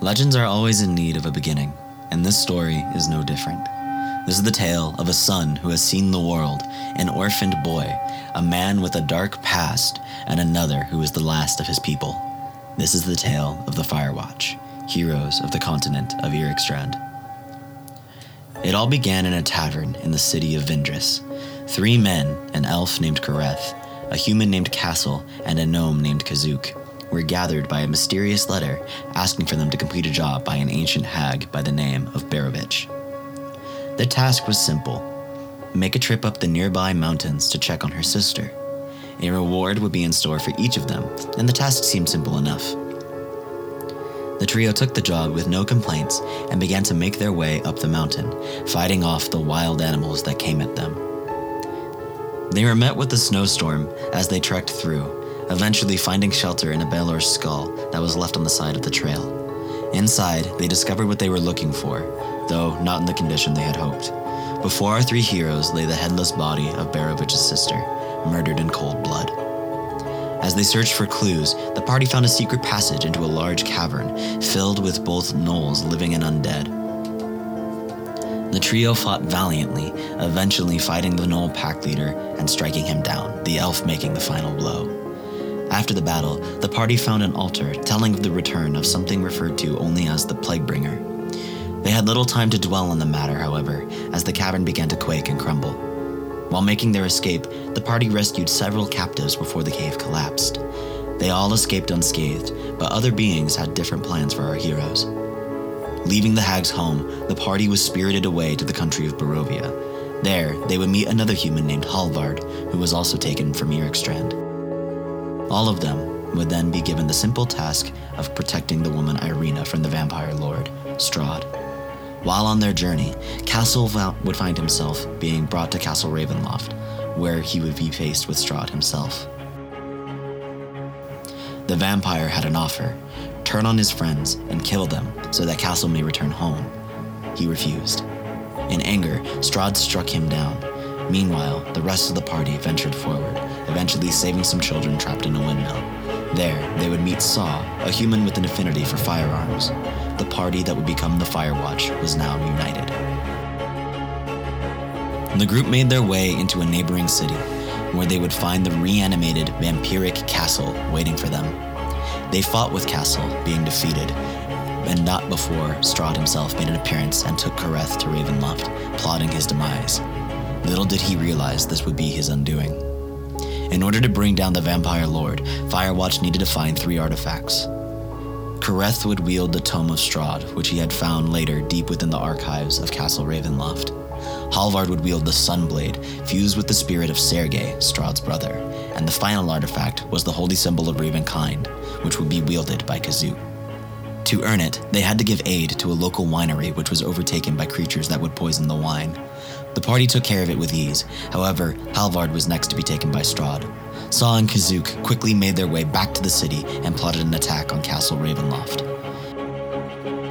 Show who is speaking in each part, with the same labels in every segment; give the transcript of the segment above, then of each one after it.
Speaker 1: Legends are always in need of a beginning, and this story is no different. This is the tale of a son who has seen the world, an orphaned boy, a man with a dark past, and another who is the last of his people. This is the tale of the Firewatch, heroes of the continent of Erikstrand. It all began in a tavern in the city of Vindris. Three men, an elf named Kareth, a human named Castle, and a gnome named Kazook, were gathered by a mysterious letter asking for them to complete a job by an ancient hag by the name of Barovitch. The task was simple make a trip up the nearby mountains to check on her sister. A reward would be in store for each of them, and the task seemed simple enough. The trio took the job with no complaints and began to make their way up the mountain, fighting off the wild animals that came at them. They were met with a snowstorm as they trekked through, eventually finding shelter in a Balor skull that was left on the side of the trail. Inside, they discovered what they were looking for, though not in the condition they had hoped. Before our three heroes lay the headless body of Barovich's sister, murdered in cold blood. As they searched for clues, the party found a secret passage into a large cavern filled with both gnolls living and undead. The trio fought valiantly, eventually fighting the gnoll pack leader and striking him down, the elf making the final blow. After the battle, the party found an altar telling of the return of something referred to only as the Plaguebringer. They had little time to dwell on the matter, however, as the cavern began to quake and crumble. While making their escape, the party rescued several captives before the cave collapsed. They all escaped unscathed, but other beings had different plans for our heroes. Leaving the hag's home, the party was spirited away to the country of Barovia. There, they would meet another human named Halvard, who was also taken from Erikstrand. All of them would then be given the simple task of protecting the woman Irina from the vampire lord, Strahd. While on their journey, Castle va- would find himself being brought to Castle Ravenloft, where he would be faced with Strahd himself. The vampire had an offer turn on his friends and kill them so that Castle may return home. He refused. In anger, Strahd struck him down. Meanwhile, the rest of the party ventured forward, eventually saving some children trapped in a windmill. There, they would meet Saw, a human with an affinity for firearms. The party that would become the Firewatch was now united. The group made their way into a neighboring city, where they would find the reanimated vampiric castle waiting for them. They fought with Castle, being defeated, and not before Strahd himself made an appearance and took Kareth to Ravenloft, plotting his demise. Little did he realize this would be his undoing. In order to bring down the vampire lord, Firewatch needed to find three artifacts. Kareth would wield the Tome of Strahd, which he had found later deep within the archives of Castle Ravenloft. Halvard would wield the Sunblade, fused with the spirit of Sergei, Strahd's brother, and the final artifact was the holy symbol of Ravenkind, which would be wielded by Kazook. To earn it, they had to give aid to a local winery which was overtaken by creatures that would poison the wine. The party took care of it with ease. However, Halvard was next to be taken by Strahd. Saw and Kazook quickly made their way back to the city and plotted an attack on Castle Ravenloft.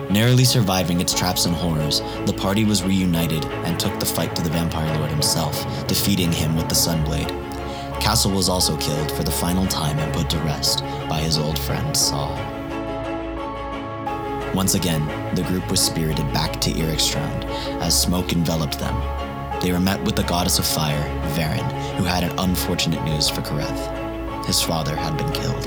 Speaker 1: Narrowly surviving its traps and horrors, the party was reunited and took the fight to the Vampire Lord himself, defeating him with the Sunblade. Castle was also killed for the final time and put to rest by his old friend Saul. Once again, the group was spirited back to Erikstrand as smoke enveloped them. They were met with the goddess of fire, Varen, who had an unfortunate news for Kareth. His father had been killed.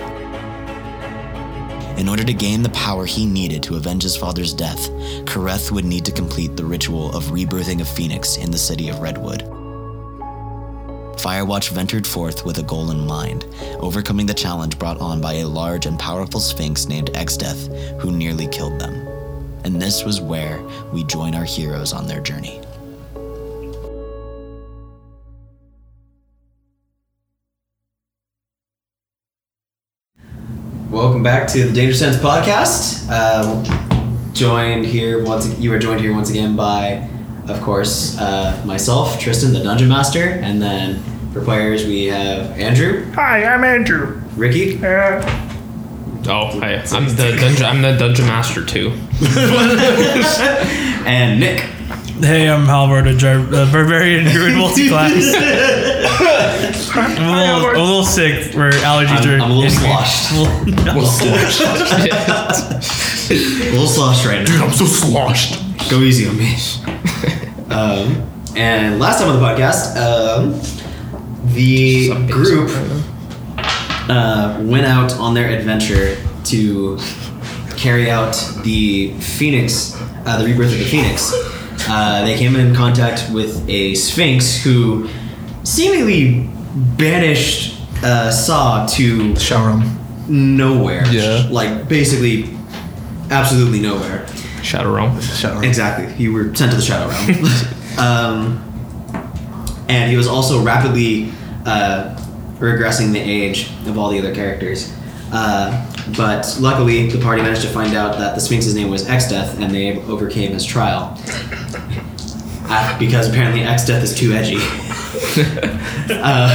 Speaker 1: In order to gain the power he needed to avenge his father's death, Kareth would need to complete the ritual of rebirthing a phoenix in the city of Redwood. Firewatch ventured forth with a goal in mind, overcoming the challenge brought on by a large and powerful sphinx named Exdeath, who nearly killed them. And this was where we join our heroes on their journey.
Speaker 2: Welcome back to the Danger Sense podcast. Uh, joined here once you are joined here once again by, of course, uh, myself, Tristan, the Dungeon Master, and then for players we have Andrew,
Speaker 3: Hi, I'm Andrew.
Speaker 2: Ricky,
Speaker 3: Uh,
Speaker 4: Oh, hey, I'm the dungeon. I'm the dungeon master too.
Speaker 2: and Nick.
Speaker 5: Hey, I'm Halvard, a jar- a barbarian druid multi-class. I'm, a little, I'm a little sick for allergies
Speaker 6: I'm-
Speaker 5: or
Speaker 6: I'm a little
Speaker 5: anything.
Speaker 6: sloshed.
Speaker 5: No.
Speaker 6: We'll slosh. we'll slosh right now.
Speaker 4: I'm so sloshed.
Speaker 6: Go easy on me. um, and last time on the podcast, um, the
Speaker 4: Some basic
Speaker 6: group
Speaker 4: right now.
Speaker 6: uh, went out on their adventure to carry out the Phoenix, uh, the rebirth of the Phoenix. Uh, they came in contact with a Sphinx who seemingly banished uh, Saw to
Speaker 7: Showroom.
Speaker 6: nowhere.
Speaker 4: Yeah.
Speaker 6: Like, basically, absolutely nowhere.
Speaker 4: Shadow Realm.
Speaker 7: Showroom.
Speaker 6: Exactly. You were sent to the Shadow Realm. um, and he was also rapidly uh, regressing the age of all the other characters. Uh, but luckily, the party managed to find out that the Sphinx's name was Exdeath, and they overcame his trial. Ah, because apparently Exdeath is too edgy. uh,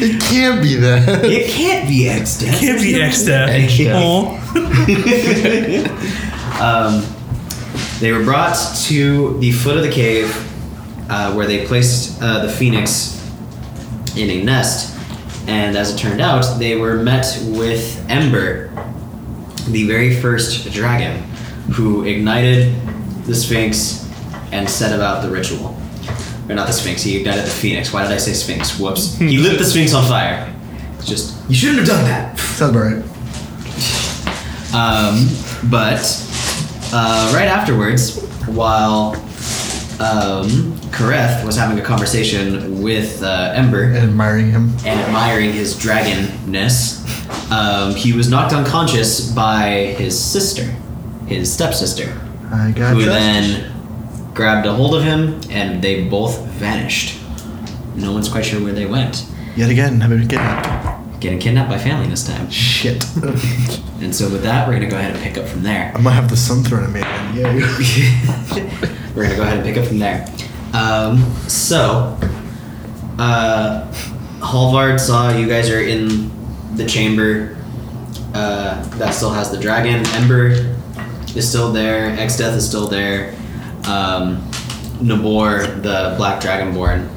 Speaker 7: It can't be that.
Speaker 6: it can't be Exdeath.
Speaker 5: Can't be
Speaker 4: Extra.
Speaker 5: extra. Oh.
Speaker 6: um, they were brought to the foot of the cave uh, where they placed uh, the phoenix in a nest. And as it turned out, they were met with Ember, the very first dragon, who ignited the Sphinx and set about the ritual. Or not the Sphinx, he ignited the Phoenix. Why did I say Sphinx? Whoops.
Speaker 7: Hmm.
Speaker 6: he lit the Sphinx on fire. It's just, you shouldn't have done that.
Speaker 7: Sounds about right.
Speaker 6: Um, but uh, right afterwards, while um, Kareth was having a conversation with uh, Ember
Speaker 7: And admiring him.
Speaker 6: and admiring his dragonness, um, he was knocked unconscious by his sister, his stepsister,
Speaker 7: I got
Speaker 6: who
Speaker 7: you.
Speaker 6: then grabbed a hold of him and they both vanished. No one's quite sure where they went.
Speaker 7: Yet again, I've been kidnapped.
Speaker 6: Getting kidnapped by family this time.
Speaker 7: Shit. I
Speaker 6: And so, with that, we're gonna go ahead and pick up from there.
Speaker 7: might have the sun thrown at me. again. Yeah.
Speaker 6: We're gonna go ahead and pick up from there. Um, so, uh, Halvard saw you guys are in the chamber uh, that still has the dragon. Ember is still there. Exdeath is still there. Um, Nabor, the black dragonborn,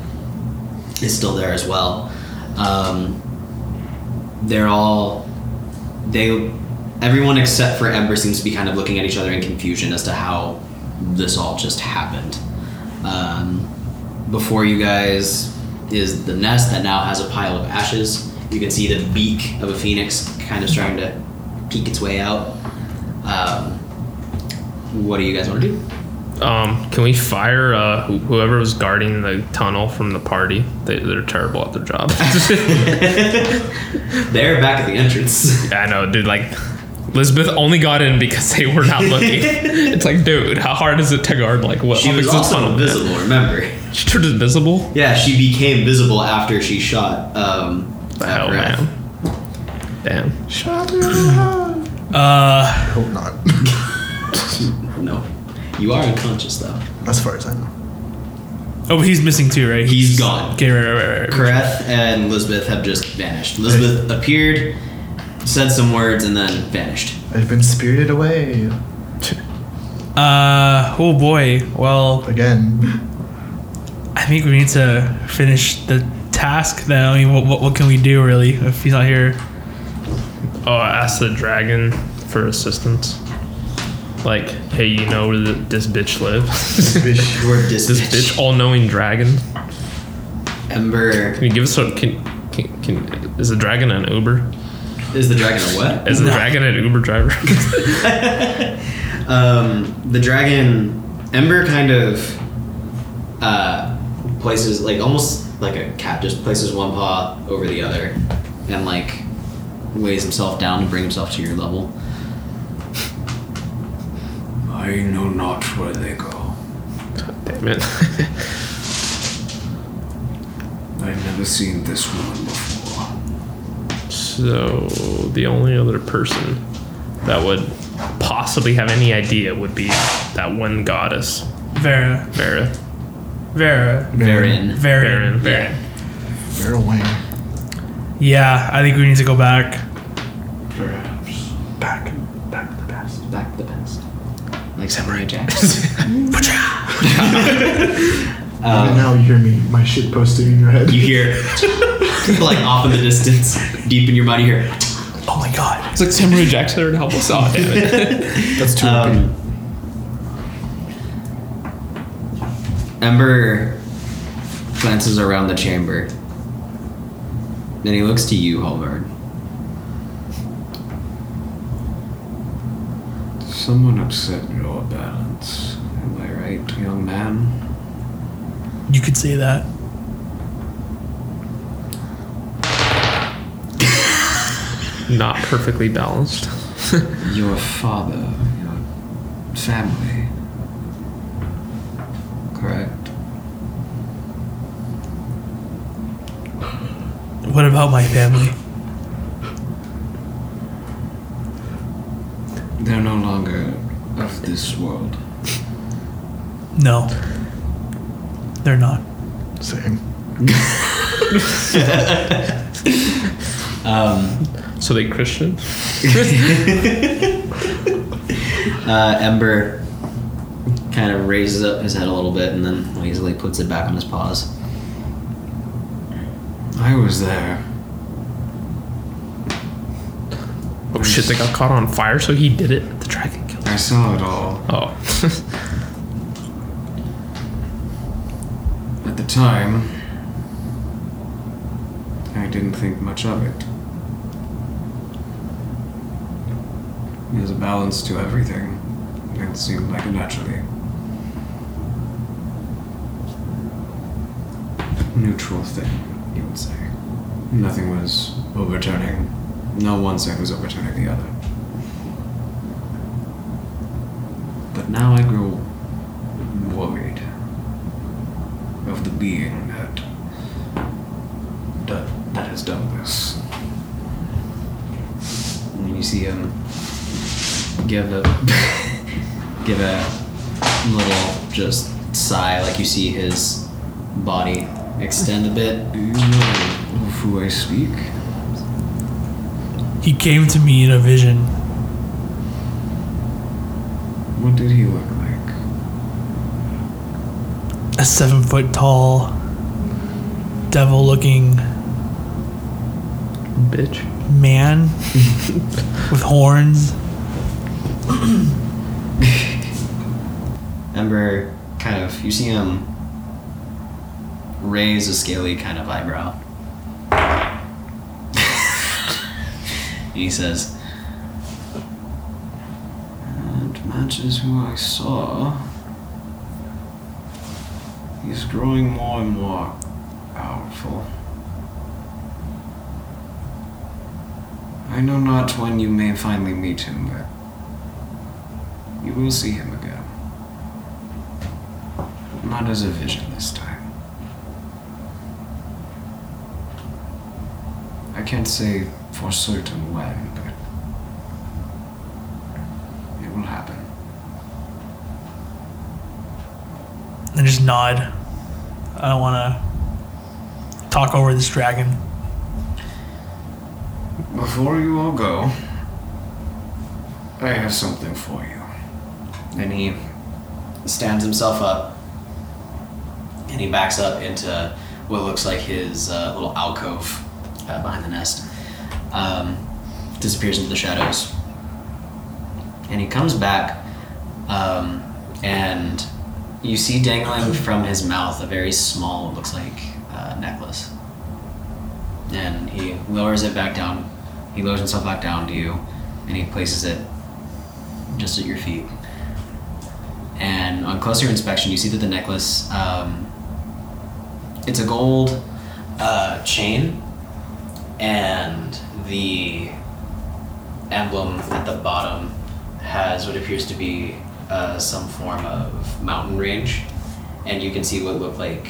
Speaker 6: is still there as well. Um, they're all they everyone except for Ember seems to be kind of looking at each other in confusion as to how this all just happened. Um, before you guys is the nest that now has a pile of ashes. You can see the beak of a phoenix kind of starting to peek its way out. Um, what do you guys want to do?
Speaker 4: Um, can we fire uh, wh- whoever was guarding the tunnel from the party? They, they're terrible at their job.
Speaker 6: They're back at the entrance.
Speaker 4: I know, dude. Like, Elizabeth only got in because they were not looking. it's like, dude, how hard is it to guard? Like, what?
Speaker 6: She
Speaker 4: how
Speaker 6: was
Speaker 4: big's the
Speaker 6: also
Speaker 4: tunnel?
Speaker 6: invisible, remember?
Speaker 4: She turned invisible.
Speaker 6: Yeah, she became visible after she shot. Um,
Speaker 4: The
Speaker 6: at
Speaker 4: hell,
Speaker 6: Wrath.
Speaker 4: Oh, man. Damn.
Speaker 7: Shut up. I
Speaker 5: Uh,
Speaker 7: hope not.
Speaker 6: No. You are unconscious, though.
Speaker 7: as far as I know.
Speaker 5: oh, he's missing too, right?
Speaker 6: He's gone.
Speaker 5: Okay, right, right, right, right.
Speaker 6: Kareth and Lisbeth have just vanished. Lisbeth appeared, said some words, and then vanished.
Speaker 7: I've been spirited away
Speaker 5: Uh, oh boy. Well,
Speaker 7: again.
Speaker 5: I think we need to finish the task then. I mean, what, what, what can we do really if he's not here?
Speaker 4: Oh, I asked the dragon for assistance. Like, hey, you know where th- this bitch lives?
Speaker 7: Bish.
Speaker 6: You were dis-
Speaker 4: this bitch, all-knowing dragon.
Speaker 6: Ember
Speaker 4: Can you give us a can? Can, can is the dragon an Uber?
Speaker 6: is the dragon a what?
Speaker 4: Is the dragon an Uber driver?
Speaker 6: um, the dragon Ember kind of uh, places like almost like a cat, just places one paw over the other, and like weighs himself down to bring himself to your level. I know not where they go.
Speaker 4: Damn it!
Speaker 6: I've never seen this woman before.
Speaker 4: so the only other person that would possibly have any idea would be that one goddess,
Speaker 5: Vera,
Speaker 4: Vera.
Speaker 5: Vera,
Speaker 6: Varin.
Speaker 5: Vera,
Speaker 4: Varin.
Speaker 5: Vera.
Speaker 7: Very wing.
Speaker 5: Yeah, I think we need to go back.
Speaker 6: Perhaps.
Speaker 5: Back, back the past.
Speaker 6: Back the past. like Samurai Jacks.
Speaker 7: and now you hear me, my shit posting in your head.
Speaker 6: Um, you hear like off in the distance, deep in your body, you hear
Speaker 7: oh my god.
Speaker 4: It's like Samurai Jack's there to help us out, damn it.
Speaker 7: That's too
Speaker 6: Um,
Speaker 7: rapid.
Speaker 6: Ember glances around the chamber. Then he looks to you, Halvard. Someone upset your balance. Am I right, young man?
Speaker 5: You could say that.
Speaker 4: Not perfectly balanced.
Speaker 6: Your father, your family. Correct.
Speaker 5: What about my family?
Speaker 6: They're no longer of this world.
Speaker 5: No. They're not.
Speaker 7: Same.
Speaker 6: Um,
Speaker 4: So they Christian?
Speaker 6: uh, Ember kind of raises up his head a little bit and then lazily puts it back on his paws. I was there.
Speaker 4: Oh shit, they got caught on fire, so he did it. The dragon killed
Speaker 6: I saw it all.
Speaker 4: Oh.
Speaker 6: At the time, I didn't think much of it. There's a balance to everything. It seemed like naturally. Neutral thing, you would say. Nothing was overturning. No one side was overturning the other. But now I grow worried of the being that that, that has done this. And then you see him give a give a little just sigh, like you see his body extend a bit. Do you know of who I speak?
Speaker 5: He came to me in a vision.
Speaker 6: What did he look like?
Speaker 5: A seven foot tall, devil looking
Speaker 4: Bitch.
Speaker 5: man with horns.
Speaker 6: Ember kind of you see him raise a scaly kind of eyebrow. and he says That matches who I saw. He's growing more and more powerful. I know not when you may finally meet him, but you will see him again. Not as a vision this time. I can't say for certain when, but it will happen.
Speaker 5: And just nod. I don't want to talk over this dragon.
Speaker 6: Before you all go, I have something for you. And he stands himself up and he backs up into what looks like his uh, little alcove uh, behind the nest. Um, disappears into the shadows. And he comes back um, and you see dangling from his mouth a very small, what looks like, uh, necklace and he lowers it back down. He lowers himself back down to you, and he places it just at your feet. And on closer inspection, you see that the necklace, um, it's a gold uh, chain, and the emblem at the bottom has what appears to be uh, some form of mountain range, and you can see what look like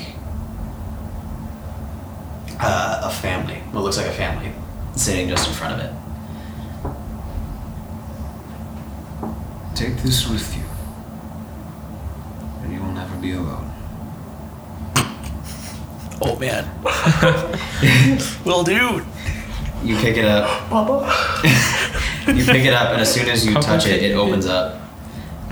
Speaker 6: uh, a family, what looks like a family, sitting just in front of it. Take this with you, and you will never be alone.
Speaker 5: Oh man. Will do.
Speaker 6: You pick it up. you pick it up, and as soon as you touch it, it opens up,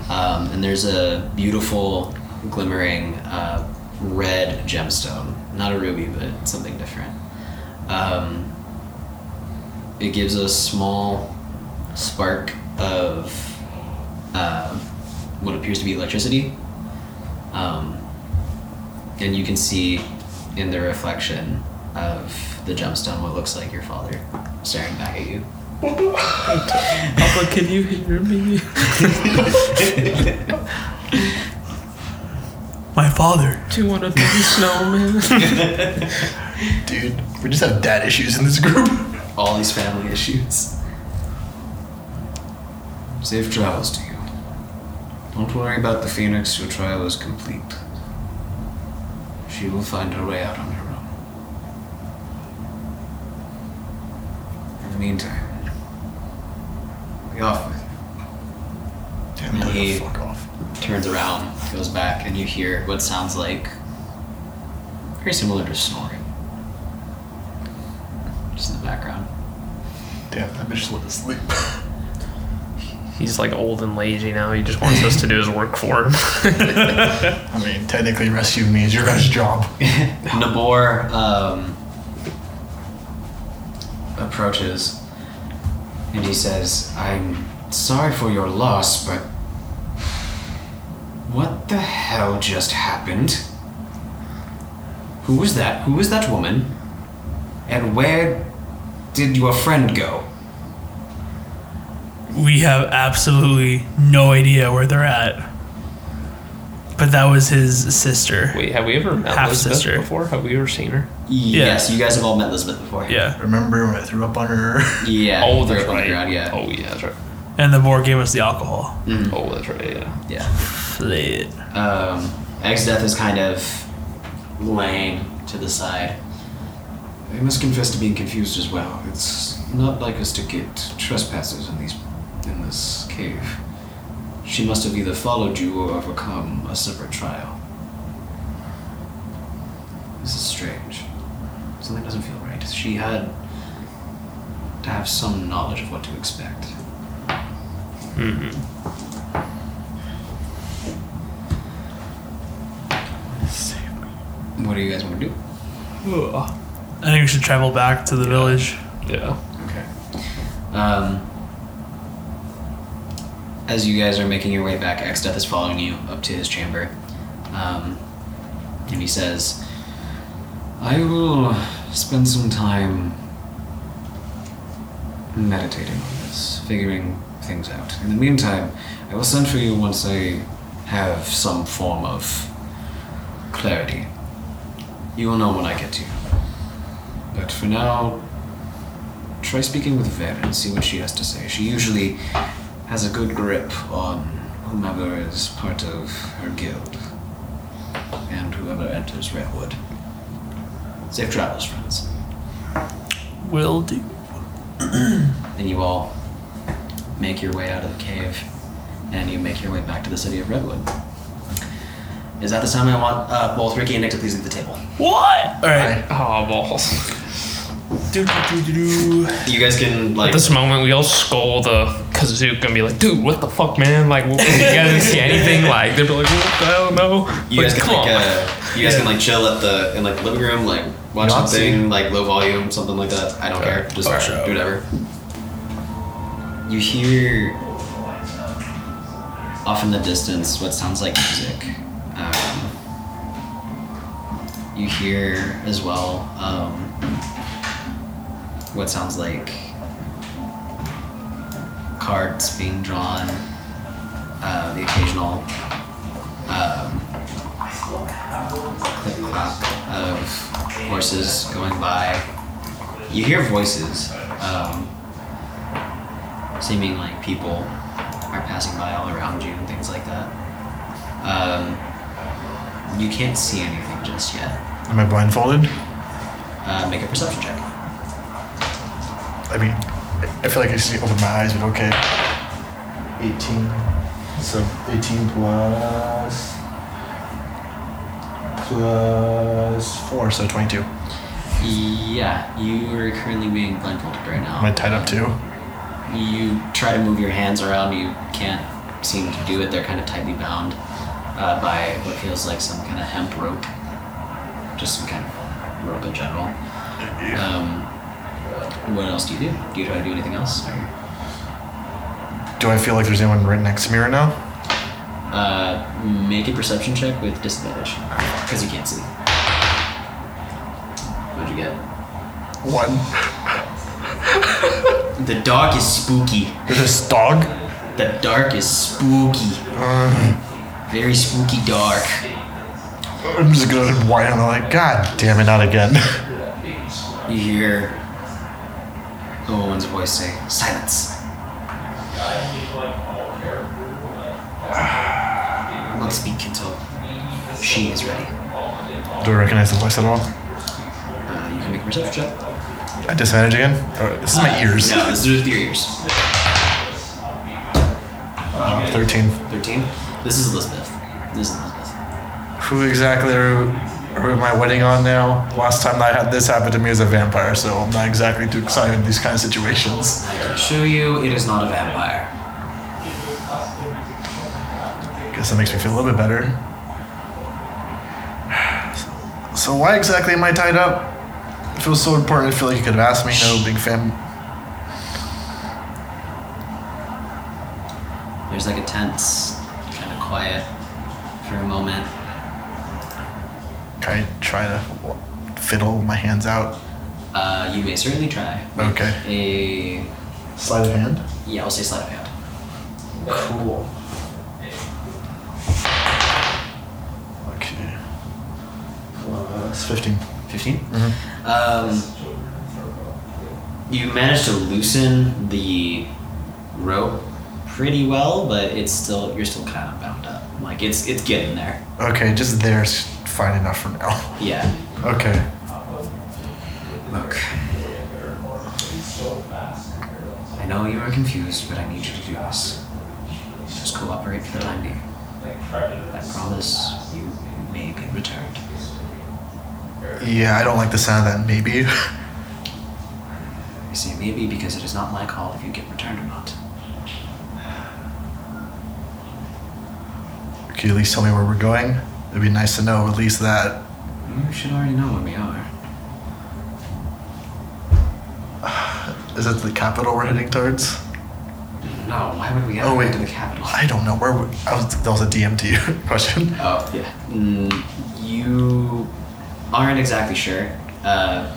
Speaker 6: um, and there's a beautiful, glimmering uh, red gemstone. Not a ruby, but something different. Um, it gives a small spark of uh, what appears to be electricity. Um, and you can see in the reflection of the gemstone what looks like your father staring back at you.
Speaker 4: Papa, can you hear me?
Speaker 5: My father.
Speaker 4: Do you want to be a snowman?
Speaker 7: Dude, we just have dad issues in this group.
Speaker 6: All these family issues. Safe travels to you. Don't worry about the Phoenix, your trial is complete. She will find her way out on her own. In the meantime, be off with you.
Speaker 7: Damn,
Speaker 6: tell you to
Speaker 7: fuck off.
Speaker 6: turns around, goes back, and you hear what sounds like very similar to snoring. Just in the background.
Speaker 7: Damn, that bitch just went to sleep.
Speaker 4: He's like old and lazy now. He just wants us to do his work for him.
Speaker 7: I mean, technically, rescuing me is your guys' job.
Speaker 6: Nabor um, approaches and he says, I'm sorry for your loss, but what the hell just happened? Who was that? Who was that woman? And where did your friend go?
Speaker 5: We have absolutely no idea where they're at. But that was his sister.
Speaker 4: Wait, have we ever met Elizabeth
Speaker 5: Half-sister.
Speaker 4: before? Have we ever seen her?
Speaker 6: Yes, you guys have all met Elizabeth before.
Speaker 5: Yeah.
Speaker 7: Remember when I threw up on her?
Speaker 6: Yeah.
Speaker 4: oh,
Speaker 6: they're
Speaker 4: that's
Speaker 6: on the
Speaker 4: right.
Speaker 6: ground, yeah. Hmm.
Speaker 4: Oh, yeah, that's right.
Speaker 5: And the boar gave us the alcohol.
Speaker 4: Oh, that's right. Yeah.
Speaker 6: Yeah.
Speaker 5: Flit.
Speaker 6: Um, Exdeath is kind of laying to the side. I must confess to being confused as well. It's not like us to get trespassers in these in this cave. She must have either followed you or overcome a separate trial. This is strange. Something doesn't feel right. She had to have some knowledge of what to expect. What do you guys want to do?
Speaker 5: I think we should travel back to the village.
Speaker 4: Yeah.
Speaker 6: Okay. Um, as you guys are making your way back, Xdeath is following you up to his chamber. Um, and he says, I will spend some time meditating on this, figuring things out. In the meantime, I will send for you once I have some form of clarity. You will know when I get to you. But for now, try speaking with Ver and see what she has to say. She usually has a good grip on whomever is part of her guild and whoever enters Redwood. Safe travels, friends.
Speaker 5: Will do.
Speaker 6: And you all make your way out of the cave and you make your way back to the city of Redwood. Is that the time I want uh, both Ricky and Nick to please leave the table?
Speaker 5: What? All right.
Speaker 4: Oh, balls.
Speaker 6: You guys can, like,
Speaker 4: At this moment, we all scold the Kazook and be like, dude, what the fuck, man? Like, what, you guys didn't see anything? Like, they'd be like, what the hell, no?
Speaker 6: you
Speaker 4: like,
Speaker 6: guys can like uh, you guys can like chill at the in like the living room, like watch
Speaker 7: Nazi.
Speaker 6: something like low volume, something like that. I don't care. Just
Speaker 5: Oh, sure.
Speaker 6: do whatever. You hear off in the distance what sounds like music. Um, you hear as well um, what sounds like cards being drawn, uh, the occasional um, click clock of horses going by. You hear voices, um, seeming like people are passing by all around you and things like that. Um, you can't see anything just yet.
Speaker 7: Am I blindfolded?
Speaker 6: Uh, make a perception check.
Speaker 7: I mean, I feel like I just opened my eyes, but okay. 18. So 18 plus. Plus 4, so 22. Am
Speaker 6: Yeah, you are currently being blindfolded right now.
Speaker 7: I tied up too?
Speaker 6: You try to move your hands around, you can't seem to do it, they're kind of tightly bound uh, by what feels like some kind of hemp rope, just some kind of rope in general. Um, what else do you do? Do you try to do anything else? Or,
Speaker 7: Do I feel like there's anyone right next to me right now?
Speaker 6: uh, make a perception check with disadvantage because you can't see. What'd you get?
Speaker 7: One.
Speaker 6: The dark is spooky.
Speaker 7: There's this dog.
Speaker 6: The dark is spooky. Very spooky dark.
Speaker 7: I'm just gonna whine. I'm like, God damn it, not again.
Speaker 6: You hear the woman's voice say, Silence. Don't speak until she is ready.
Speaker 7: Do I recognize the voice at all?
Speaker 6: Uh, you can make a perception check.
Speaker 7: At disadvantage again? Or- this is my ears.
Speaker 6: No, this is with your ears.
Speaker 7: Uh, 13.
Speaker 6: 13. This is Elizabeth. This is Elizabeth.
Speaker 7: Who exactly are, who am I waiting on now? Last time I had this happen to me as a vampire, so I'm not exactly too excited in these kind of situations.
Speaker 6: To show you it is not a vampire.
Speaker 7: Guess that makes me feel a little bit better. So why exactly am I tied up? If it was so important, I feel like you could have asked me. No big fan.
Speaker 6: There's like a tense, kind of quiet for a moment.
Speaker 7: Try try to fiddle my hands out.
Speaker 6: Uh, you may certainly try.
Speaker 7: Okay.
Speaker 6: A
Speaker 7: Sleight of hand.
Speaker 6: Eh, yeah, I'll say sleight of hand.
Speaker 7: Cool. Okay. Plus 15.
Speaker 6: 15 Um, you managed to loosen the rope pretty well, but it's still you're still kind of bound up. Like it's it's getting there.
Speaker 7: Okay, just there's fine enough for now.
Speaker 6: Yeah.
Speaker 7: Okay.
Speaker 6: Look. I know you are confused, but I need you to do this. Just cooperate for the time being. I promise you may be returned.
Speaker 7: Yeah, I don't like the sound of that maybe.
Speaker 6: I say maybe because it is not my call if you get returned or not.
Speaker 7: Could you at least tell me where we're going? It'd be nice to know at least that.
Speaker 6: You should already know where we are.
Speaker 7: Is that the capital we're heading towards?
Speaker 6: No, why would we ever
Speaker 7: Oh, wait.
Speaker 6: go to the capital?
Speaker 7: I don't know. Where we, I was, that was a DMT question.
Speaker 6: Oh, yeah. Mm, you aren't exactly sure. Uh,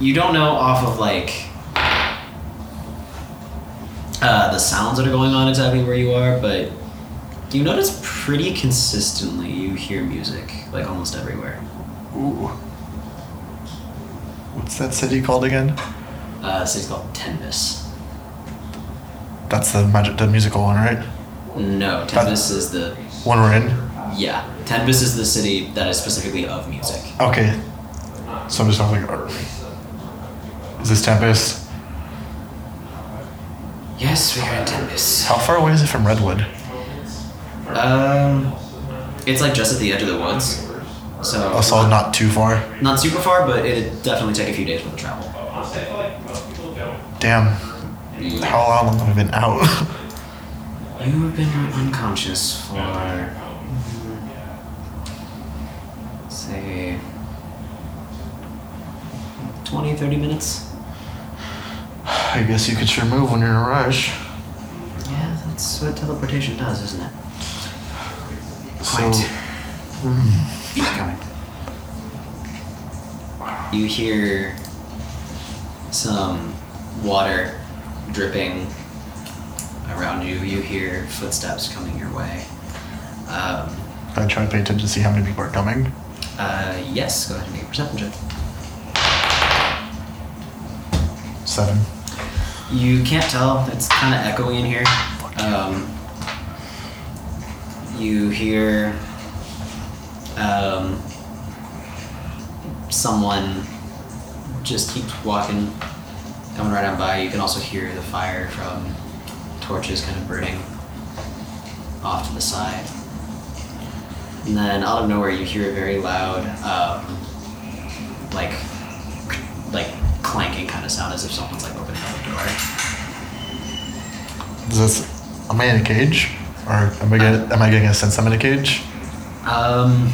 Speaker 6: you don't know off of like uh, the sounds that are going on exactly where you are, but you notice pretty consistently you hear music like almost everywhere.
Speaker 7: Ooh. What's that city called again?
Speaker 6: Uh, this is called Tenbis.
Speaker 7: That's the magic, the musical one, right?
Speaker 6: No, Tenbis is the
Speaker 7: One we're in.
Speaker 6: yeah. Tenbis is the city that is specifically of music.
Speaker 7: Okay. So I'm just like, "Arr." is this Tempest?
Speaker 6: Yes, we are in Tenbis.
Speaker 7: How far away is it from Redwood?
Speaker 6: Um, it's like just at the edge of the woods, so
Speaker 7: Also, Oh, not too far.
Speaker 6: not super far, but it'd definitely take a few days worth of travel.
Speaker 7: Damn. How long have I been out?
Speaker 6: You have been unconscious for say 20, 30 minutes.
Speaker 7: I guess you could sure move when you're in a rush.
Speaker 6: Yeah, that's what teleportation does, isn't it?
Speaker 7: So,
Speaker 6: Keep going. You hear some water dripping around you. You hear footsteps coming your way. Um,
Speaker 7: I try to pay attention to see how many people are coming.
Speaker 6: uh, yes, go ahead and make a perception check.
Speaker 7: Seven.
Speaker 6: You can't tell. It's kind of echoey in here. Um, you hear um, someone just keeps walking, coming right on by. You can also hear the fire from torches kind of burning off to the side. And then out of nowhere, you hear a very loud, um, like, like clanking kind of sound as if someone's like opening up a door.
Speaker 7: Is this Am I in a cage? Or am I, get, am I getting a sense I'm in a cage?
Speaker 6: Um,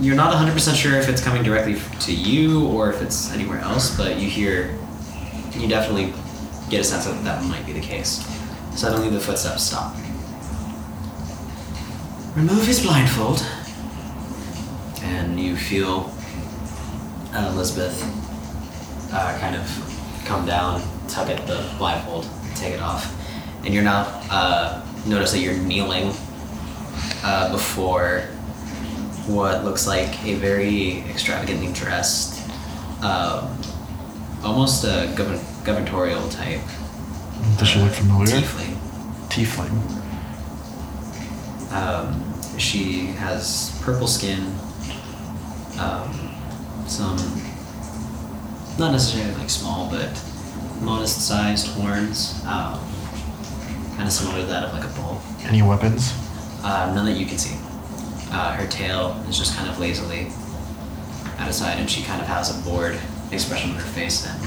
Speaker 6: you're not 100% sure if it's coming directly f- to you or if it's anywhere else, but you hear, you definitely get a sense that that might be the case. Suddenly the footsteps stop. Remove his blindfold, and you feel uh, Elizabeth uh, kind of come down, tug at the blindfold, take it off, and you're now uh, notice that you're kneeling uh, before what looks like a very extravagantly dressed, um, almost a govern- gubernatorial type
Speaker 7: Does she look familiar?
Speaker 6: tiefling.
Speaker 7: Tiefling.
Speaker 6: Um, she has purple skin, um, some not necessarily like small, but modest-sized horns, um, kind of similar to that of like a bull.
Speaker 7: Any weapons?
Speaker 6: Uh, none that you can see. Uh, her tail is just kind of lazily out of sight, and she kind of has a bored expression on her face and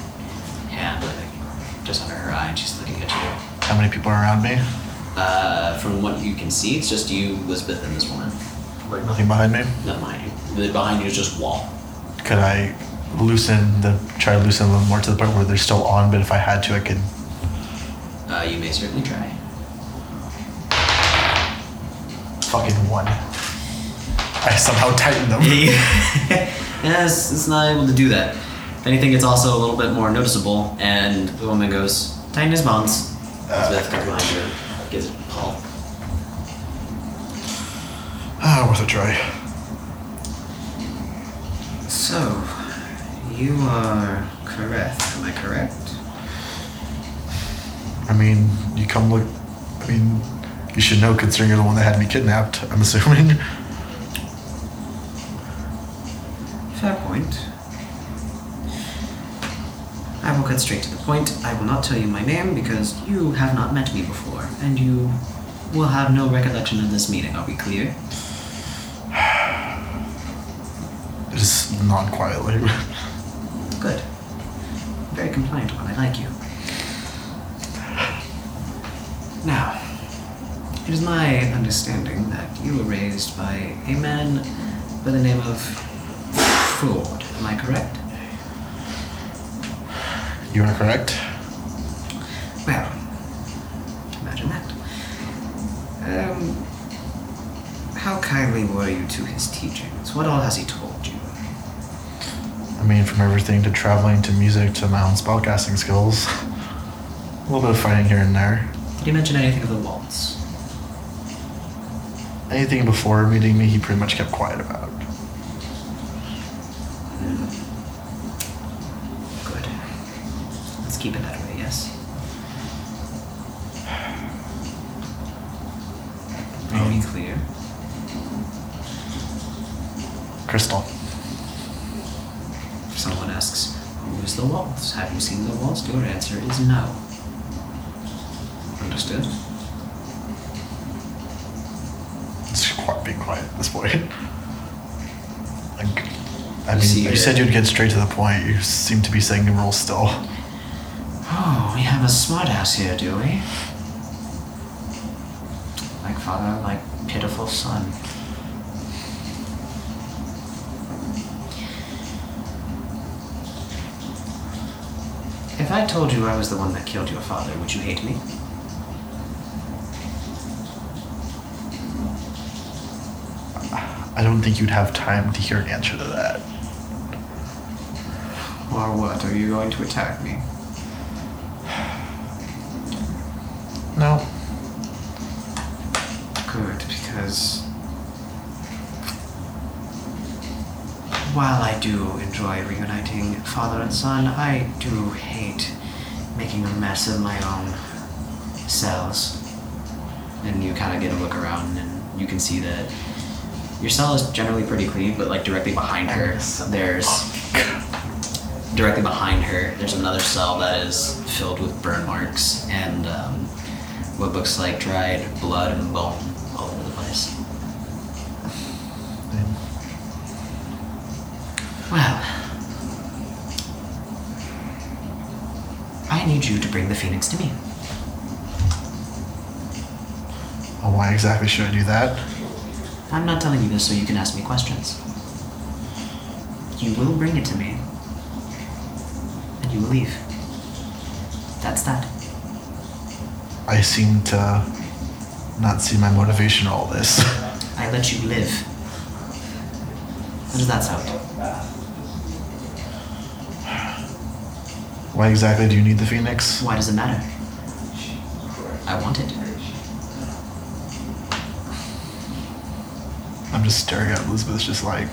Speaker 6: hand like, just under her eye, and she's looking at you.
Speaker 7: How many people are around me?
Speaker 6: Uh, from what you can see, it's just you, Elizabeth, and this woman.
Speaker 7: Like nothing behind me?
Speaker 6: Not behind you. The behind you is just wall.
Speaker 7: Could I loosen the, try to loosen a little more to the point where they're still on, but if I had to, I could.
Speaker 6: Uh, you may certainly try.
Speaker 7: Fucking one. I somehow tighten them.
Speaker 6: yes, it's not able to do that. If anything, it's also a little bit more noticeable, and the woman goes, Tighten his bonds.
Speaker 7: Ah,
Speaker 6: Elizabeth comes
Speaker 7: great.
Speaker 6: behind her, gives it a pull.
Speaker 7: Ah, worth a try.
Speaker 6: So, you are correct. Am I correct?
Speaker 7: I mean, you come look. I mean, you should know considering you're the one that had me kidnapped, I'm assuming.
Speaker 6: Fair point. I will cut straight to the point. I will not tell you my name because you have not met me before, and you will have no recollection of this meeting. Are we clear?
Speaker 7: Just nod quietly.
Speaker 6: Good. Very compliant one. I like you. Now, it is my understanding that you were raised by a man by the name of Ford. Am I correct?
Speaker 7: you are correct.
Speaker 6: Well, imagine that. Um, how kindly were you to his teachings? What all has he told you?
Speaker 7: I mean, from everything to traveling to music to my own spellcasting skills, a little bit of fighting here and there.
Speaker 6: Did he mention anything of the waltz?
Speaker 7: Anything before meeting me, he pretty much kept quiet about.
Speaker 6: Good. Let's keep it that way, yes? Are we clear?
Speaker 7: Crystal.
Speaker 6: If someone asks, who is the waltz? Have you seen the waltz? Your answer is no. Understood?
Speaker 7: It's quite being quiet at this point. Like,
Speaker 6: You
Speaker 7: I mean,
Speaker 6: see
Speaker 7: you said
Speaker 6: her.
Speaker 7: you'd get straight to the point. You seem to be saying the rule still.
Speaker 6: Oh, we have a smartass here, do we? Like father, like pitiful son. If I told you I was the one that killed your father, would you hate me?
Speaker 7: I don't think you'd have time to hear an answer to that.
Speaker 6: Or what? Are you going to attack me?
Speaker 7: No.
Speaker 6: Good, because while I do enjoy reuniting father and son, I do hate making a mess of my own cells. And you kind of get a look around, and you can see that your cell is generally pretty clean, but like directly behind her, there's directly behind her, there's another cell that is filled with burn marks and um, what looks like dried blood and bone all over the place. Well, I need you to bring the phoenix to me.
Speaker 7: Well, why exactly should I do that?
Speaker 6: I'm not telling you this so you can ask me questions. You will bring it to me. And you will leave. That's that.
Speaker 7: I seem to not see my motivation in all this.
Speaker 6: I let you live. How does that sound?
Speaker 7: Why exactly do you need the Phoenix?
Speaker 6: Why does it matter? I want it.
Speaker 7: I'm just staring at Elizabeth, just like,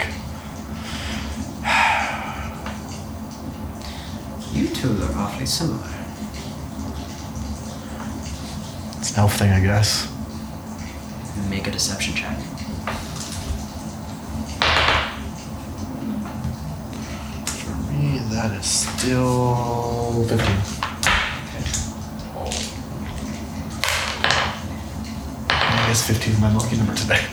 Speaker 6: You two look awfully similar.
Speaker 7: it's an elf thing, I guess.
Speaker 6: Make a deception check.
Speaker 7: For me, that is still 15. I guess 15 is my lucky number today.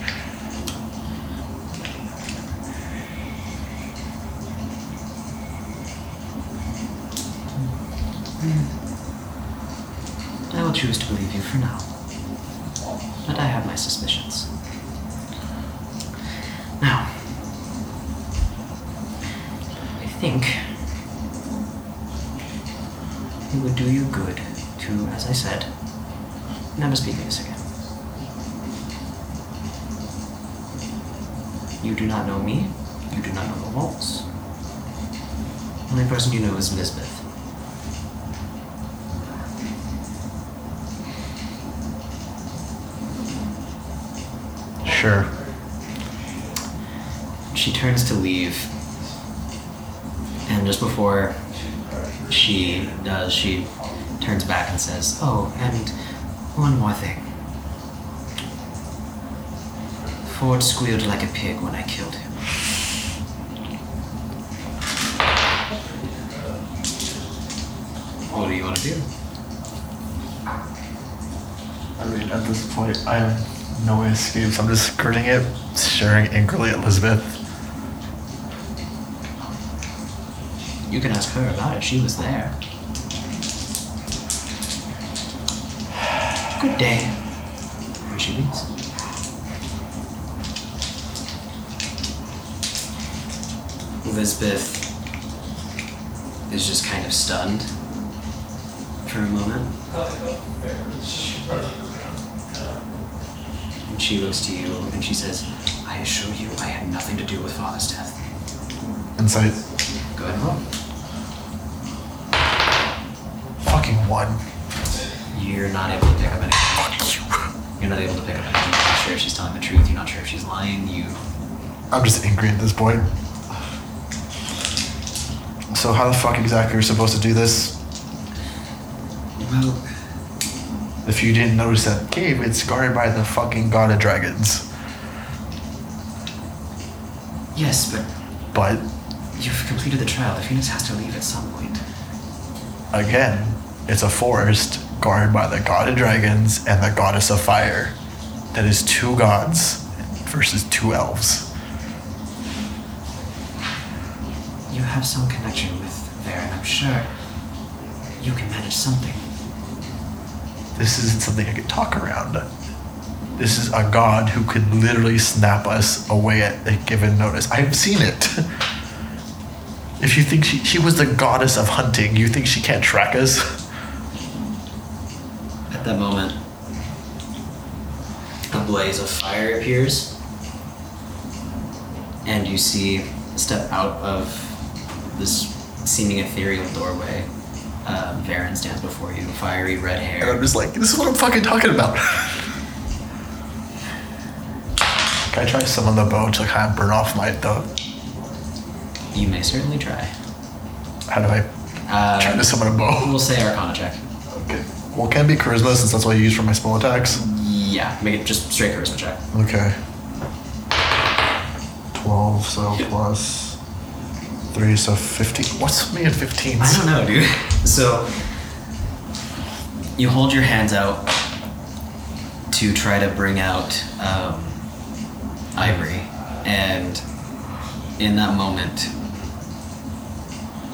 Speaker 6: I will choose to believe you for now. But I have my suspicions. Now, I think it would do you good to, as I said, never speak of this again. You do not know me. You do not know the walls. The only person you know is Lisbeth.
Speaker 7: Sure.
Speaker 6: She turns to leave, and just before she does, she turns back and says, Oh, and one more thing. Ford squealed like a pig when I killed him. What do you want to do?
Speaker 7: I mean, at this point, I have no escapes. I'm just skirting it, staring angrily at Elizabeth.
Speaker 6: You can ask her about it. She was there. Good day. Where she leaves. Lisbeth is just kind of stunned for a moment. And she looks to you and she says, I assure you I had nothing to do with father's death.
Speaker 7: Insight.
Speaker 6: Go ahead and roll.
Speaker 7: Fucking one.
Speaker 6: You're not able to pick up anything. You're not able to pick up anything. You're not sure if she's telling the truth. You're not sure if she's lying. You.
Speaker 7: I'm just angry at this point. So how the fuck exactly are you supposed to do this?
Speaker 6: Well,
Speaker 7: If you didn't notice that cave, it's guarded by the fucking god of dragons.
Speaker 6: yes, but
Speaker 7: But
Speaker 6: you've completed the trial. The Phoenix has to leave at some point.
Speaker 7: again, it's a forest guarded by the god of dragons and the goddess of fire. That is two gods versus two elves.
Speaker 6: You have some connection with there, and I'm sure you can manage something.
Speaker 7: This isn't something I could talk around. This is a god who could literally snap us away at a given notice. I've seen it. If you think she, she was the goddess of hunting, you think she can't track us?
Speaker 6: At that moment, a blaze of fire appears, and you see step out of this seeming ethereal doorway. Uh, Varen stands before you, fiery red
Speaker 7: And I'm
Speaker 6: hair.
Speaker 7: just like, this is what I'm fucking talking about. Can I try summon the bow to kind of burn off my the?
Speaker 6: You may certainly try.
Speaker 7: How do I try
Speaker 6: Uh,
Speaker 7: to summon a bow?
Speaker 6: we'll say Arcana check.
Speaker 7: Okay. Well, can it be charisma since that's what I use for my spell attacks.
Speaker 6: Yeah, make it just straight charisma check.
Speaker 7: Okay. 12, so plus 3, so 15. What's me at 15?
Speaker 6: I don't know, dude. So you hold your hands out to try to bring out um, Ivory, and in that moment,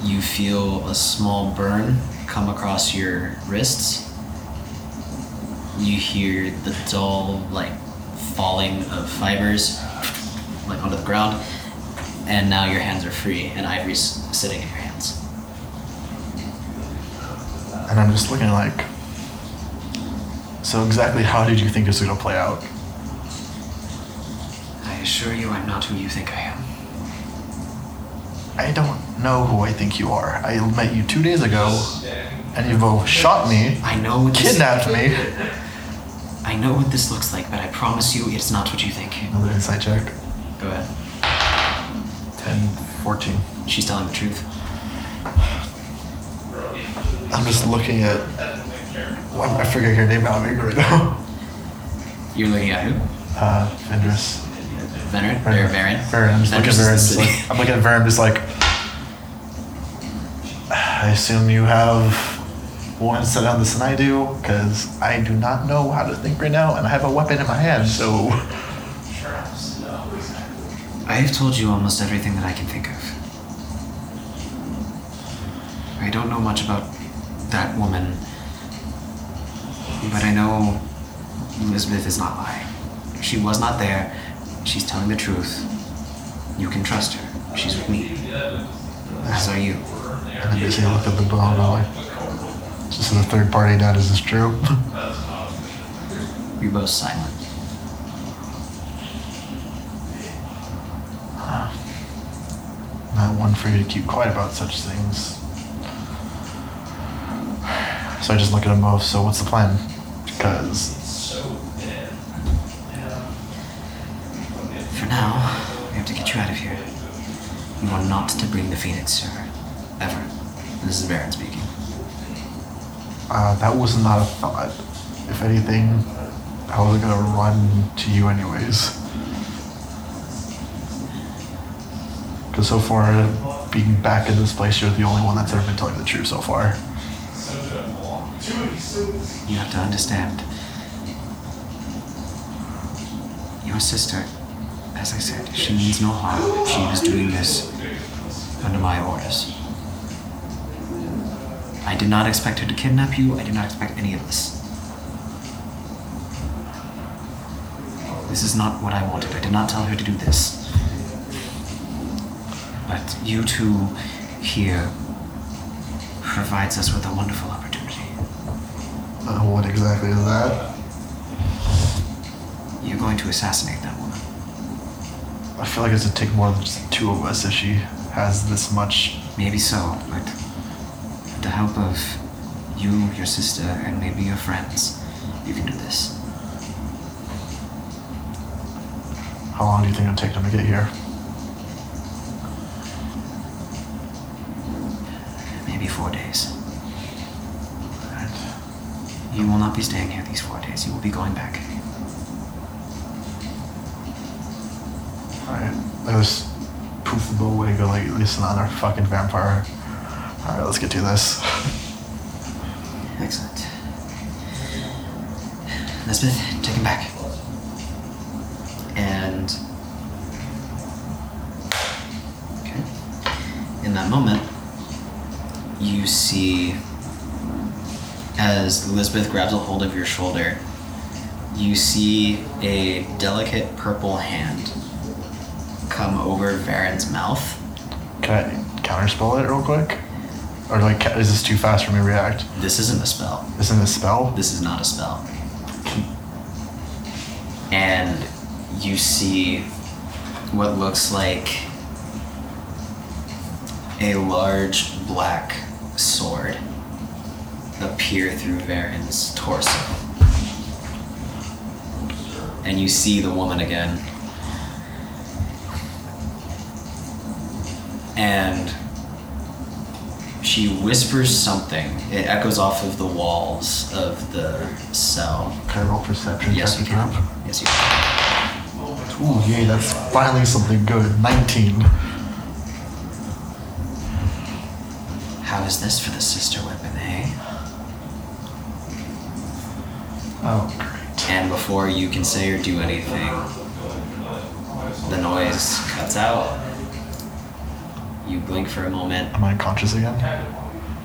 Speaker 6: you feel a small burn come across your wrists, you hear the dull, like, falling of fibers, like, onto the ground. And now your hands are free, and Ivory's sitting in your hands.
Speaker 7: And I'm just looking like, so exactly how did you think this was going to play out?
Speaker 6: I assure you, I'm not who you think I am.
Speaker 7: I don't know who I think you are. I met you two days ago, and you've both shot me,
Speaker 6: I know what this,
Speaker 7: kidnapped me.
Speaker 6: I know what this looks like, but I promise you, it's not what you think.
Speaker 7: Another insight check.
Speaker 6: Go ahead.
Speaker 7: 10, 14.
Speaker 6: She's telling the truth.
Speaker 7: I'm just looking at. Well, I forget your name out of right now.
Speaker 6: You're looking at who?
Speaker 7: Uh, Fenris.
Speaker 6: Venerin? Or Varin?
Speaker 7: Varen, I'm just looking at
Speaker 6: Fenris is
Speaker 7: Varen. Just
Speaker 6: the
Speaker 7: like,
Speaker 6: city.
Speaker 7: I'm looking at Varen, just like. I assume you have more insight on this than I do, because I do not know how to think right now, and I have a weapon in my hand, so.
Speaker 6: I have told you almost everything that I can think of. I don't know much about that woman, but I know Elizabeth is not lying. She was not there. She's telling the truth. You can trust her. She's with me. As are you.
Speaker 7: And I basically look at the bow and I'm like, just the third party now, is this true?
Speaker 6: You're both silent.
Speaker 7: not one for you to keep quiet about such things. So I just look at them both. So what's the plan? Because
Speaker 6: For now, we have to get you out of here. You are not to bring the Phoenix to her. Ever. This is Baron speaking.
Speaker 7: uh, that was not a thought. If anything, I was gonna run to you anyways. Because so far, being back in this place, you're the only one that's ever been telling the truth so far.
Speaker 6: You have to understand. Your sister, as I said, she means no harm. She was doing this under my orders. I did not expect her to kidnap you. I did not expect any of this. This is not what I wanted. I did not tell her to do this. But you two here provides us with a wonderful opportunity.
Speaker 7: Uh, what exactly is that?
Speaker 6: You're going to assassinate that woman.
Speaker 7: I feel like it's gonna take more than just the two of us if she has this much
Speaker 6: Maybe so, but with the help of you, your sister, and maybe your friends, you can do this.
Speaker 7: How long do you think it'll take them to get here?
Speaker 6: Maybe four days.
Speaker 7: Alright.
Speaker 6: You will not be staying here these four days. You will be going back.
Speaker 7: Alright. I just poof the bow away and go like, at least not our fucking vampire. Alright, let's get to this.
Speaker 6: Excellent. Elizabeth, take him back. And. Okay. In that moment, you see as Elizabeth grabs a hold of your shoulder, you see a delicate purple hand come over Varen's mouth.
Speaker 7: Can I counterspell it real quick? Or like, ca- is this too fast for me to react?
Speaker 6: This isn't a spell.
Speaker 7: Isn't this spell?
Speaker 6: This is not a spell. And you see what looks like a large black sword appear through Varen's torso. And you see the woman again. And she whispers something. It echoes off of the walls of the cell.
Speaker 7: Can I roll perception?
Speaker 6: Yes, you
Speaker 7: check
Speaker 6: can.
Speaker 7: to drop?
Speaker 6: Yes, you can.
Speaker 7: Ooh, yay, that's finally something good. 19.
Speaker 6: How is this for the sister weapon, eh?
Speaker 7: Oh, great.
Speaker 6: And before you can say or do anything, the noise cuts out. You blink for a moment.
Speaker 7: Am I unconscious again?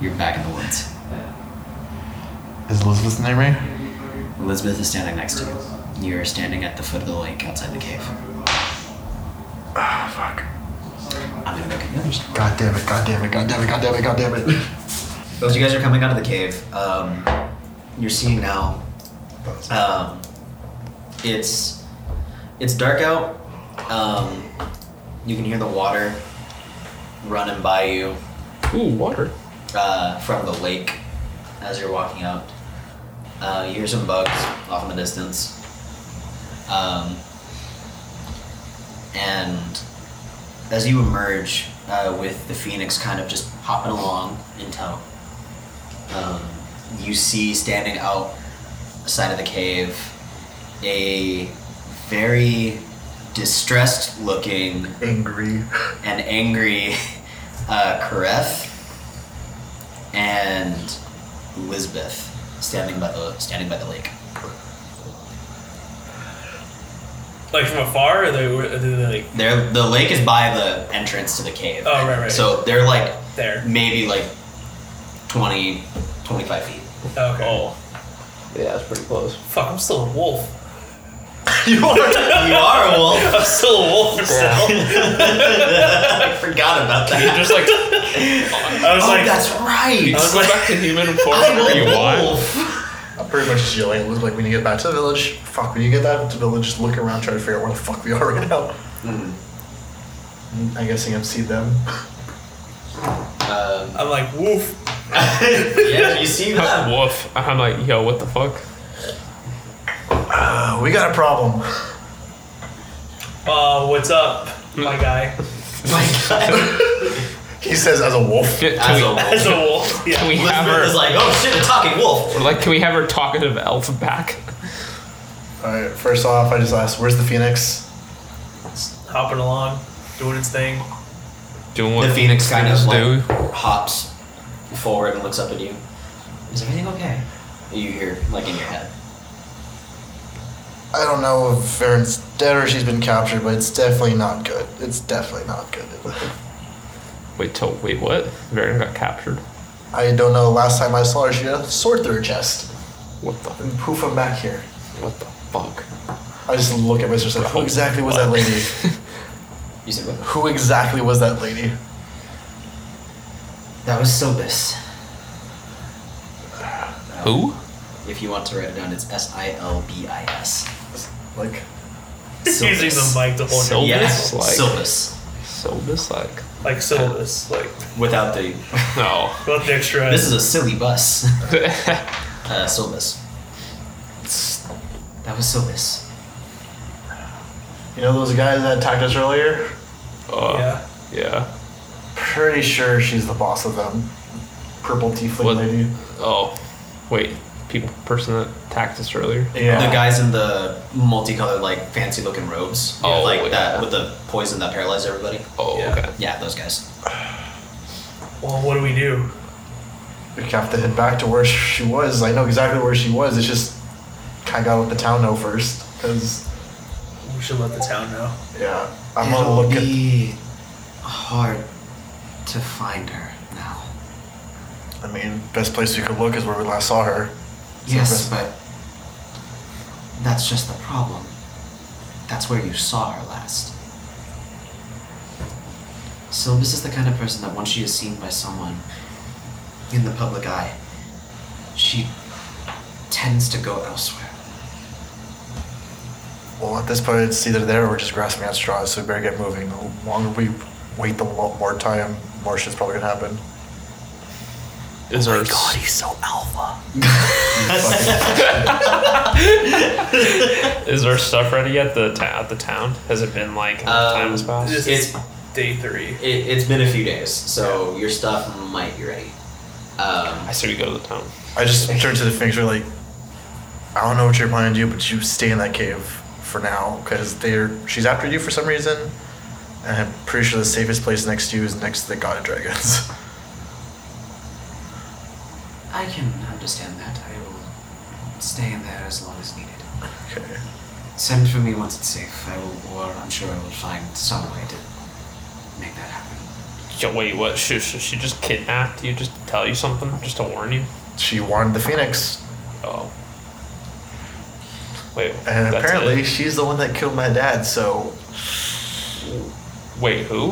Speaker 6: You're back in the woods.
Speaker 7: Is Elizabeth near me?
Speaker 6: Elizabeth is standing next to you. You're standing at the foot of the lake outside the cave.
Speaker 7: Ah, fuck.
Speaker 6: I'm gonna go get the others.
Speaker 7: God damn it, god damn it, god damn it, god damn it, god damn it.
Speaker 6: As you guys are coming out of the cave, um, you're seeing now. Um, it's it's dark out. Um, you can hear the water running by you
Speaker 4: Ooh, water.
Speaker 6: uh, from the lake as you're walking out. Uh, you hear some bugs off in the distance. Um, and as you emerge uh, with the phoenix kind of just hopping along in tow, um, you see standing out the side of the cave a very distressed looking
Speaker 7: Angry.
Speaker 6: an angry uh, Kareth and Lisbeth standing by the standing by the lake.
Speaker 5: Like from afar, or they were are they like
Speaker 6: They're, the lake is by the entrance to the cave.
Speaker 5: Oh, right, right.
Speaker 6: So they're like
Speaker 5: there.
Speaker 1: Mm-hmm.
Speaker 6: maybe like 20, 25
Speaker 5: Okay.
Speaker 6: feet.
Speaker 4: Oh.
Speaker 5: Yeah, that's pretty close. Fuck, I'm still a wolf.
Speaker 7: you are.
Speaker 6: You are a wolf.
Speaker 5: I'm still a wolf still.
Speaker 6: I forgot about that.
Speaker 5: Just like I was
Speaker 6: oh,
Speaker 5: like, I
Speaker 6: that's right.
Speaker 5: was like,
Speaker 4: Back to human form.
Speaker 6: I'm a
Speaker 4: you want.
Speaker 6: wolf.
Speaker 7: I'm pretty much just yelling. Elizabeth, like, when you get back to the village, fuck, when you get back to the village, just look around, try to figure out where the fuck we are right now.
Speaker 6: Mm.
Speaker 7: Mm, I guess I can see them.
Speaker 6: Um,
Speaker 5: I'm like, woof.
Speaker 6: yeah, you see that?
Speaker 4: Woof. I'm like, yo, what the fuck?
Speaker 7: Uh, we got a problem.
Speaker 5: Uh, what's up, my guy?
Speaker 6: My God.
Speaker 7: He says as a wolf.
Speaker 4: Can,
Speaker 6: As
Speaker 4: we,
Speaker 6: a wolf.
Speaker 5: As a wolf.
Speaker 4: can
Speaker 5: Yeah.
Speaker 4: we have
Speaker 6: Lisbeth is
Speaker 4: her
Speaker 6: like, oh shit, a talking wolf.
Speaker 4: like can we have her talkative elf back?
Speaker 7: Alright, first off, I just asked, where's the phoenix?
Speaker 5: Hopping along, doing its thing.
Speaker 4: Doing what
Speaker 6: the phoenix kind of like
Speaker 4: do.
Speaker 6: hops forward and looks up at you. Is everything okay? You hear like in your head.
Speaker 7: I don't know if Varen's dead or she's been captured, but it's definitely not good. It's definitely not good.
Speaker 4: Wait till wait what? Varen got captured.
Speaker 7: I don't know. Last time I saw her, she had a sword through her chest
Speaker 4: What the
Speaker 7: and poof, I'm back here.
Speaker 4: what the fuck?
Speaker 7: I just look at my sister. Like, Who exactly was that lady?
Speaker 6: You said what?
Speaker 7: Who exactly was that lady?
Speaker 6: That was Silbus.
Speaker 4: Who?
Speaker 6: If you want to write it down, it's S I L B I S.
Speaker 7: Like,
Speaker 5: He's using the mic to hold
Speaker 4: Syl-
Speaker 5: it.
Speaker 6: Yeah,
Speaker 4: Silbus, like-
Speaker 6: Silbus.
Speaker 4: So dislike.
Speaker 5: Like syllabus. Like,
Speaker 6: Without the.
Speaker 4: No.
Speaker 5: without the extra.
Speaker 6: This is a silly bus. Uh, Silbus. That was Silbus.
Speaker 7: you know those guys that attacked us earlier?
Speaker 4: Uh,
Speaker 5: yeah.
Speaker 4: yeah.
Speaker 7: Pretty sure she's the boss of them. Purple tiefling
Speaker 4: What?
Speaker 7: lady.
Speaker 4: Oh. Wait. People person that attacked us earlier.
Speaker 7: Yeah.
Speaker 6: The guys in the multicolored, like fancy looking robes.
Speaker 4: Oh,
Speaker 6: like that
Speaker 4: yeah.
Speaker 6: with the poison that paralyzed everybody.
Speaker 4: Oh
Speaker 5: Yeah.
Speaker 4: okay.
Speaker 6: Yeah, those guys.
Speaker 5: Well, what do we do?
Speaker 7: We have to head back to where she was. I know exactly where she was. It's just kind of gotta let the town know first, because
Speaker 5: We should let the town know.
Speaker 7: yeah, I'm
Speaker 6: It'll
Speaker 7: gonna look at.
Speaker 6: be hard to find her now.
Speaker 7: I mean, best place we could look is where we last saw her.
Speaker 6: yes,
Speaker 7: Silbus.
Speaker 6: but that's just the problem. That's where you saw her last. Sylvis is the kind of person that once she is seen by someone in the public eye, she tends to go elsewhere.
Speaker 7: Well, at this point, it's either there or we're just grasping at straws, so we better get moving. The longer we wait, the lo- more time, more shit's probably gonna happen.
Speaker 4: Is
Speaker 6: Oh
Speaker 4: our
Speaker 7: he's so alpha.
Speaker 4: is our stuff ready yet? The ta- at the town has it been like
Speaker 6: Um,
Speaker 4: time has passed?
Speaker 5: This is day three.
Speaker 6: It, it's been a few days, so your stuff might be ready. Um,
Speaker 4: I say we go to the town.
Speaker 7: I just turned to the Phoenix, we're like, I don't know what you're planning to do, but you stay in that cave for now, because they're she's after you for some reason. And I'm pretty sure the safest place next to you is next to the God of Dragons.
Speaker 6: I can understand that. I will stay in there as long as needed.
Speaker 7: okay.
Speaker 6: Send for me once it's safe. I will, or I'm sure I will find some way to make that happen.
Speaker 4: Yo, wait, what? She, she, she just kidnapped you just to tell you something? Just to warn you?
Speaker 7: She warned the Phoenix.
Speaker 4: Oh.
Speaker 6: Uh,
Speaker 4: Wait.
Speaker 7: And
Speaker 4: that's
Speaker 7: apparently,
Speaker 4: it?
Speaker 7: she's the one that killed my dad. So
Speaker 4: Wait, who?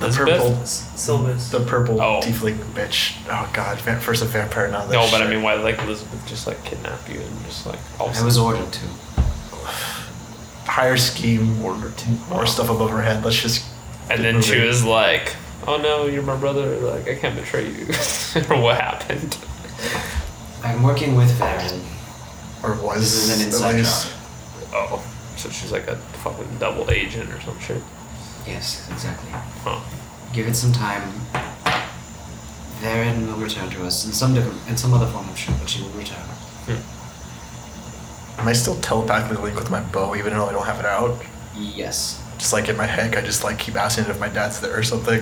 Speaker 7: the
Speaker 4: Elizabeth?
Speaker 7: purple,
Speaker 5: Sylvis.
Speaker 7: the purple
Speaker 4: Oh.
Speaker 7: tiefling bitch. Oh god, va- first a vampire, now this.
Speaker 4: No, but I
Speaker 7: shit.
Speaker 4: mean, why like Elizabeth just like kidnapped you and just like all of a
Speaker 2: I was
Speaker 4: sudden-
Speaker 2: ordered to.
Speaker 7: higher scheme or more stuff above her head. Let's just.
Speaker 4: Oh. and
Speaker 7: keep
Speaker 4: then she
Speaker 7: moving.
Speaker 4: was like, "Oh no, you're my brother. Like I can't betray you." or what happened?
Speaker 2: I'm working with Varen.
Speaker 7: or was
Speaker 2: This is an
Speaker 7: at
Speaker 2: inside
Speaker 7: least.
Speaker 2: job.
Speaker 4: Oh, so she's like a fucking double agent or some shit.
Speaker 2: Yes, exactly.
Speaker 4: Huh.
Speaker 2: Give it some time. Varen will return to us in some different, in some other form, I'm sure, but she will return.
Speaker 7: Am I still telepathically linked with my bow, even though I don't have it out?
Speaker 2: Yes.
Speaker 7: Just like in my head, I just like keep asking if my dad's there or something.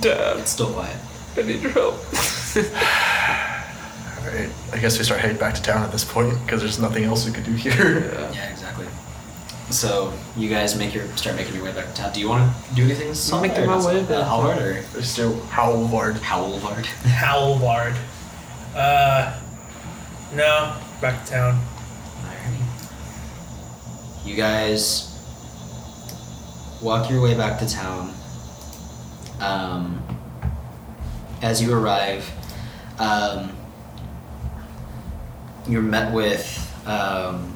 Speaker 4: Dad,
Speaker 2: It's still quiet.
Speaker 4: I need your help.
Speaker 7: All right, I guess we start heading back to town at this point because there's nothing else we could do here.
Speaker 2: Yeah, exactly. So you guys make your start making your way back to town. Do you want to do anything? I'll
Speaker 4: making my way back.
Speaker 2: Halvard or
Speaker 7: There's still Howlward.
Speaker 2: Howlvard?
Speaker 5: Howlbard. Uh, no, back to town.
Speaker 2: You guys walk your way back to town. Um, as you arrive, um, you're met with um,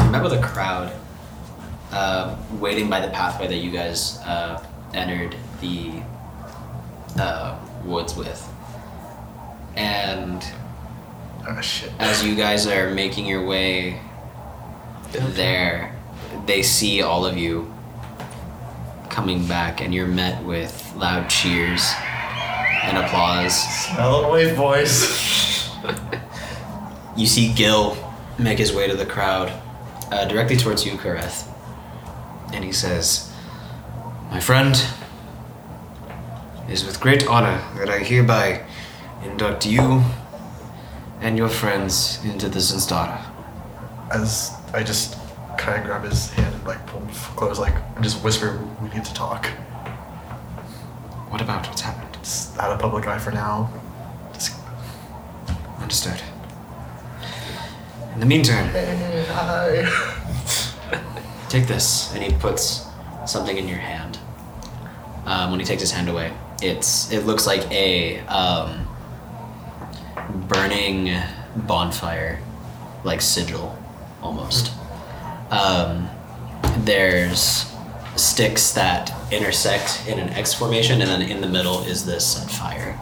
Speaker 2: you're met with a crowd uh, waiting by the pathway that you guys uh, entered the uh, woods with, and
Speaker 7: Oh shit.
Speaker 2: as you guys are making your way there, they see all of you coming back, and you're met with loud cheers and applause.
Speaker 7: Smell it away, boys.
Speaker 2: You see Gil make his way to the crowd, uh, directly towards you, Kareth, and he says, "My friend, it is with great honor that I hereby induct you and your friends into the Zinstara."
Speaker 7: As I just kind of grab his hand and like pull him close, like and just whisper, "We need to talk."
Speaker 2: What about what's happened?
Speaker 7: It's out of public eye for now. Just
Speaker 2: Understood. In the meantime,
Speaker 7: Hey, hi.
Speaker 2: take this. And he puts something in your hand. Um, when he takes his hand away, it's it looks like a um, burning bonfire, like sigil, almost. Um, there's sticks that intersect in an X formation, and then in the middle is this set fire.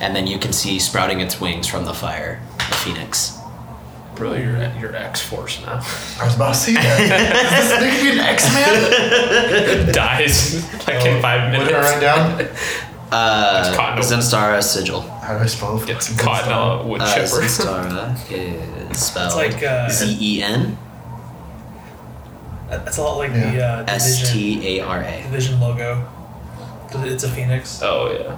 Speaker 2: And then you can see sprouting its wings from the fire, a phoenix.
Speaker 4: Bro, you're at your X Force now.
Speaker 7: I was about to say that. Is this nigga an X-Man?
Speaker 4: Dies like in five
Speaker 7: What
Speaker 4: minutes.
Speaker 7: did I write down?
Speaker 2: Uh,
Speaker 4: It's cotton.
Speaker 2: Zenstara sigil.
Speaker 7: How do I spell it?
Speaker 4: Gets caught in a wood
Speaker 2: Uh,
Speaker 4: chipper.
Speaker 2: Zenstara is spelled
Speaker 5: It's like, uh,
Speaker 2: Z E N
Speaker 5: That- That's a lot like the
Speaker 7: Yeah.
Speaker 5: uh,
Speaker 2: S
Speaker 5: division,
Speaker 2: T A R A.
Speaker 5: division logo. It's a phoenix.
Speaker 4: oh yeah.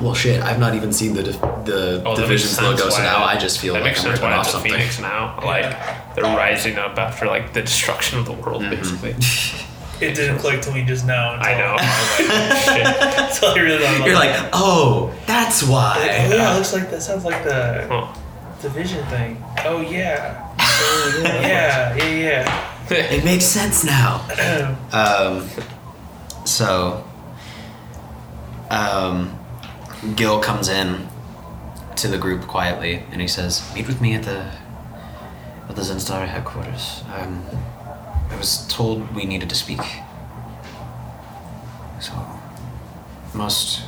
Speaker 2: Well, shit, I've not even seen the div- the
Speaker 4: Oh, that makes
Speaker 2: division's
Speaker 4: sense
Speaker 2: logo, so
Speaker 4: why-
Speaker 2: now I just feel
Speaker 4: that
Speaker 2: like
Speaker 4: makes
Speaker 2: I'm
Speaker 4: sense
Speaker 2: ripping
Speaker 4: why
Speaker 2: off
Speaker 4: it's a
Speaker 2: something.
Speaker 4: phoenix now. Like they're rising up after like the destruction of the world,
Speaker 2: Mm-hmm.
Speaker 4: basically.
Speaker 5: It didn't click till me just now. Until,
Speaker 4: I know. I was like, shit.
Speaker 5: until I really thought about
Speaker 2: You're
Speaker 5: it.
Speaker 2: like, oh, that's
Speaker 5: Like, oh,
Speaker 2: why.
Speaker 5: yeah, it looks like that sounds like the
Speaker 4: Huh.
Speaker 5: division thing. Oh yeah. yeah, yeah,
Speaker 2: It makes sense now.
Speaker 5: yeah.
Speaker 2: Um, so, um, Gil comes in to the group quietly, and he says, "Meet with me at the at the Zenstar headquarters. Um, I was told we needed to speak. So, most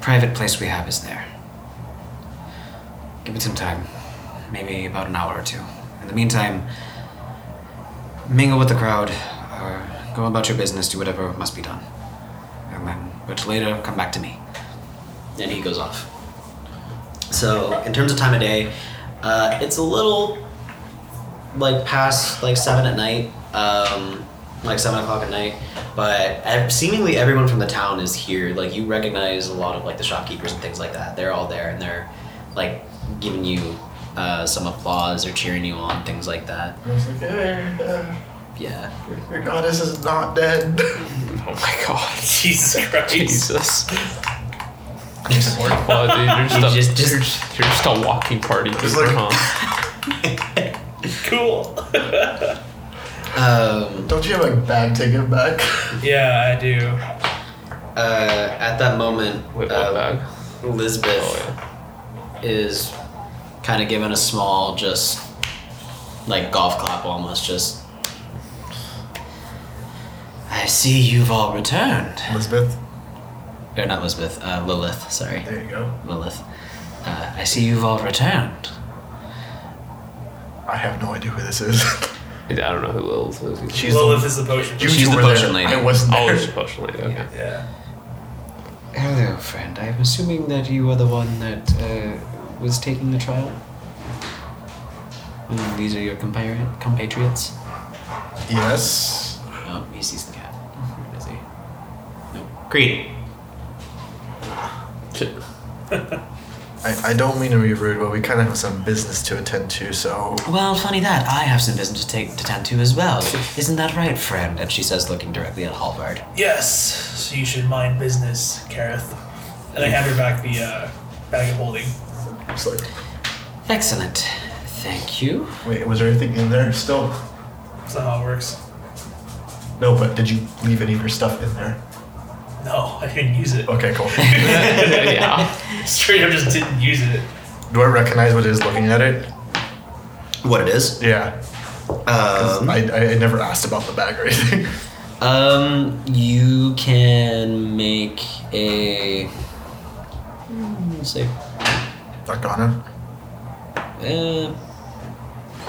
Speaker 2: private place we have is there. Give it some time, maybe about an hour or two. In the meantime." mingle with the crowd, or go about your business, do whatever must be done. And then, but later, come back to me. And he goes off. So, in terms of time of day, uh, it's a little like past like seven at night, um, like seven o'clock at night. But ev- seemingly everyone from the town is here. Like you recognize a lot of like the shopkeepers and things like that. They're all there and they're like giving you uh, some applause or cheering you on, things like that.
Speaker 7: I was like, hey, uh,
Speaker 2: Yeah.
Speaker 7: your goddess is not dead.
Speaker 4: Oh my god.
Speaker 5: Jesus Christ.
Speaker 4: Jesus. Well, dude, you're just,
Speaker 2: You
Speaker 4: a,
Speaker 2: just- just-
Speaker 4: you're, just, you're just a walking party pooper,
Speaker 7: like-
Speaker 4: huh?
Speaker 5: Cool.
Speaker 2: Um,
Speaker 7: Don't you have a bag taken back?
Speaker 5: yeah, I do.
Speaker 2: uh, at that moment,
Speaker 4: Wait, what
Speaker 2: uh,
Speaker 4: bag?
Speaker 2: Lisbeth Oh, is kind of given a small, just like golf clap almost. Just, I see you've all returned.
Speaker 7: Elizabeth,
Speaker 2: Or not Lisbeth, uh, Lilith, sorry.
Speaker 7: there you go.
Speaker 2: Lilith. Uh, I see you've all returned.
Speaker 7: I have no idea who this is.
Speaker 4: I don't know who Lil's is.
Speaker 7: She's
Speaker 5: Lilith is the potion.
Speaker 7: you
Speaker 2: She's
Speaker 7: two
Speaker 2: the
Speaker 7: were there.
Speaker 2: potion lady.
Speaker 7: I wasn't
Speaker 4: Oh,
Speaker 7: there.
Speaker 4: it's a potion lady. Okay.
Speaker 5: Yeah.
Speaker 2: Hello, friend. I'm assuming that you are the one that uh, was taking the trial? And these are your compari- compatriots?
Speaker 7: Yes.
Speaker 2: Oh, he sees the cat. Where is he? Nope. Creed.
Speaker 4: Shit.
Speaker 7: I, I don't mean to be rude, but we kind of have some business to attend to, so
Speaker 2: Well, funny that. I have some business to take to tend to as well. Isn't that right, friend? And she says, looking directly at Halvard.
Speaker 5: Yes. So you should mind business, Kareth. And I hand her back the uh, bag of holding.
Speaker 7: it's like,
Speaker 2: Excellent. Thank you.
Speaker 7: wait, was there anything in there still?
Speaker 5: That's not how it works.
Speaker 7: No, but did you leave any of your stuff in there?
Speaker 5: No, I didn't use it.
Speaker 7: Okay, cool.
Speaker 4: yeah.
Speaker 5: Straight up just didn't use it.
Speaker 7: Do I recognize what it is looking at it?
Speaker 2: What it is?
Speaker 7: Yeah. 'Cause I, I, I never asked about the bag or anything.
Speaker 2: Um, you can make a. Let's see.
Speaker 7: Arcana?
Speaker 2: Uh,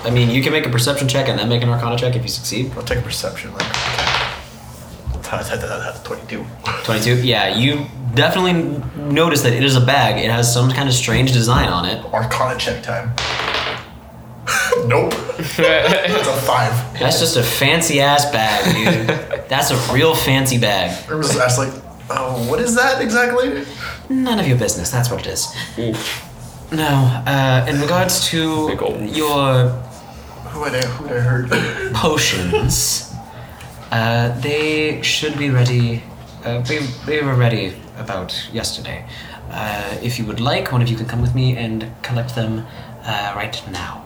Speaker 2: I mean, you can make a perception check and then make an arcana check if you succeed.
Speaker 7: I'll take a perception. Like, that's 22.
Speaker 2: 22? Yeah, you definitely n- notice that it is a bag. It has some kind of strange design on it.
Speaker 7: Arcana check time. nope. It's a five.
Speaker 2: That's just a fancy ass bag, dude. That's a real fancy bag.
Speaker 7: I was asked, like, oh, what is that exactly?
Speaker 2: None of your business. That's what it is.
Speaker 4: Oof.
Speaker 2: No, uh, in regards to
Speaker 4: Big ol'
Speaker 2: your
Speaker 7: Who would I, who would I hurt?
Speaker 2: potions. Uh, they should be ready. Uh, they, they were ready about yesterday. Uh, if you would like, one of you can come with me and collect them uh, right now.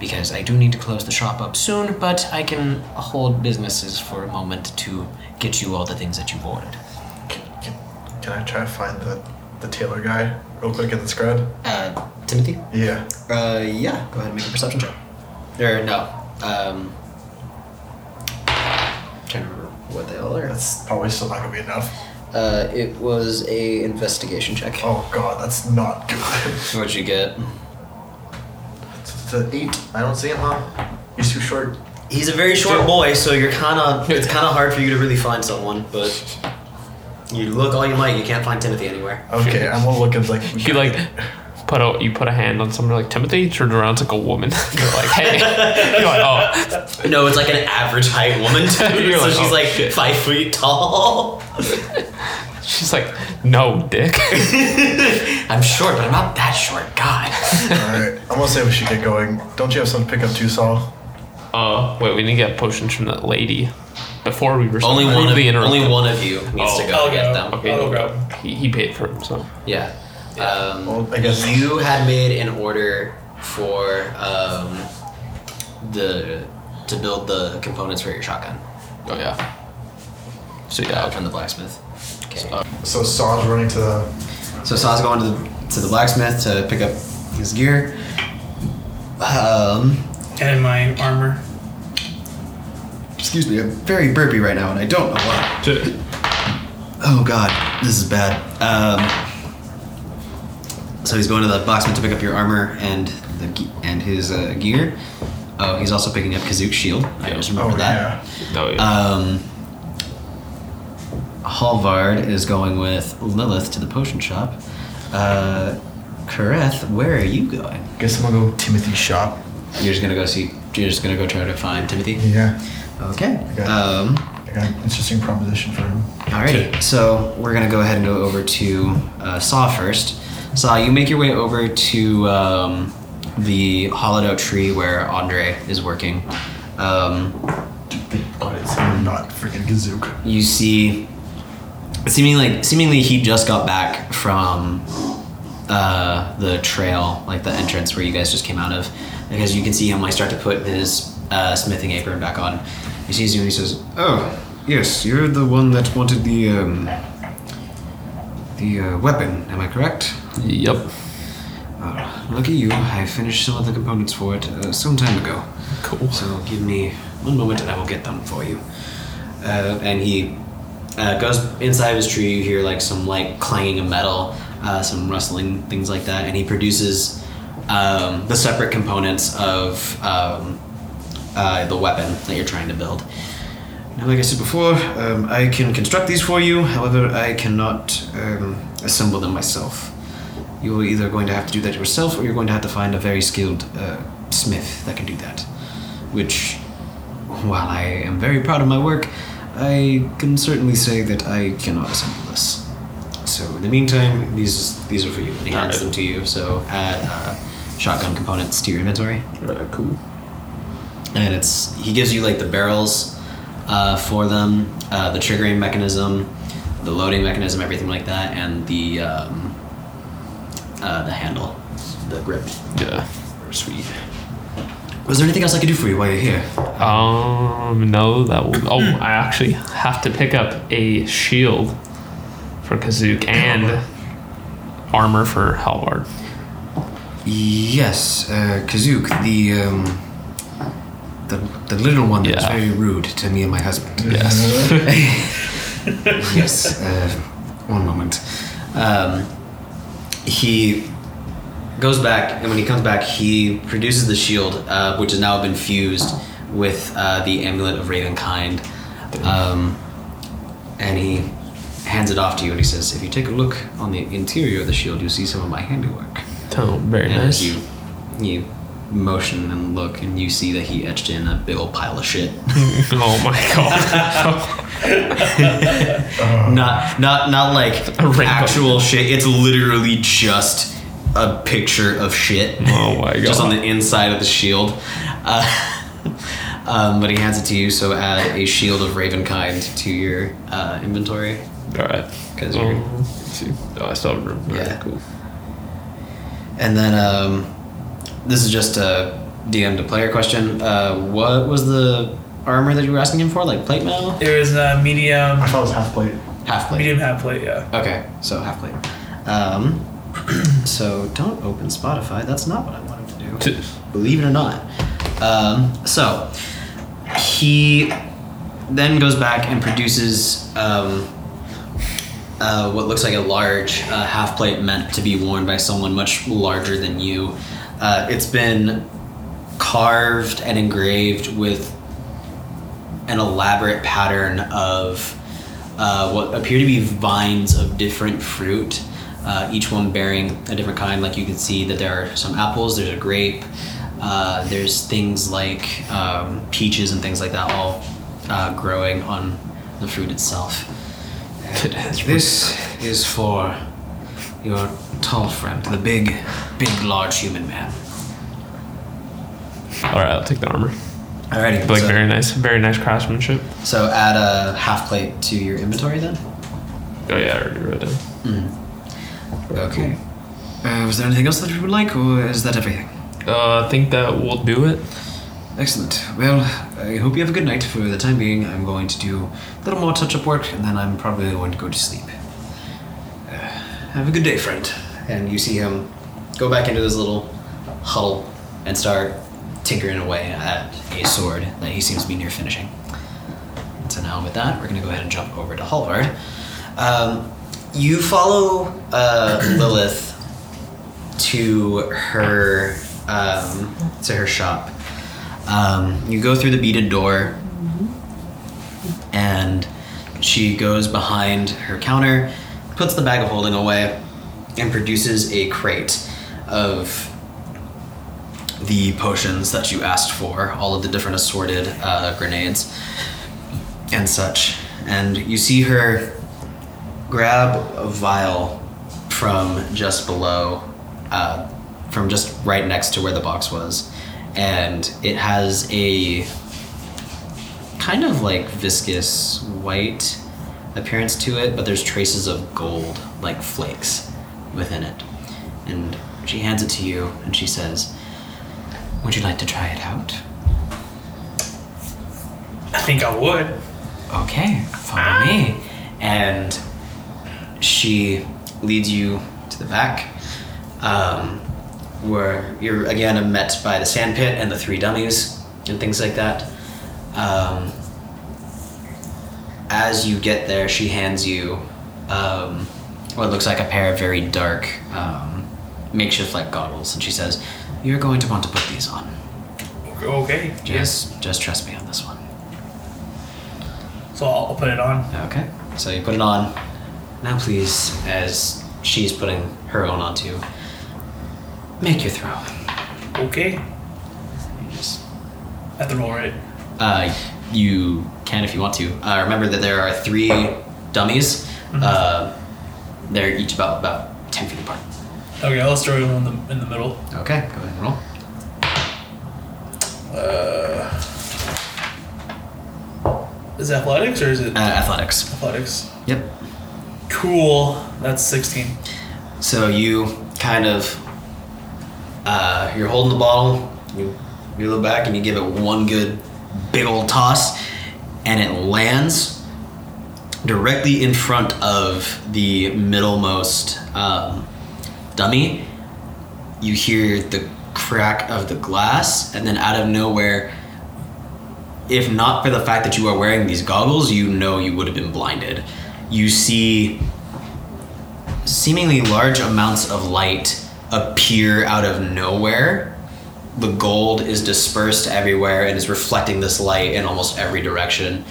Speaker 2: Because I do need to close the shop up soon, but I can hold businesses for a moment to get you all the things that you've ordered.
Speaker 7: Can, can, can I try to find the, the tailor guy real quick in the scrub?
Speaker 2: Uh, Timothy?
Speaker 7: Yeah.
Speaker 2: Uh, yeah. Go ahead and make a perception check. Or, no. Um, trying to remember what they all are.
Speaker 7: That's probably still not gonna be enough.
Speaker 2: Uh, it was a investigation check.
Speaker 7: Oh god, that's not good.
Speaker 2: What'd you get?
Speaker 7: It's an eight. I don't see it, mom. He's too short.
Speaker 2: He's a very short boy, so you're kind of it's kind of hard for you to really find someone. But you look all you might, you can't find Timothy anywhere.
Speaker 7: Okay, I'm gonna look at like.
Speaker 4: You like put a you put a hand on someone like Timothy, turned around it's like a woman. You're like, hey. You're like, oh.
Speaker 2: No, it's like an average height woman, too,
Speaker 4: You're
Speaker 2: so
Speaker 4: like,
Speaker 2: she's
Speaker 4: oh,
Speaker 2: like
Speaker 4: shit.
Speaker 2: five feet tall.
Speaker 4: She's like, no, dick.
Speaker 2: I'm short, but I'm not that short. God.
Speaker 7: Alright, I'm gonna say we should get going. Don't you have something to pick up too, Saul?
Speaker 4: Uh, wait, we need to get potions from that lady before we were so
Speaker 2: only one. Of,
Speaker 4: rudely interrupted.
Speaker 2: only one of you needs to
Speaker 4: Oh,
Speaker 2: go
Speaker 5: I'll go.
Speaker 2: get them.
Speaker 4: Okay,
Speaker 5: I'll
Speaker 4: no
Speaker 5: grab
Speaker 4: problem. He, he paid for him, so
Speaker 2: Yeah. Um,
Speaker 7: Well, I guess-
Speaker 2: you had made an order for um, the to build the components for your shotgun
Speaker 4: oh yeah. So
Speaker 2: uh,
Speaker 4: yeah,
Speaker 2: from the blacksmith. Okay.
Speaker 7: So Saul's running to the.
Speaker 2: So Saw's going to the to the blacksmith to pick up his gear. Um,
Speaker 5: And in my armor.
Speaker 2: excuse me, I'm very burpy right now, and I don't know why. Oh God, this is bad. Um, so he's going to the blacksmith to pick up your armor and the ge- and his uh, gear. Oh, he's also picking up Kazook's shield. I just remember
Speaker 7: Oh
Speaker 2: that.
Speaker 4: oh yeah.
Speaker 2: Um, Halvard is going with Lilith to the potion shop. Uh, Kareth, where are you going?
Speaker 7: yeah. Guess I'm gonna go Timothy's shop.
Speaker 2: You're just gonna go see. You're just gonna go try to find Timothy.
Speaker 7: Yeah.
Speaker 2: Okay.
Speaker 7: Okay.
Speaker 2: Um,
Speaker 7: I got an interesting proposition for him.
Speaker 2: alrighty. So we're gonna go ahead and go over to uh, Saw first. Saw, you make your way over to um, the hollowed out tree where Andre is working. Um,
Speaker 7: But it's not freaking Gazook.
Speaker 2: you see seemingly like seemingly he just got back from uh, the trail, like the entrance where you guys just came out of, because you can see him like start to put his uh, smithing apron back on. He sees you and he says,
Speaker 8: Oh, yes, you're the one that wanted the um, the uh, weapon. Am I correct?
Speaker 4: Yep.
Speaker 8: Uh, lucky you. I finished some of the components for it uh, some time ago.
Speaker 4: Cool.
Speaker 8: So give me
Speaker 2: "One moment, and I will get them for you." Uh, and he uh, goes inside of his tree. You hear like some like clanging of metal, uh, some rustling things like that, and he produces um, the separate components of um, uh, the weapon that you're trying to build.
Speaker 8: Now, like I said before, um, I can construct these for you. However, I cannot um, assemble them myself. You're either going to have to do that yourself, or you're going to have to find a very skilled uh, smith that can do that. Which, while I am very proud of my work, I can certainly say that I cannot assemble this.
Speaker 2: So in the meantime, these these are for you. And he hands
Speaker 4: Alright.
Speaker 2: them to you. So add uh, shotgun components to your inventory,
Speaker 4: Uh, cool.
Speaker 2: and it's he gives you like the barrels uh, for them, uh, the triggering mechanism, the loading mechanism, everything like that, and the um, uh, the handle, the grip.
Speaker 4: Yeah. Sweet.
Speaker 2: Was there anything else I could do for you while you're here?
Speaker 4: Um, no, that will. Oh, I actually have to pick up a shield for Kazook and armor for Halvard.
Speaker 8: Yes, uh, Kazook, the, um, the the little one that was
Speaker 4: Yeah.
Speaker 8: very rude to me and my husband.
Speaker 4: Yes.
Speaker 8: yes. Uh, one moment.
Speaker 2: um, he goes back, and when he comes back, he produces the shield, uh, which has now been fused with uh, the amulet of Ravenkind. Um, and he hands it off to you, and he says, "If you take a look on the interior of the shield, you'll see some of my handiwork."
Speaker 4: oh, very
Speaker 2: And
Speaker 4: nice.
Speaker 2: as you you motion and look, and you see that he etched in a big old pile of shit.
Speaker 4: Oh my god.
Speaker 2: not not not like
Speaker 4: A rainbow.
Speaker 2: actual shit. It's literally just a picture of shit.
Speaker 4: Oh my
Speaker 2: just on
Speaker 4: God.
Speaker 2: the inside of the shield. Uh, um, but he hands it to you, so add a shield of Ravenkind to your uh, inventory.
Speaker 4: All right.
Speaker 2: 'Cause
Speaker 4: Um,
Speaker 2: you're-
Speaker 4: let's see. Oh, I still have room. All right,
Speaker 2: Yeah.
Speaker 4: cool.
Speaker 2: And then um, this is just a DM to player question. Uh, what was the armor that you were asking him for? Like plate mail?
Speaker 5: There is a medium,
Speaker 7: I thought it was half plate.
Speaker 2: Half plate.
Speaker 5: medium half plate. Yeah.
Speaker 2: Okay, so half plate. Um, so don't open Spotify. That's not what I wanted to do.
Speaker 4: T-
Speaker 2: believe it or not. Um, so he then goes back and produces um, uh, what looks like a large uh, half plate meant to be worn by someone much larger than you. Uh, it's been carved and engraved with an elaborate pattern of uh, what appear to be vines of different fruit, uh, each one bearing a different kind. Like you can see that there are some apples, there's a grape, uh, there's things like um, peaches and things like that all uh, growing on the fruit itself.
Speaker 8: This is for your tall friend, the big, big, large human man.
Speaker 4: All right, I'll take the armor.
Speaker 2: Alrighty.
Speaker 4: Like
Speaker 2: so,
Speaker 4: very nice, very nice craftsmanship.
Speaker 2: so add a half plate to your inventory then.
Speaker 4: Oh yeah, I already wrote it.
Speaker 2: Okay.
Speaker 8: Uh, was there anything else that you would like, or is that everything?
Speaker 4: Uh, I think that will do it.
Speaker 8: Excellent. Well, I hope you have a good night. For the time being, I'm going to do a little more touch-up work, and then I'm probably going to go to sleep.
Speaker 2: Uh, Have a good day, friend. And you see him go back into his little huddle and start tinkering away at a sword that he seems to be near finishing. So now with that, we're gonna go ahead and jump over to Halvard. Um, you follow uh, Lilith to her um, to her shop. Um, you go through the beaded door, and she goes behind her counter, puts the bag of holding away, and produces a crate of the potions that you asked for, all of the different assorted uh, grenades and such. And you see her grab a vial from just below, uh, from just right next to where the box was. And it has a kind of like viscous white appearance to it, but there's traces of gold, like flakes, within it. And she hands it to you, and she says, "Would you like to try it out?"
Speaker 5: I think I would.
Speaker 2: Okay, follow me. And she leads you to the back, um, where you're again met by the sand pit and the three dummies and things like that. Um, as you get there, she hands you um, what looks like a pair of very dark um, makeshift like goggles, and she says, "You're going to want to put these on.
Speaker 5: Okay.
Speaker 2: Just, just trust me on this one."
Speaker 5: So I'll I'll put it on.
Speaker 2: Okay. So you put it on. Now, please, as she's putting her own on too, make your throw.
Speaker 5: Okay.
Speaker 2: You just-
Speaker 5: I have to roll right.
Speaker 2: Uh, you can if you want to. Uh, remember that there are three dummies. Uh, they're each about about ten feet apart.
Speaker 5: Okay, let's throw it in the, in the middle.
Speaker 2: Okay. Go ahead and roll.
Speaker 5: Is it athletics or is it
Speaker 2: Uh, athletics.
Speaker 5: athletics?
Speaker 2: Yep.
Speaker 5: Cool. That's 16.
Speaker 2: So you kind of uh, you're holding the bottle, you you look back and you give it one good big old toss, and it lands directly in front of the middlemost um, dummy. You hear the crack of the glass, and then out of nowhere, if not for the fact that you are wearing these goggles, you know you would have been blinded. You see seemingly large amounts of light appear out of nowhere. The gold is dispersed everywhere and is reflecting this light in almost every direction.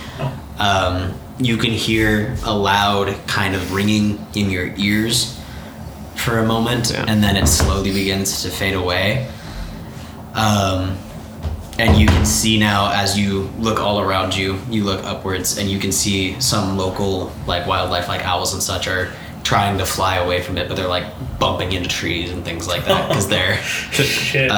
Speaker 2: Um, you can hear a loud kind of ringing in your ears for a moment,
Speaker 4: Yeah.
Speaker 2: and then it slowly begins to fade away. Um, and you can see now as you look all around you you look upwards and you can see some local like wildlife like owls and such are trying to fly away from it but they're like bumping into trees and things like that because they're
Speaker 5: Shit.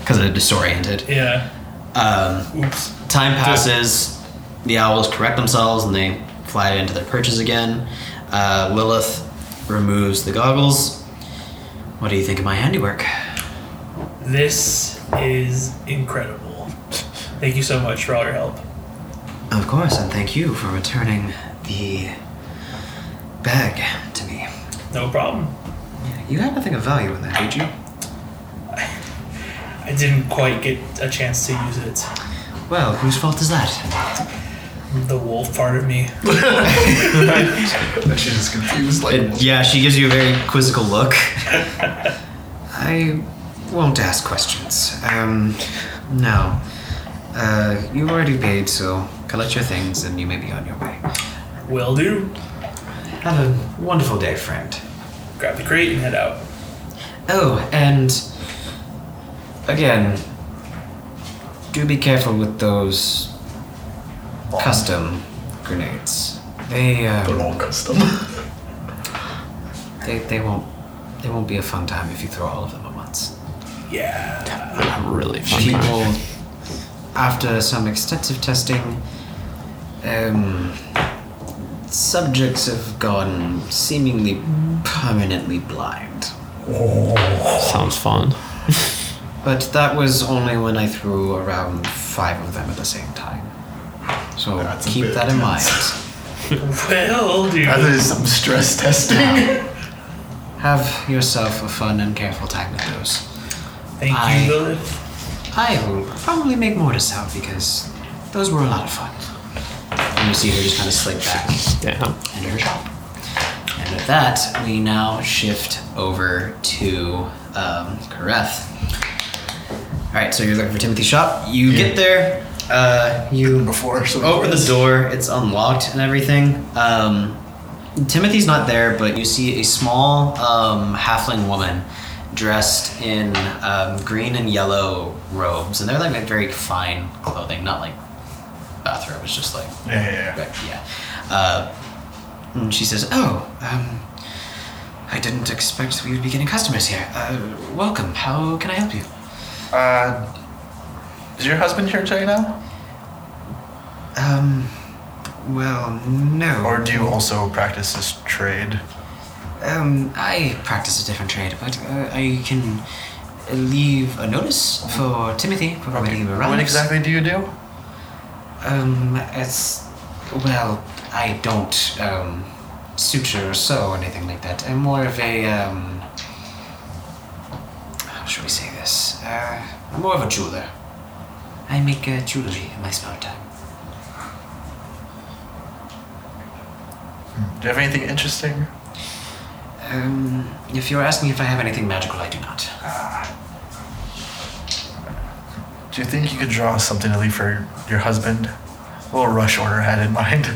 Speaker 2: because they're disoriented
Speaker 5: yeah.
Speaker 2: um,
Speaker 5: Oops.
Speaker 2: time passes the owls correct themselves and they fly into their perches again uh, lilith removes the goggles what do you think of my handiwork
Speaker 5: This is incredible. Thank you so much for all your help.
Speaker 2: Of course, and thank you for returning the bag to me.
Speaker 5: No problem.
Speaker 2: You had nothing of value in that, did you?
Speaker 5: I didn't quite get a chance to use it.
Speaker 2: Well, whose fault is that?
Speaker 5: The wolf part of me.
Speaker 7: And she's just confused. Like,
Speaker 2: yeah, she gives you a very quizzical look.
Speaker 8: I won't ask questions. Um, no. Uh, you already paid, so collect your things and you may be on your way.
Speaker 5: Will do.
Speaker 8: Have a wonderful day, friend.
Speaker 5: Grab the crate and head out.
Speaker 8: Oh, and again, do be careful with those custom grenades. They
Speaker 7: they're
Speaker 8: uh,
Speaker 7: all custom.
Speaker 8: they they won't they won't be a fun time if you throw all of them at once.
Speaker 5: Yeah.
Speaker 4: A really fun time.
Speaker 8: People, after some extensive testing, um, subjects have gone seemingly permanently blind.
Speaker 4: Sounds fun.
Speaker 8: But that was only when I threw around five of them at the same time. So
Speaker 7: That's a
Speaker 8: keep
Speaker 7: bit
Speaker 8: that in mind.
Speaker 7: intense.
Speaker 5: Will do.
Speaker 7: That is some stress testing.
Speaker 8: Have yourself a fun and careful time with those.
Speaker 5: Thank
Speaker 8: I-
Speaker 5: you, Lilith.
Speaker 8: I will probably make more to sell because those were a lot of fun.
Speaker 2: And you see her just kind of slip back
Speaker 4: Damn.
Speaker 2: into her shop. And with that, we now shift over to um, Kareth. All right, so you're looking for Timothy's shop. You get there. Uh, you
Speaker 7: Before, so
Speaker 2: Over the door, it's unlocked and everything. Um, Timothy's not there, but you see a small um, halfling woman dressed in um, green and yellow robes, and they're like, like very fine clothing, not like bathrobe. It's just like
Speaker 7: Yeah, yeah, yeah.
Speaker 2: but yeah. Uh, and she says, "Oh, um, I didn't expect we would be getting customers here. Uh, welcome. How can I help you?"
Speaker 7: Uh, is your husband here today now?
Speaker 2: Um,
Speaker 6: Well, no.
Speaker 7: Or do you also practice this trade?
Speaker 6: Um, I practice a different trade, but uh, I can leave a notice for Timothy for when he arrives.
Speaker 7: What exactly do you do?
Speaker 6: Um, it's well, I don't um, suture or sew or anything like that. I'm more of a um, how should we say this? Uh, I'm more of a jeweler. I make uh, jewelry in my spare time.
Speaker 7: Do you have anything interesting?
Speaker 6: Um, if you're asking if I have anything magical, I do not.
Speaker 7: Do you think you could draw something to leave for your husband? A little rush order I had in mind.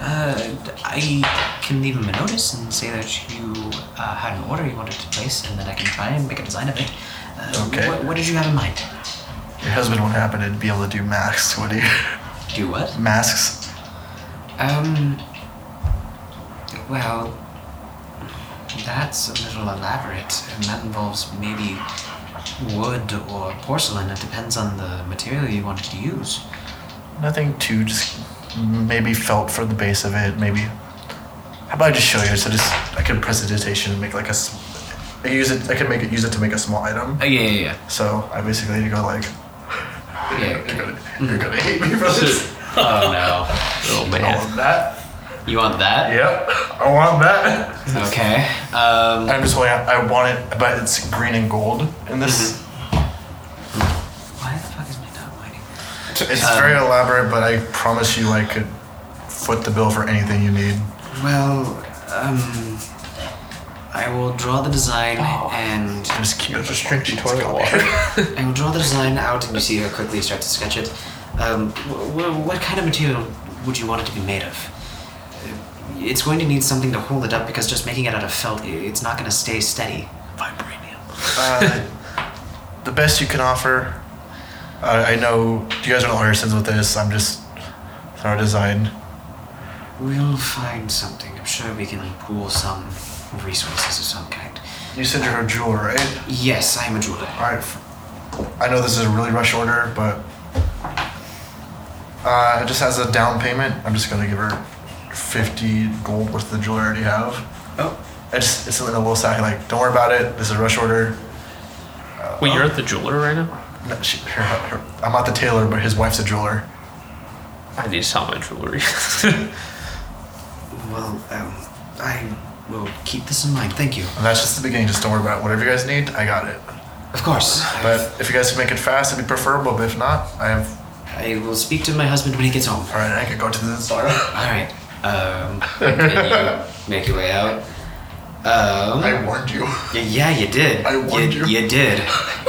Speaker 6: Uh, I can leave him a notice and say that you uh, had an order you wanted to place, and then I can try and make a design of it. Uh,
Speaker 7: Okay.
Speaker 6: What, what did you have in mind?
Speaker 7: Your husband would happen to be able to do masks, would he?
Speaker 6: Do what?
Speaker 7: masks?
Speaker 6: Um. Well, that's a little elaborate, and that involves maybe wood or porcelain. It depends on the material you wanted to use.
Speaker 7: Nothing too, just maybe felt for the base of it, maybe. How about I just show you? So just, I can prestidigitation and make like a, s- I can use it, I can make it, use it to make a small item.
Speaker 2: Oh,
Speaker 6: Uh, yeah, yeah,
Speaker 7: So I basically need to go like,
Speaker 6: yeah. yeah okay.
Speaker 7: you're gonna, you're gonna hate me for this.
Speaker 6: Oh no!
Speaker 4: Oh
Speaker 7: I want that.
Speaker 6: You want that?
Speaker 7: Yep. I want that.
Speaker 6: Okay. Um.
Speaker 7: I'm just waiting. I want it, but it's green and gold in
Speaker 6: Mm-hmm.
Speaker 7: this.
Speaker 6: Why the fuck is my dog whining?
Speaker 7: It's very elaborate, but I promise you I could foot the bill for anything you need.
Speaker 6: Well, um, I will draw the design and
Speaker 7: Just keep it restricted toilet water.
Speaker 6: I will draw the design out, and you see her quickly start to sketch it. Um, wh- wh- what kind of material would you want it to be made of? Uh, It's going to need something to hold it up because just making it out of felt, i- it's not going to stay steady. Vibranium.
Speaker 7: uh, the best you can offer. Uh, I know you guys are not artisans with this. I'm just throwing a design.
Speaker 6: We'll find something. I'm sure we can pool some resources of some kind.
Speaker 7: You said you're a jeweler, right?
Speaker 6: Yes, I am a jeweler.
Speaker 7: All right. f- I know this is a really rush order, but uh, just as a down payment, I'm just gonna give her 50 gold worth of the jewelry I already have.
Speaker 6: Oh.
Speaker 7: It's it's in a little sack. Like, don't worry about it. This is a rush order.
Speaker 4: Wait, you're at the jeweler right now?
Speaker 7: No, she, her, her, I'm not the tailor, but his wife's a jeweler.
Speaker 4: I need to sell my jewelry.
Speaker 6: Well, um, I will keep this in mind. Thank you.
Speaker 7: And that's just the beginning. Just don't worry about it. Whatever you guys need, I got it.
Speaker 6: Of course.
Speaker 7: But if you guys can make it fast, it'd be preferable. But if not, I have.
Speaker 6: I will speak to my husband when he gets home.
Speaker 7: All right, I could go to the Zara.
Speaker 6: All right. Um, and you make your way out. Um,
Speaker 7: I warned you.
Speaker 6: y- yeah, you did.
Speaker 7: I warned
Speaker 6: you.
Speaker 7: you.
Speaker 6: You did.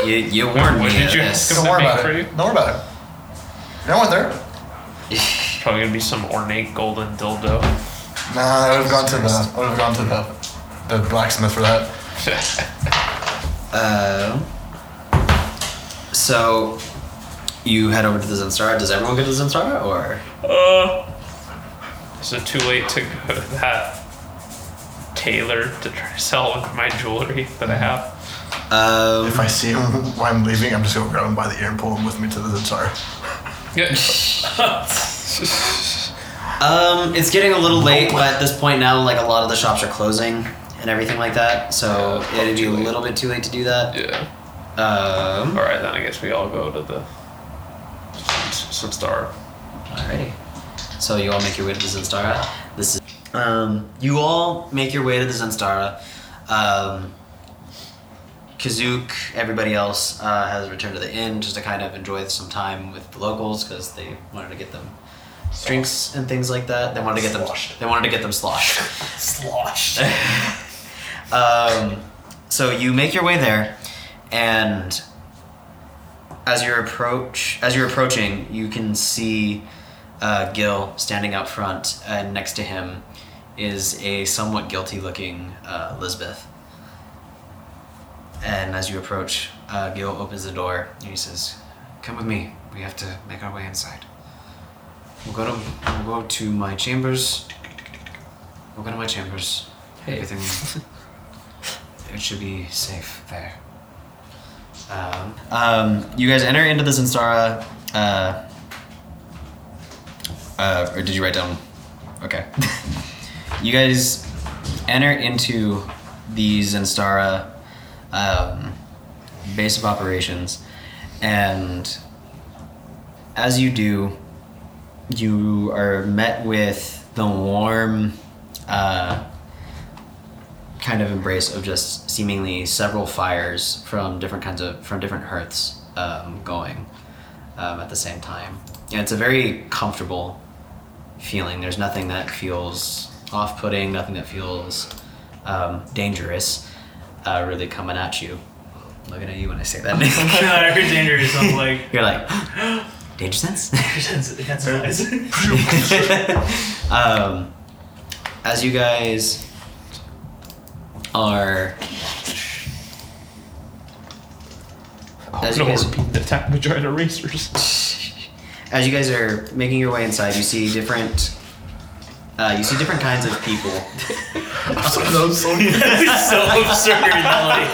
Speaker 6: You, you warned
Speaker 4: What
Speaker 6: me
Speaker 4: did
Speaker 6: of
Speaker 4: you
Speaker 6: this.
Speaker 4: ask
Speaker 7: Don't worry
Speaker 4: make
Speaker 7: about
Speaker 4: for
Speaker 7: it.
Speaker 4: you?
Speaker 7: Don't worry about it. No one there.
Speaker 4: Probably gonna be some ornate golden dildo.
Speaker 7: Nah, I would have gone to the. I would have gone to the, the blacksmith for that.
Speaker 2: Um, so you head over to the Zensara. Does everyone go to the Zensara, or
Speaker 4: Uh, is it too late to go to that tailor to try to sell my jewelry that I have?
Speaker 2: um,
Speaker 7: If I see him while I'm leaving, I'm just gonna grab him by the ear and pull him with me to the Zara.
Speaker 4: Yeah.
Speaker 2: um, it's getting a little late, but at this point now, like a lot of the shops are closing and everything like that. So it'd be a little bit too late to do that.
Speaker 4: yeah.
Speaker 2: Um,
Speaker 4: All right, then I guess we all go to the some star.
Speaker 2: alrighty. So you all make your way to the Zensara. This is um, you all make your way to the Zensara. Um, Kazook, everybody else uh, has returned to the inn just to kind of enjoy some time with the locals because they wanted to get them drinks and things like that. They wanted to get them. They wanted to get them sloshed.
Speaker 9: Sloshed.
Speaker 2: um, so you make your way there, and as you're approach as you're approaching, you can see uh, Gil standing out front, and next to him is a somewhat guilty looking uh, Lisbeth.
Speaker 6: And as you approach, uh, Gil opens the door and he says, "Come with me. We have to make our way inside. We'll go to we'll go to my chambers. We'll go to my chambers. Everything. it should be safe there." Um,
Speaker 2: Um, you guys enter into the Zinstara. Uh,
Speaker 8: Uh, or did you write down? Okay.
Speaker 2: you guys enter into the Zenstara um, base of operations, and as you do, you are met with the warm uh, kind of embrace of just seemingly several fires from different kinds of from different hearths um, going um, at the same time. And it's a very comfortable feeling. There's nothing that feels off putting, nothing that feels um, dangerous uh, really coming at you. Looking at you when I say that
Speaker 5: I
Speaker 2: name.
Speaker 5: heard dangerous. I'm like,
Speaker 2: You're like, danger sense?
Speaker 5: that's, that's nice.
Speaker 2: um, as you guys are.
Speaker 1: Oh,
Speaker 2: As you
Speaker 4: no,
Speaker 2: guys-
Speaker 4: repeat the tech vagina racers.
Speaker 2: as you guys are making your way inside, you see different. Uh, you see different kinds of people.
Speaker 5: so absurd. Like,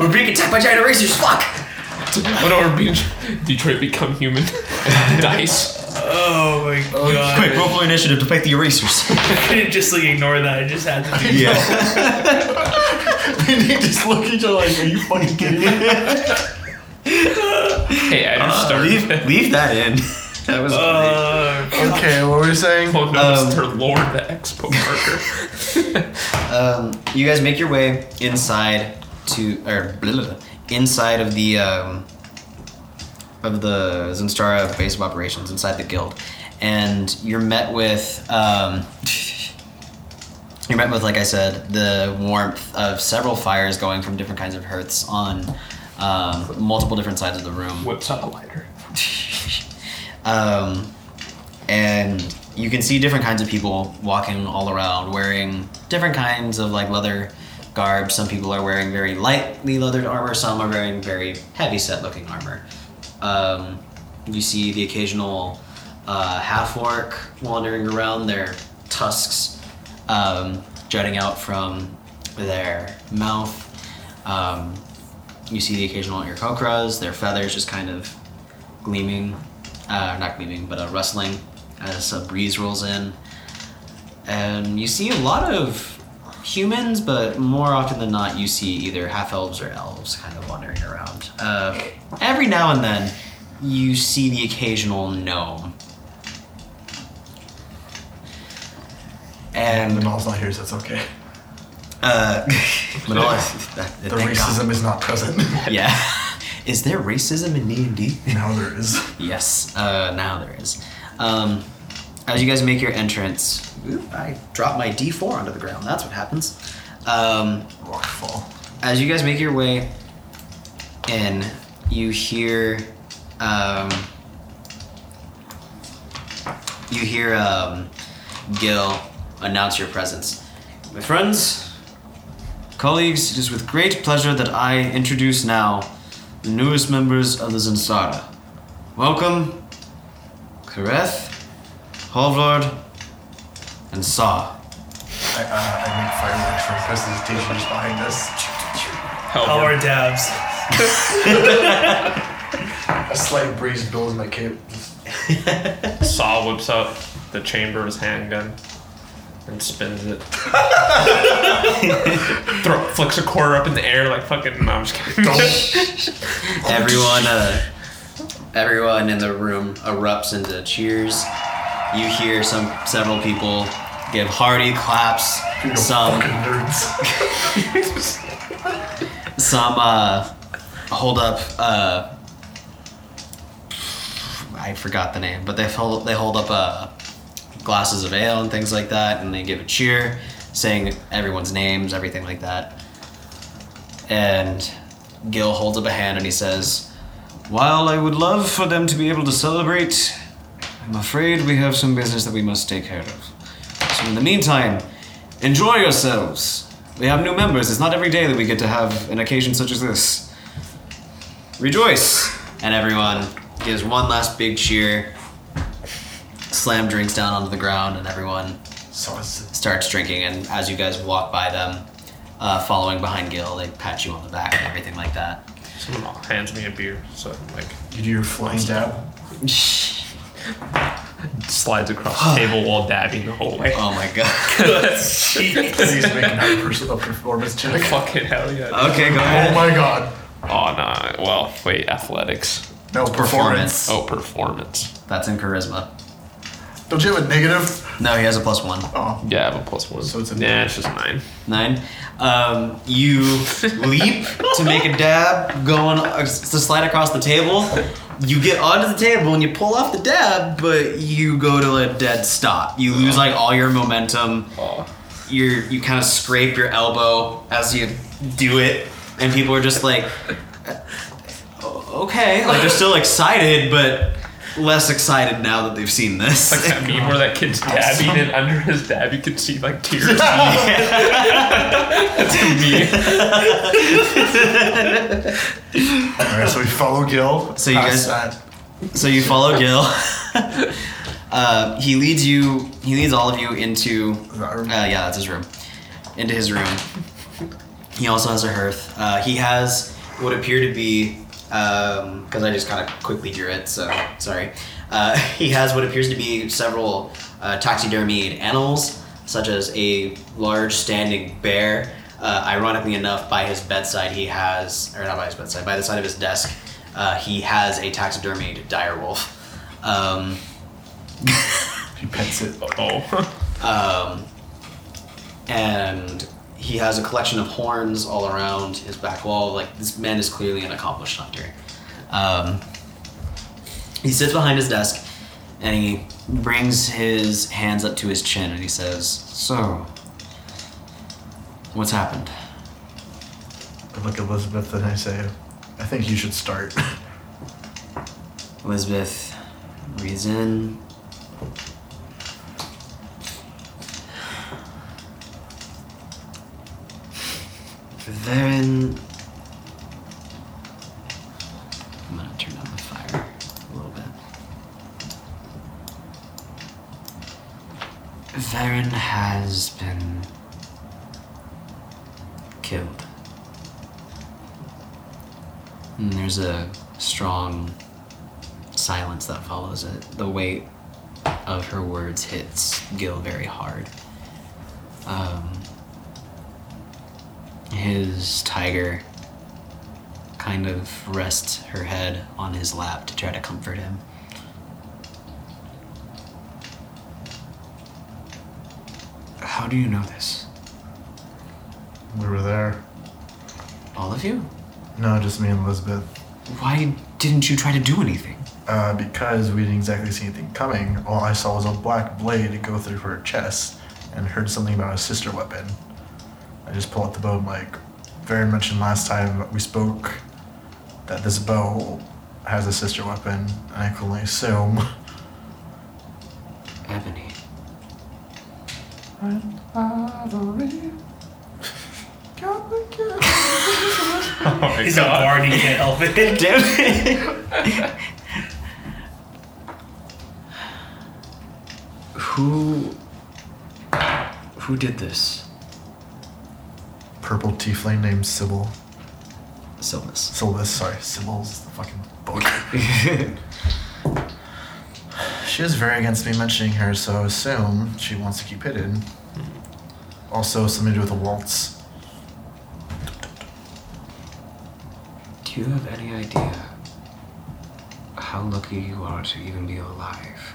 Speaker 2: We're being attacked by giant erasers. Fuck.
Speaker 4: What are we? Detroit become human. Dice.
Speaker 5: oh my god.
Speaker 1: Quick, roll for initiative to fight the erasers.
Speaker 5: I couldn't just like ignore that. I just had to do
Speaker 1: yeah.
Speaker 7: they just look at each other like, are you fucking kidding me?
Speaker 4: Hey, I
Speaker 2: Uh,
Speaker 4: just
Speaker 1: Uh, leave,
Speaker 4: started.
Speaker 1: leave that in.
Speaker 2: That was. Oh,
Speaker 5: Uh,
Speaker 7: okay, what were we saying?
Speaker 4: Oh no, it's her lord, the expo marker.
Speaker 2: um, you guys make your way inside to or blah, blah, blah, inside of the um, of the Zinstara base of operations inside the guild, and you're met with um, you're met with like I said the warmth of several fires going from different kinds of hearths on um, multiple different sides of the room.
Speaker 4: Whips out a lighter.
Speaker 2: um, and you can see different kinds of people walking all around wearing different kinds of like leather garb some people are wearing very lightly leathered armor some are wearing very heavy set looking armor um, you see the occasional uh, half orc wandering around their tusks um, jutting out from their mouth um, you see the occasional irkokras their feathers just kind of gleaming, uh, not gleaming, but uh, rustling as a breeze rolls in. And you see a lot of humans, but more often than not, you see either half elves or elves kind of wandering around. Uh, every now and then, you see the occasional gnome.
Speaker 7: And
Speaker 2: And
Speaker 7: Manal's not here, so that's okay.
Speaker 2: uh, Manola,
Speaker 7: The
Speaker 2: thank God.
Speaker 7: racism is not present.
Speaker 2: Yeah, is there racism in D and D?
Speaker 7: now there is.
Speaker 2: Yes, uh, now there is. Um, as you guys make your entrance, Oop, I drop my D4 onto the ground. That's what happens. Um,
Speaker 7: Rockfall.
Speaker 2: as you guys make your way in, you hear um, you hear um, Gil announce your presence. My friends, colleagues, it is with great pleasure that I introduce now the newest members of the Zansara. Welcome, Kareth, Hovlord, and Saw.
Speaker 7: I, uh, I make fireworks from Chris's teacher just behind us.
Speaker 5: power
Speaker 4: Hellboard.
Speaker 5: dabs.
Speaker 7: A slight breeze blows my cape. Just-
Speaker 4: Saw whips out the chamber of his handgun and spins it. Throw, flicks a quarter up in the air like fucking. No, I'm just kidding.
Speaker 2: Everyone, uh, everyone in the room erupts into cheers. You hear some several people give hearty claps.
Speaker 7: You
Speaker 2: Some
Speaker 7: fucking nerds.
Speaker 2: some uh, hold up. Uh, I forgot the name, but they hold they hold up uh, glasses of ale and things like that, and they give a cheer, saying everyone's names, everything like that. And Gil holds up a hand and he says, "While I would love for them to be able to celebrate, I'm afraid we have some business that we must take care of. So in the meantime, enjoy yourselves. We have new members. It's not every day that we get to have an occasion such as this. Rejoice! And everyone gives one last big cheer, slam drinks down onto the ground, and everyone
Speaker 7: So it's
Speaker 2: starts drinking. And as you guys walk by them, uh, following behind Gil, they pat you on the back and everything like that.
Speaker 4: Someone hands me a beer, so I'm like,
Speaker 7: you do your flying jab.
Speaker 4: Slides across the table while dabbing the hallway.
Speaker 1: Oh my god.
Speaker 7: He's making a pers- a performance check.
Speaker 4: Fucking hell yeah.
Speaker 1: Okay, go
Speaker 7: Oh
Speaker 1: ahead.
Speaker 7: my god.
Speaker 4: Oh no. Well, wait, athletics.
Speaker 7: No, performance.
Speaker 4: Oh, performance.
Speaker 2: That's in charisma.
Speaker 7: Don't you have a negative?
Speaker 2: No, he has a plus one.
Speaker 7: Oh.
Speaker 4: Yeah, I have a plus one.
Speaker 7: So it's a
Speaker 4: yeah, it's just nine.
Speaker 2: Nine. Um, you leap to make a dab, going uh, s- to slide across the table. You get onto the table and you pull off the dab, but you go to a dead stop. You lose like all your momentum.
Speaker 4: Oh.
Speaker 2: You're you kind of scrape your elbow as you do it, and people are just like, "Uh, "O- okay, like they're still excited, but less excited now that they've seen this.
Speaker 4: Like that meme where that kid's dabbing and under his dab you can see like tears. That's me.
Speaker 7: Alright, so we follow Gil.
Speaker 2: So you
Speaker 7: past
Speaker 2: guys-
Speaker 7: That.
Speaker 2: So you follow Gil. uh, he leads you. He leads all of you into.
Speaker 7: that
Speaker 2: Uh,
Speaker 7: room?
Speaker 2: yeah, that's his room. Into his room. He also has a hearth. Uh, he has what appear to be. Because I just kind of quickly drew it, so sorry. Uh, he has what appears to be several uh, taxidermied animals, such as a large standing bear. Uh, ironically enough, by his bedside, he has, or not by his bedside, by the side of his desk, uh, he has a taxidermied dire wolf. Um,
Speaker 7: He pets it.
Speaker 4: Oh.
Speaker 2: um, and he has a collection of horns all around his back wall. Like this man is clearly an accomplished hunter. Um, he sits behind his desk, and he brings his hands up to his chin, and he says, "So, what's happened?"
Speaker 7: I look at Elizabeth and I say, I think you should start.
Speaker 2: Elizabeth reads in. Then I'm gonna turn down the fire a little bit. Varen has been killed. And there's a strong silence that follows it. The weight of her words hits Gil very hard. Um, his tiger kind of rests her head on his lap to try to comfort him.
Speaker 8: How do you know this?
Speaker 7: we were there.
Speaker 2: All of you?
Speaker 7: No, just me and Elizabeth.
Speaker 8: Why didn't you try to do anything?
Speaker 7: Uh, because we didn't exactly see anything coming, all I saw was a black blade go through her chest and heard something about a sister weapon. I just pull out the bow and like, very much in last time we spoke that this bow has a sister weapon, and I can only assume.
Speaker 8: Ebony.
Speaker 4: oh my
Speaker 5: He's a
Speaker 4: god.
Speaker 5: bard, he can't help it.
Speaker 2: Damn it!
Speaker 8: Who. Who did this?
Speaker 7: Purple tiefling named Sybil.
Speaker 2: Sylvanus.
Speaker 7: Sylvis, sorry, Sybil's the fucking book. she was very against me mentioning her, so I assume she wants to keep hidden. Also, something to do with the waltz.
Speaker 8: Do you have any idea how lucky you are to even be alive?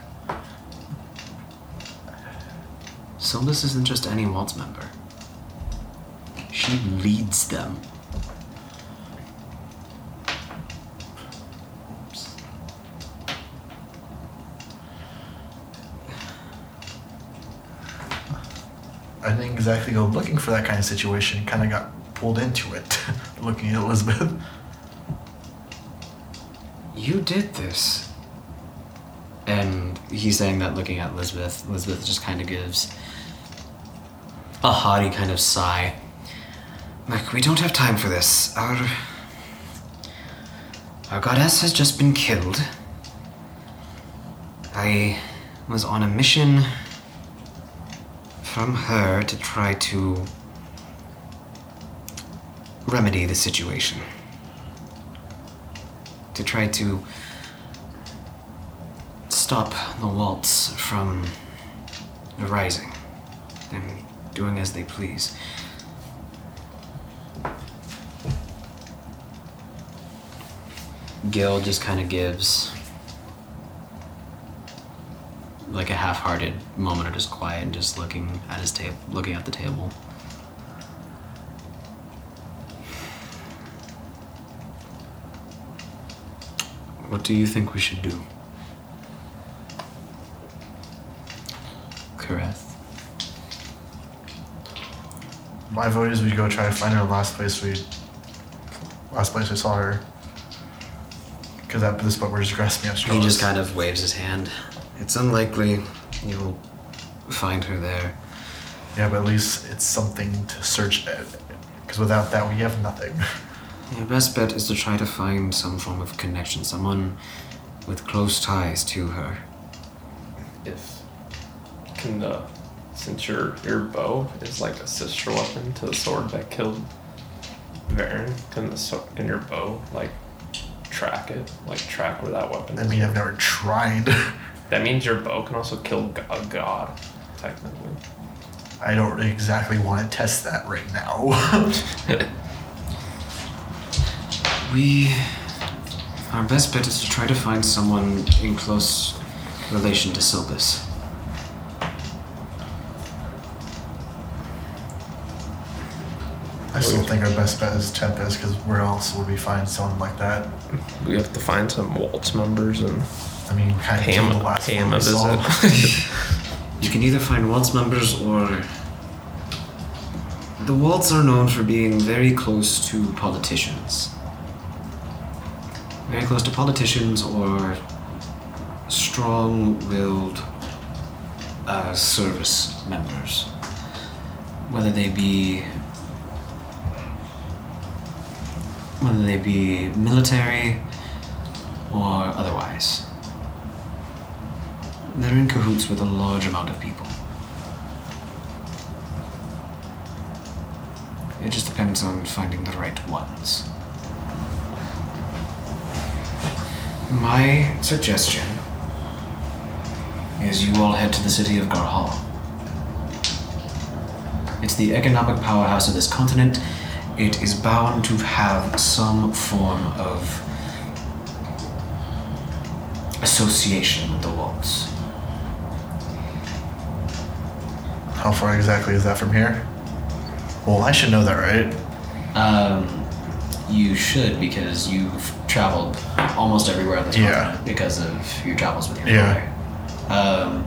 Speaker 8: Sylvis isn't just any waltz member.
Speaker 2: She leads them.
Speaker 7: I didn't exactly go looking for that kind of situation. Kind of got pulled into it, looking at Elizabeth.
Speaker 8: You did this.
Speaker 2: And he's saying that looking at Elizabeth. Elizabeth just kind of gives a haughty kind of sigh.
Speaker 8: Look, we don't have time for this. Our. Our goddess has just been killed. I was on a mission from her to try to remedy the situation. To try to stop the waltz from arising and doing as they please. Gil just kind of gives like a half-hearted moment of just quiet and just looking at his table, looking at the table. What do you think we should do? Kareth.
Speaker 7: My vote is we go try to find her last place we, last place we saw her. Because at this point we're just grasping at straws.
Speaker 8: He just kind of waves his hand. It's unlikely you'll find her there.
Speaker 7: Yeah, but at least it's something to search at. Because without that, we have nothing.
Speaker 8: Your best bet is to try to find some form of connection, someone with close ties to her.
Speaker 4: If can the since your your bow is like a sister weapon to the sword that killed Varen, can the so, can your bow like track it, like track where that weapon?
Speaker 7: I
Speaker 4: Is?
Speaker 7: mean, I've never tried.
Speaker 4: That means your bow can also kill go- a god, technically.
Speaker 7: I don't really exactly want to test that right now.
Speaker 8: We. Our best bet is to try to find someone in close relation to Silbus.
Speaker 7: I still think our best bet is Tempest, because where else would we find someone like that?
Speaker 4: We have to find some Waltz members and
Speaker 7: I mean, kind of
Speaker 4: pay him,
Speaker 7: the last
Speaker 4: pay
Speaker 7: one
Speaker 4: him
Speaker 7: we
Speaker 4: a
Speaker 7: saw.
Speaker 4: visit.
Speaker 8: You can either find waltz members or. The waltz are known for being very close to politicians. Very close to politicians or strong willed uh, service members. Whether they be. Whether they be military or otherwise. They're in cahoots with a large amount of people. It just depends on finding the right ones. My suggestion is you all head to the city of Garhal. It's the economic powerhouse of this continent. It is bound to have some form of association with the Waltz.
Speaker 7: How far exactly is that from here? Well, I should know that, right?
Speaker 8: Um, you should because you've traveled almost everywhere on this
Speaker 7: Yeah.
Speaker 8: continent because of your travels with your
Speaker 7: Yeah.
Speaker 8: father. Um,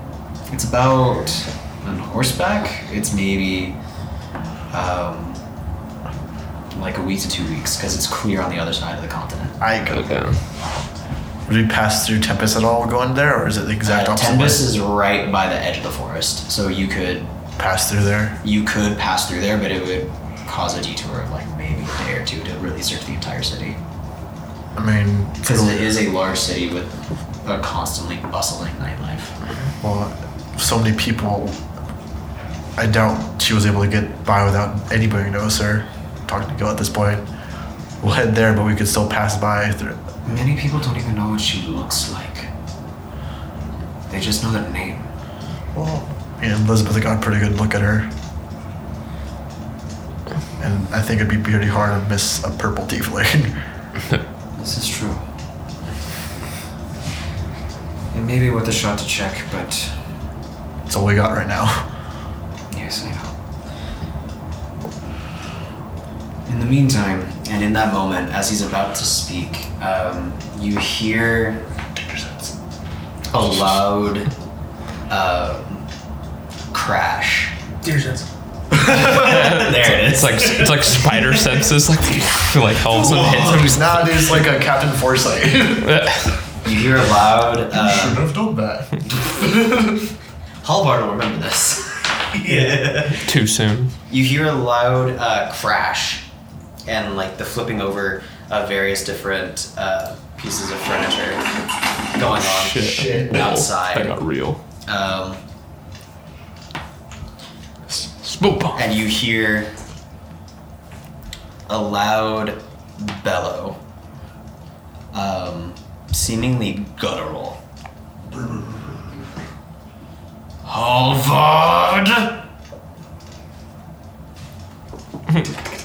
Speaker 8: it's about on horseback. It's maybe um, like a week to two weeks because it's clear on the other side of the continent.
Speaker 7: I go.
Speaker 4: okay.
Speaker 7: Would we pass through Tempest at all going there, or is it the exact
Speaker 8: Uh,
Speaker 7: opposite? way?
Speaker 8: Tembus is right by the edge of the forest, so you could
Speaker 7: pass through there.
Speaker 8: you could pass through there, but it would cause a detour of like maybe a day or two to really search the entire city.
Speaker 7: I mean,
Speaker 8: Because it is a large city with a constantly bustling nightlife.
Speaker 7: well, so many people. I doubt she was able to get by without anybody notice her. Talking to Gil at this point. We'll head there, but we could still pass by through.
Speaker 8: Many people don't even know what she looks like. They just know that name.
Speaker 7: Well, yeah, Elizabeth got a pretty good look at her. And I think it'd be pretty hard to miss a purple tiefling.
Speaker 8: This is true. It may be worth a shot to check, but
Speaker 7: That's all we got right now.
Speaker 8: yes, I know. In the meantime,
Speaker 2: And in that moment, as he's about to speak, um, you hear a loud um, crash.
Speaker 5: Dear sense.
Speaker 2: There it
Speaker 4: It's like it's like spider senses, like like all of a sudden hits him.
Speaker 7: Who's not is like a Captain Foresight. Should
Speaker 2: You hear a loud. Uh,
Speaker 7: have done that.
Speaker 2: Halvard will remember this. yeah.
Speaker 4: Too soon.
Speaker 2: You hear a loud uh, crash, and like the flipping over of various different uh, pieces of furniture going on
Speaker 4: Shit.
Speaker 2: outside.
Speaker 4: That got real.
Speaker 2: Um,
Speaker 4: Smoke bomb.
Speaker 2: and you hear a loud bellow, um, seemingly guttural,
Speaker 8: Alvard!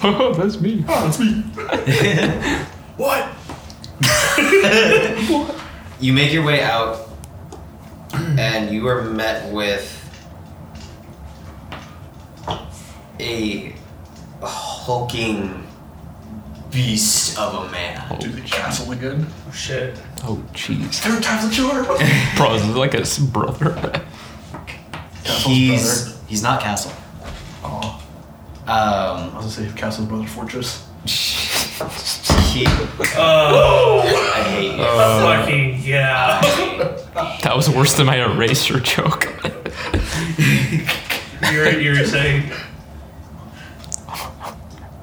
Speaker 4: Oh, that's me.
Speaker 5: What?
Speaker 2: You make your way out, and you are met with a hulking beast of a man.
Speaker 7: Do the castle again.
Speaker 5: Oh, shit.
Speaker 4: Oh, jeez.
Speaker 7: Third time's a charm.
Speaker 4: Bro, is this like his brother?
Speaker 2: He's he's not castle.
Speaker 7: Oh, I
Speaker 2: Um,
Speaker 7: was gonna say castle's brother fortress.
Speaker 2: he,
Speaker 5: Oh,
Speaker 2: I hate you.
Speaker 5: fucking yeah.
Speaker 4: That was worse than my eraser joke.
Speaker 5: You're, you're saying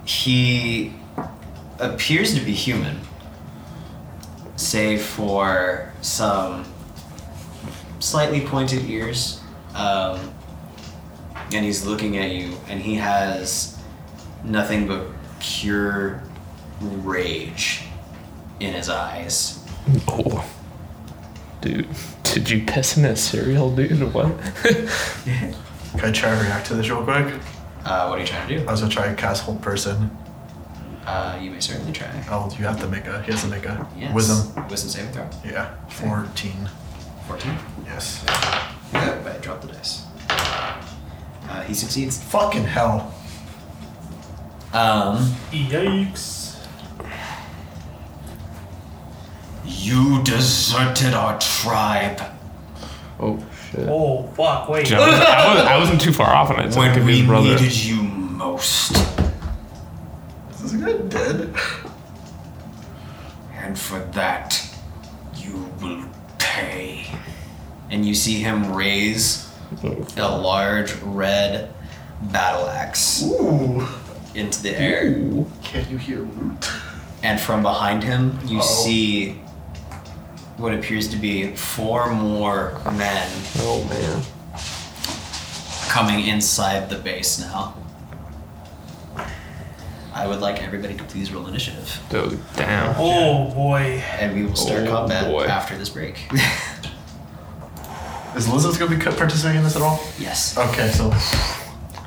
Speaker 2: He appears to be human, save for some slightly pointed ears. Um, and he's looking at you, and he has nothing but pure rage in his eyes.
Speaker 4: Oh. Dude, did you piss in that cereal, dude? What?
Speaker 7: Can I try to react to this real quick?
Speaker 2: Uh, what are you trying to do?
Speaker 7: I was gonna try a cast hold person.
Speaker 2: Uh, you may certainly try.
Speaker 7: Oh, you have to make a. He has to make a
Speaker 2: Yes.
Speaker 7: wisdom.
Speaker 2: Wisdom saving throw.
Speaker 7: Yeah, fourteen.
Speaker 2: 14.
Speaker 7: Yes.
Speaker 2: Yeah, but I dropped the dice. Uh, he succeeds.
Speaker 7: Fucking hell.
Speaker 2: Um,
Speaker 5: yikes.
Speaker 2: You deserted our tribe
Speaker 4: Oh, shit.
Speaker 5: Oh fuck! Wait.
Speaker 4: I, wasn't, I, wasn't, I wasn't too far off on it. It's like
Speaker 2: when
Speaker 4: if
Speaker 2: we
Speaker 4: his brother.
Speaker 2: needed you most.
Speaker 7: Is this guy dead?
Speaker 2: And for that, you will pay. And you see him raise a large red battle axe
Speaker 7: Ooh.
Speaker 2: into the air.
Speaker 7: Can you hear root?
Speaker 2: And from behind him, you see what appears to be four more men
Speaker 4: Oh, man.
Speaker 2: coming inside the base now. I would like everybody to please roll initiative.
Speaker 4: Dude, damn.
Speaker 5: Oh boy.
Speaker 2: And we will start
Speaker 4: Oh,
Speaker 2: combat
Speaker 4: boy.
Speaker 2: after this break.
Speaker 7: Is Lizzo's gonna be co- participating in this at all?
Speaker 2: yes.
Speaker 7: Okay, so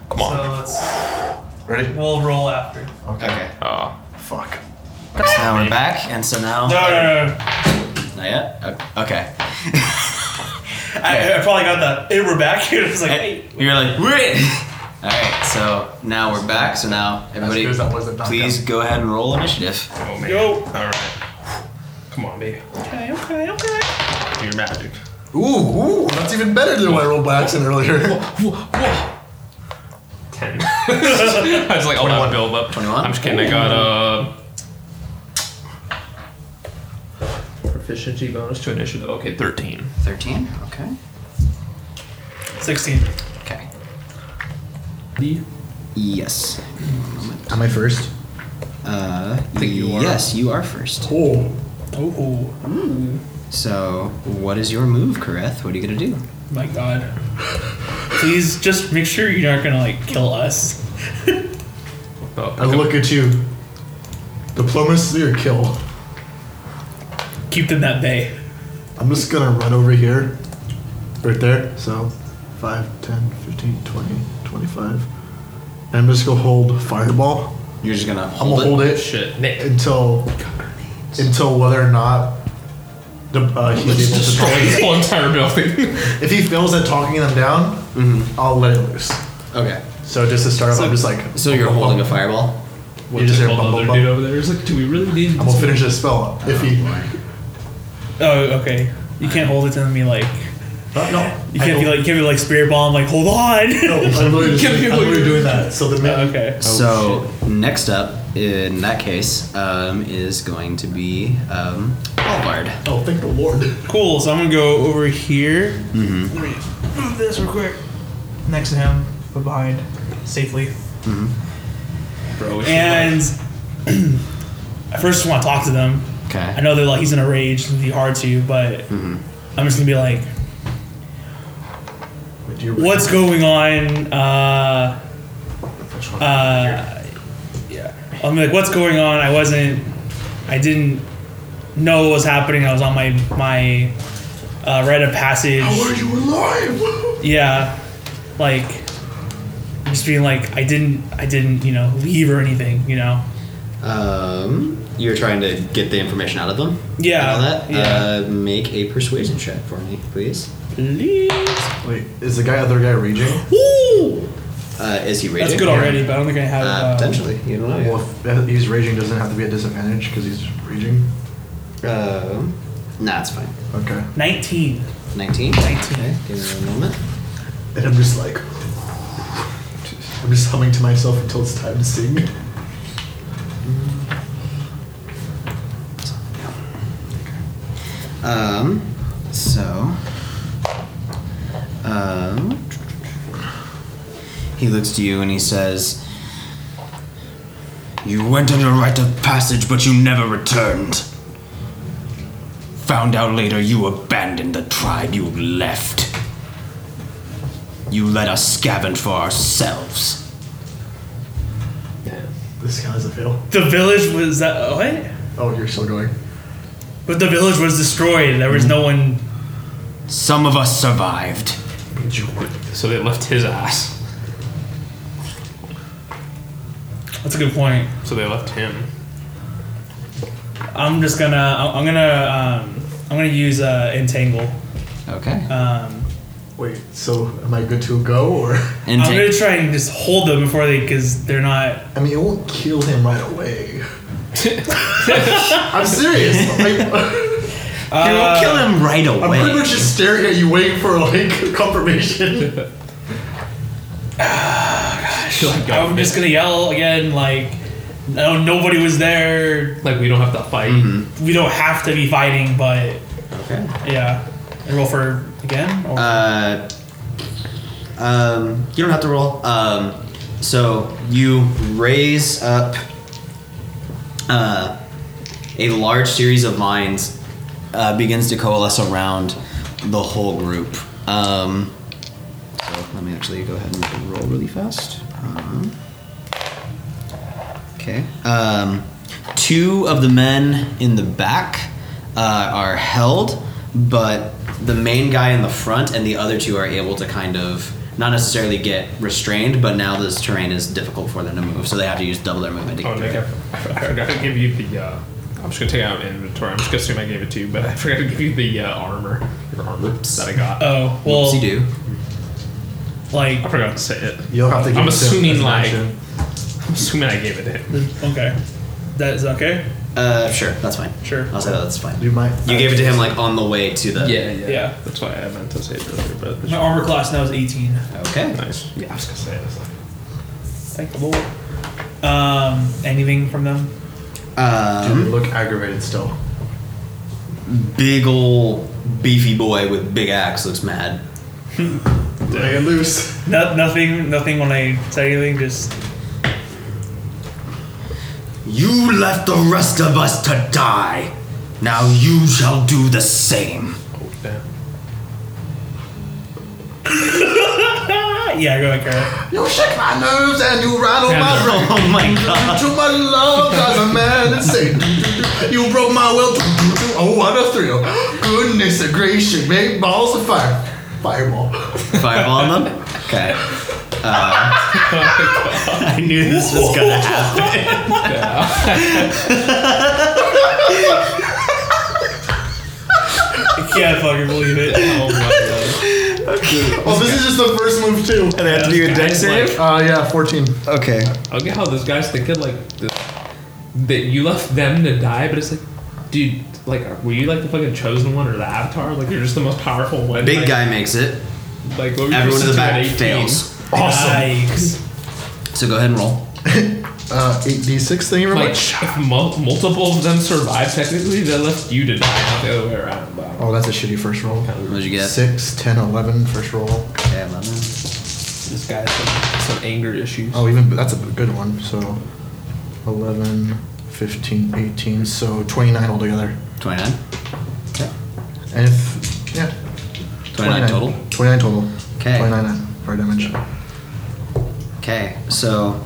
Speaker 4: Come on.
Speaker 5: So let's
Speaker 7: ready?
Speaker 5: we'll roll after.
Speaker 2: Okay.
Speaker 4: Oh.
Speaker 7: Fuck.
Speaker 2: So now we're back, and so now.
Speaker 5: No, no, no. no.
Speaker 2: Not yet? O- Okay.
Speaker 5: I, I probably got the. Hey, we're back here. It's like,
Speaker 2: Hey,
Speaker 5: hey.
Speaker 2: You're like, we're in! Alright, so now we're back, so now everybody.
Speaker 7: good as that was at knockout.
Speaker 2: Please go ahead and roll initiative.
Speaker 4: Oh, man.
Speaker 5: Yo.
Speaker 4: Alright. Come on, baby.
Speaker 5: Okay, okay, okay.
Speaker 4: You're mad, dude.
Speaker 7: Ooh, ooh, that's even better than what I rolled by accident earlier.
Speaker 4: Ten. I was like, oh, that build up.
Speaker 2: 21?
Speaker 4: I'm just kidding. I got uh, proficiency bonus to initiative. Okay, thirteen.
Speaker 2: 13? Okay.
Speaker 5: 16.
Speaker 2: Okay. Yes.
Speaker 10: Am I first?
Speaker 2: Uh,
Speaker 4: think you are.
Speaker 2: Yes, you are first.
Speaker 5: Oh. Oh.
Speaker 2: Hmm. So, what is your move, Kareth? What are you gonna do?
Speaker 5: My god. Please just make sure you're not gonna like kill us.
Speaker 4: Oh,
Speaker 7: I look at you. Diplomacy or kill?
Speaker 5: Keep them at bay.
Speaker 7: I'm just gonna run over here. Right there. So 5, 10, 15, 20, 25. And I'm just gonna hold fireball.
Speaker 2: You're just gonna
Speaker 7: I'm gonna hold it
Speaker 4: shit. Nick.
Speaker 7: until until whether or not the, uh, he's able to
Speaker 4: Destroy this whole entire building.
Speaker 7: If he fails at talking them down, I'll let it loose.
Speaker 2: Okay.
Speaker 7: So just to start off,
Speaker 2: So-
Speaker 7: I'm just like
Speaker 2: So you're holding a fireball?
Speaker 7: You just hear
Speaker 4: Called
Speaker 7: bum,
Speaker 4: the
Speaker 7: bum,
Speaker 4: other dude
Speaker 7: bum.
Speaker 4: over there. He's like, do we really need?
Speaker 7: I'm gonna finish this spell if he.
Speaker 5: Oh, okay. You can't hold it to me like.
Speaker 7: Uh, no,
Speaker 5: You
Speaker 7: I
Speaker 5: can't be
Speaker 7: don't-
Speaker 5: like, you can't be like spirit bomb. Like, hold on.
Speaker 7: No, I'm literally, just,
Speaker 5: Can't be
Speaker 7: I'm literally
Speaker 5: like-
Speaker 7: doing that. So the minute,
Speaker 5: Oh, okay.
Speaker 2: so next up, in that case, um, is going to be um, Alvard.
Speaker 7: oh, thank the Lord.
Speaker 5: Cool. So I'm gonna go over here.
Speaker 4: Mm-hmm.
Speaker 5: Let me move this real quick. Next to him, but behind, safely.
Speaker 4: Mm-hmm. Bro, we should,
Speaker 5: And I first just want to talk to them. I
Speaker 2: Okay.
Speaker 5: know they're like he's in a rage. It's gonna be hard to, but
Speaker 4: Mm-hmm.
Speaker 5: I'm just gonna be like,
Speaker 7: Wait, do you-
Speaker 5: what's going on? Uh, uh, yeah. I'm like, what's going on? I wasn't. I didn't know what was happening. I was on my my uh, rite of passage.
Speaker 7: How are you alive?
Speaker 5: Yeah, like just being like, I didn't, I didn't, you know, leave or anything, you know.
Speaker 2: Um, you're trying to get the information out of them.
Speaker 5: Yeah,
Speaker 2: And all that.
Speaker 5: yeah.
Speaker 2: Uh, make a persuasion check for me, please.
Speaker 5: Please.
Speaker 7: Wait, is the guy other guy raging?
Speaker 5: Woo!
Speaker 2: Uh, is he raging?
Speaker 5: That's good already, but I don't think I have.
Speaker 2: Uh,
Speaker 5: Uh,
Speaker 2: potentially, you don't know. yet.
Speaker 7: Well, if uh, he's raging doesn't have to be a disadvantage because he's raging.
Speaker 2: Um, nah, it's fine.
Speaker 7: Okay.
Speaker 5: Nineteen.
Speaker 2: 19? 19. Okay, give me a moment.
Speaker 7: And I'm just like, I'm just humming to myself until it's time to sing.
Speaker 2: Um, so, um, he looks to you and he says,
Speaker 8: You went on your rite of passage, but you never returned. Found out later you abandoned the tribe you left. You let us scavenge for ourselves.
Speaker 7: This guy has a fail.
Speaker 5: The village was that oh, what?
Speaker 7: Oh, you're still going.
Speaker 5: But the village was destroyed. There was
Speaker 2: Mm-hmm.
Speaker 5: no one.
Speaker 8: Some of us survived.
Speaker 4: So they left his ass.
Speaker 5: That's a good point.
Speaker 4: So they left him.
Speaker 5: I'm just gonna. I'm I'm gonna. Um, I'm gonna use uh, entangle.
Speaker 2: okay.
Speaker 5: Um,
Speaker 7: Wait, so am I good to go or?
Speaker 2: And
Speaker 5: I'm gonna
Speaker 2: take,
Speaker 5: try and just hold them before they, because they're not.
Speaker 7: I mean, it won't kill him right away. I'm serious. Like,
Speaker 2: you will kill him right
Speaker 7: I'm
Speaker 2: away.
Speaker 7: pretty much just staring at you, waiting for like confirmation.
Speaker 5: I'm just gonna yell again, like, no, nobody was there.
Speaker 4: Like we don't have to fight.
Speaker 5: We don't have to be fighting, but
Speaker 2: okay.
Speaker 5: yeah. And roll for again. Or,
Speaker 2: Uh, um, you don't have to roll. Um, so you raise up uh, a large series of minds uh, begins to coalesce around the whole group. Um, so let me actually go ahead and roll really fast. Um, Okay. Um, two of the men in the back uh, are held, but the main guy in the front and the other two are able to kind of not necessarily get restrained, but now this terrain is difficult for them to move, so they have to use double their movement to
Speaker 4: Oh,
Speaker 2: get
Speaker 4: Nick, I, I forgot to give you the. Uh, I'm just gonna take out inventory. I'm just gonna assume I gave it to you, but I forgot to give you the uh, armor, your armor that I got.
Speaker 5: oh well,
Speaker 2: Whoopsie do.
Speaker 5: like
Speaker 4: I forgot to say it.
Speaker 7: You'll have to. Give
Speaker 4: I'm
Speaker 7: it to him
Speaker 4: assuming,
Speaker 7: as an
Speaker 4: like-
Speaker 7: action.
Speaker 4: I'm assuming I gave it to him.
Speaker 5: okay. That is okay.
Speaker 2: Uh, sure, that's fine.
Speaker 5: Sure.
Speaker 2: I'll say that, that's fine.
Speaker 7: You might.
Speaker 2: You gave it to him like on the way to the.
Speaker 5: Yeah.
Speaker 4: That's why I meant to say it earlier, but
Speaker 5: My armor class now is 18.
Speaker 2: Okay.
Speaker 4: nice. Yeah, I was gonna say it. It's like-
Speaker 5: Thank the Lord. Um, anything from them?
Speaker 7: You
Speaker 2: Um,
Speaker 7: look aggravated still.
Speaker 2: big ol' beefy boy with big axe looks mad.
Speaker 7: Let it loose.
Speaker 5: No, nothing. Nothing when I say anything. Just
Speaker 8: You left the rest of us to die. Now you shall do the same.
Speaker 4: Oh, damn.
Speaker 5: ah, yeah, go ahead, Carol.
Speaker 7: You shook my nerves and you rattled my brain.
Speaker 2: Oh my
Speaker 7: You took my love as a man and Satan. You broke my will. Oh, what a thrill. Goodness and gracious, big balls of fire. Fireball.
Speaker 2: Fireball on them? Okay. Uh, I knew this was gonna happen.
Speaker 5: I can't fucking believe it.
Speaker 4: Oh my
Speaker 7: Oh, this is just the first move, too. And I have
Speaker 4: to do a deck save?
Speaker 7: Uh, yeah, 14.
Speaker 2: Okay.
Speaker 4: god. I'll get how this guy's thinking like this, that you left them to die, but it's like, dude, like, are- were you like the fucking chosen one or the avatar? Like, you're just the most powerful one.
Speaker 2: Big
Speaker 4: like,
Speaker 2: guy makes it.
Speaker 4: Like, what were you
Speaker 2: Everyone in
Speaker 4: since you
Speaker 2: the
Speaker 4: were
Speaker 2: back
Speaker 4: 18?
Speaker 2: fails.
Speaker 5: Yikes.
Speaker 2: So go ahead and roll.
Speaker 7: Uh, 8d6, thank you very
Speaker 4: Like,
Speaker 7: much.
Speaker 4: if mul- multiple of them survive, technically, they left you to die, not the other way around. Wow.
Speaker 7: Oh, that's a shitty first roll.
Speaker 2: What'd you get?
Speaker 7: 6, 10, 11 first roll.
Speaker 2: Okay, 11.
Speaker 4: This guy has some, some anger issues.
Speaker 7: Oh, even that's a good one. So 11, 15, 18, so 29 altogether.
Speaker 2: 29.
Speaker 7: And if, yeah.
Speaker 2: 29, total.
Speaker 7: 29 total.
Speaker 2: 'Kay.
Speaker 7: 29 for damage.
Speaker 2: Okay, so.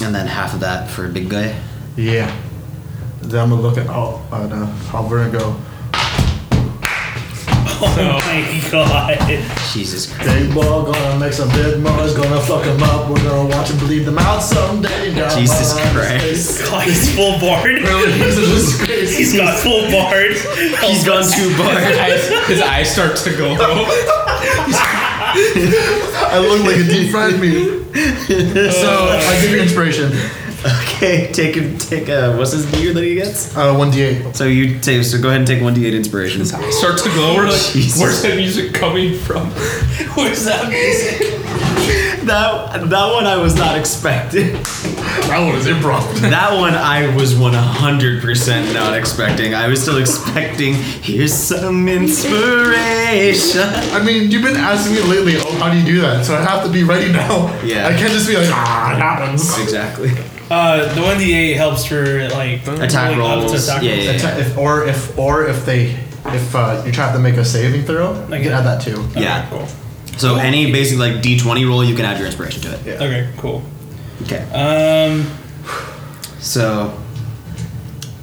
Speaker 2: And then half of that for a big guy.
Speaker 7: Yeah. Then I'm gonna look at, oh, at uh, Halvor and go,
Speaker 5: Oh my god.
Speaker 2: Jesus Christ.
Speaker 7: Big ball gonna make some big noise, gonna fuck him up. We're gonna watch him bleed them out someday. Got
Speaker 2: Jesus
Speaker 7: my eyes
Speaker 2: Christ.
Speaker 5: God, he's full bard. He's got full bard.
Speaker 2: He's gone too far.
Speaker 4: His eye starts to go out.
Speaker 7: I look like a deep fried me. so I give you inspiration.
Speaker 2: okay, take him. Take uh, what's his gear that he gets?
Speaker 7: Uh, one d8.
Speaker 2: So you take. So go ahead and take one d8 inspiration.
Speaker 4: Starts to go. We're like,
Speaker 2: Jesus.
Speaker 4: where's that music coming from?
Speaker 5: Where's that music?
Speaker 2: That that one I was not expecting.
Speaker 7: That one is improv.
Speaker 2: That one I was 100% not expecting. I was still expecting, here's some inspiration.
Speaker 7: I mean, you've been asking me lately, oh, how do you do that? So I have to be ready now.
Speaker 2: Yeah.
Speaker 7: I can't just be like, ah, that one's.
Speaker 2: Exactly.
Speaker 5: Uh, the one d eight helps for like
Speaker 2: Attack
Speaker 5: rolling up to
Speaker 2: rolls.
Speaker 5: attack
Speaker 2: Yeah,
Speaker 5: rolls.
Speaker 2: yeah, yeah.
Speaker 7: If, or if or if they if uh, you try to make a saving throw, you
Speaker 5: Okay.
Speaker 7: can add that too.
Speaker 2: Yeah.
Speaker 5: Cool.
Speaker 2: So
Speaker 5: Oh,
Speaker 2: any basic like d20 roll, you can add your inspiration to it.
Speaker 7: Yeah.
Speaker 5: Okay, cool.
Speaker 2: Okay.
Speaker 5: Um,
Speaker 2: So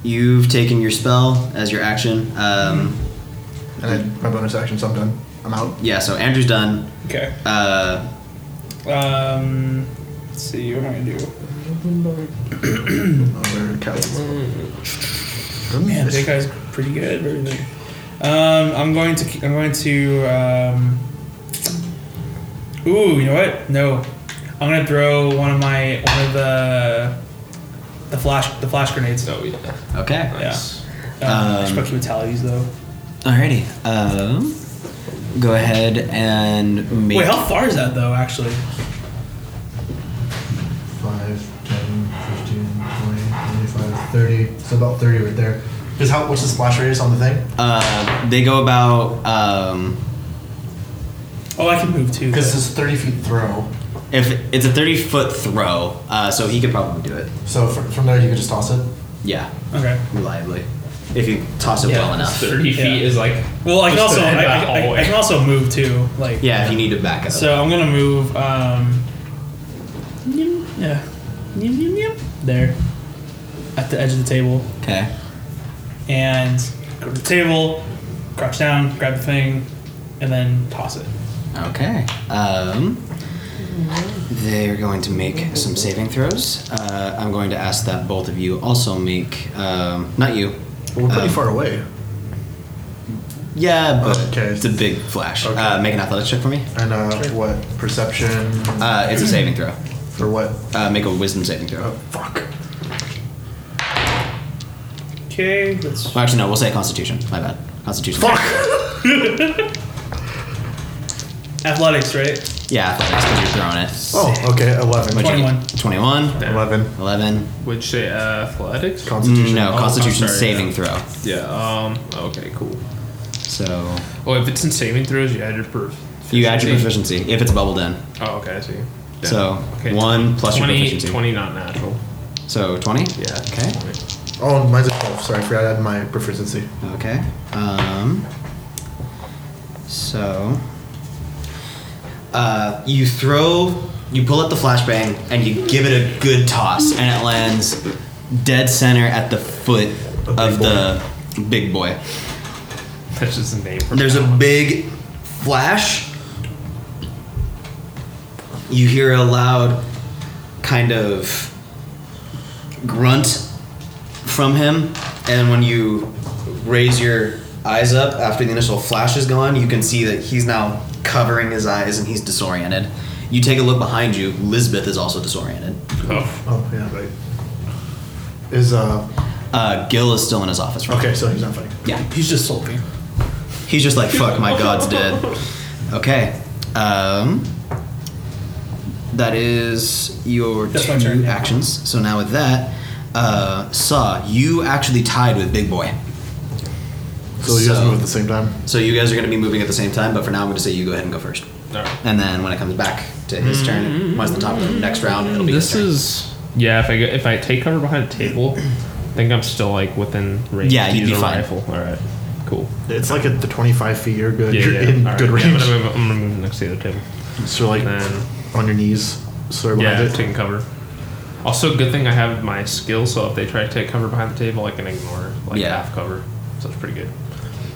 Speaker 2: you've taken your spell as your action. Um,
Speaker 7: And I, my bonus action, so I'm done. I'm out.
Speaker 2: yeah, so Andrew's done.
Speaker 5: okay.
Speaker 2: Uh,
Speaker 5: Um, let's see. What am I gonna do?
Speaker 7: Another cast.
Speaker 5: Man, that guy's pretty good. at Everything. Um, I'm going to. I'm going to. Um, ooh, you know what? No, I'm gonna throw one of my one of the the flash the flash grenades.
Speaker 4: Oh yeah.
Speaker 2: okay.
Speaker 4: Nice.
Speaker 5: Um, I should
Speaker 2: Um,
Speaker 5: put fatalities though.
Speaker 2: Alrighty. Um, go ahead and make.
Speaker 5: Wait, how far is that though? Actually,
Speaker 7: 5, 10, 15, 20, 25, 30. So about 30 right there. Because how, what's the splash radius on the thing?
Speaker 2: Uh, they go about. Um,
Speaker 5: oh, I can move too.
Speaker 7: Because it's 30 feet throw.
Speaker 2: If it's a thirty foot throw, uh, so he could probably do it.
Speaker 7: So fr- from there, you could just toss it.
Speaker 2: Yeah,
Speaker 5: okay.
Speaker 2: reliably. If you toss it
Speaker 5: Yeah,
Speaker 2: well enough.
Speaker 4: Thirty
Speaker 5: Yeah.
Speaker 4: feet is like.
Speaker 5: Well, I can
Speaker 4: Just
Speaker 5: also
Speaker 4: the
Speaker 5: I,
Speaker 4: head
Speaker 5: I,
Speaker 4: back all the
Speaker 5: I,
Speaker 4: way.
Speaker 5: I can also move too. Like
Speaker 2: Yeah, if you need to back up.
Speaker 5: So I'm gonna move. Um, yeah, there, at the edge of the table,
Speaker 2: okay.
Speaker 5: and go to the table, crouch down, grab the thing, and then toss it.
Speaker 2: Okay. Um, they're going to make some saving throws. Uh, I'm going to ask that both of you also make. Um, not you.
Speaker 7: We're pretty
Speaker 2: Um,
Speaker 7: far away.
Speaker 2: Yeah, but
Speaker 7: Okay.
Speaker 2: it's a big flash.
Speaker 7: Okay.
Speaker 2: Uh, make an athletics check for me.
Speaker 7: And uh, what? Perception?
Speaker 2: Uh, it's a saving throw.
Speaker 7: for what?
Speaker 2: Uh, make a wisdom saving throw.
Speaker 7: Oh, fuck.
Speaker 5: Okay, that's
Speaker 2: Well, actually, no. We'll say Constitution. My bad. Constitution.
Speaker 5: athletics, right?
Speaker 2: Yeah, athletics because you're throwing it.
Speaker 7: Oh, okay. 11.
Speaker 2: What'd you get?
Speaker 5: 21.
Speaker 2: 21.
Speaker 7: 11.
Speaker 2: 11.
Speaker 4: Which say athletics?
Speaker 7: Constitution.
Speaker 2: No,
Speaker 4: Oh,
Speaker 2: Constitution
Speaker 4: I'm sorry,
Speaker 2: saving
Speaker 4: yeah.
Speaker 2: throw.
Speaker 4: Yeah. Um. Okay. Cool.
Speaker 2: So
Speaker 4: Oh, if it's in saving throws, you add your perf.
Speaker 2: you add your proficiency if it's bubbled in.
Speaker 4: Oh, okay. I see. Yeah.
Speaker 2: So one plus your
Speaker 4: 20,
Speaker 2: proficiency.
Speaker 4: 20 not natural.
Speaker 2: So twenty.
Speaker 4: Yeah.
Speaker 2: Okay.
Speaker 4: 20.
Speaker 7: Oh, mine's a 12. Sorry, I forgot I had my proficiency.
Speaker 2: Okay. Um. So. Uh, you throw, you pull up the flashbang, and you give it a good toss, and it lands dead center at the foot of the big boy.
Speaker 4: That's just a name. For
Speaker 2: There's a big flash. You hear a loud kind of grunt from him, and when you raise your eyes up after the initial flash is gone, you can see that he's now covering his eyes and he's disoriented. You take a look behind you, Lisbeth is also disoriented.
Speaker 4: Oh,
Speaker 7: Oh, yeah, right. Is, uh,
Speaker 2: Uh, Gil is still in his office room.
Speaker 7: okay, so he's not fighting.
Speaker 2: Yeah.
Speaker 5: He's just sulking.
Speaker 2: He's just like, fuck, my god's dead. Okay. Um, that is your
Speaker 5: That's my turn,
Speaker 2: two
Speaker 5: yeah.
Speaker 2: actions. So now with that, uh, Saw, you actually tied with Big Boy.
Speaker 7: So you guys
Speaker 2: So-
Speaker 7: move at the same time?
Speaker 2: So you guys are going to be moving at the same time, but for now I'm going to say you go ahead and go first.
Speaker 4: no.
Speaker 2: And then when it comes back to his turn, once the top of the next round, it'll be
Speaker 4: This
Speaker 2: his turn.
Speaker 4: is yeah. If I go, if I take cover behind a table, I think I'm still like within range.
Speaker 2: Yeah,
Speaker 4: to
Speaker 2: you'd
Speaker 4: use
Speaker 2: be
Speaker 4: a
Speaker 2: fine.
Speaker 4: Rifle. All right. Cool.
Speaker 7: It's like at the 25 feet, you're good.
Speaker 4: Yeah,
Speaker 7: you're
Speaker 4: yeah.
Speaker 7: in
Speaker 4: all right,
Speaker 7: good
Speaker 4: yeah, I'm
Speaker 7: range.
Speaker 4: gonna move. I'm gonna move next to the other table.
Speaker 7: So, like,
Speaker 4: Then
Speaker 7: on your knees, sort of
Speaker 4: yeah,
Speaker 7: behind it.
Speaker 4: taking cover. Also, good thing I have my skill, so if they try to take cover behind the table, I can ignore like
Speaker 2: Yeah.
Speaker 4: half cover. So it's pretty good.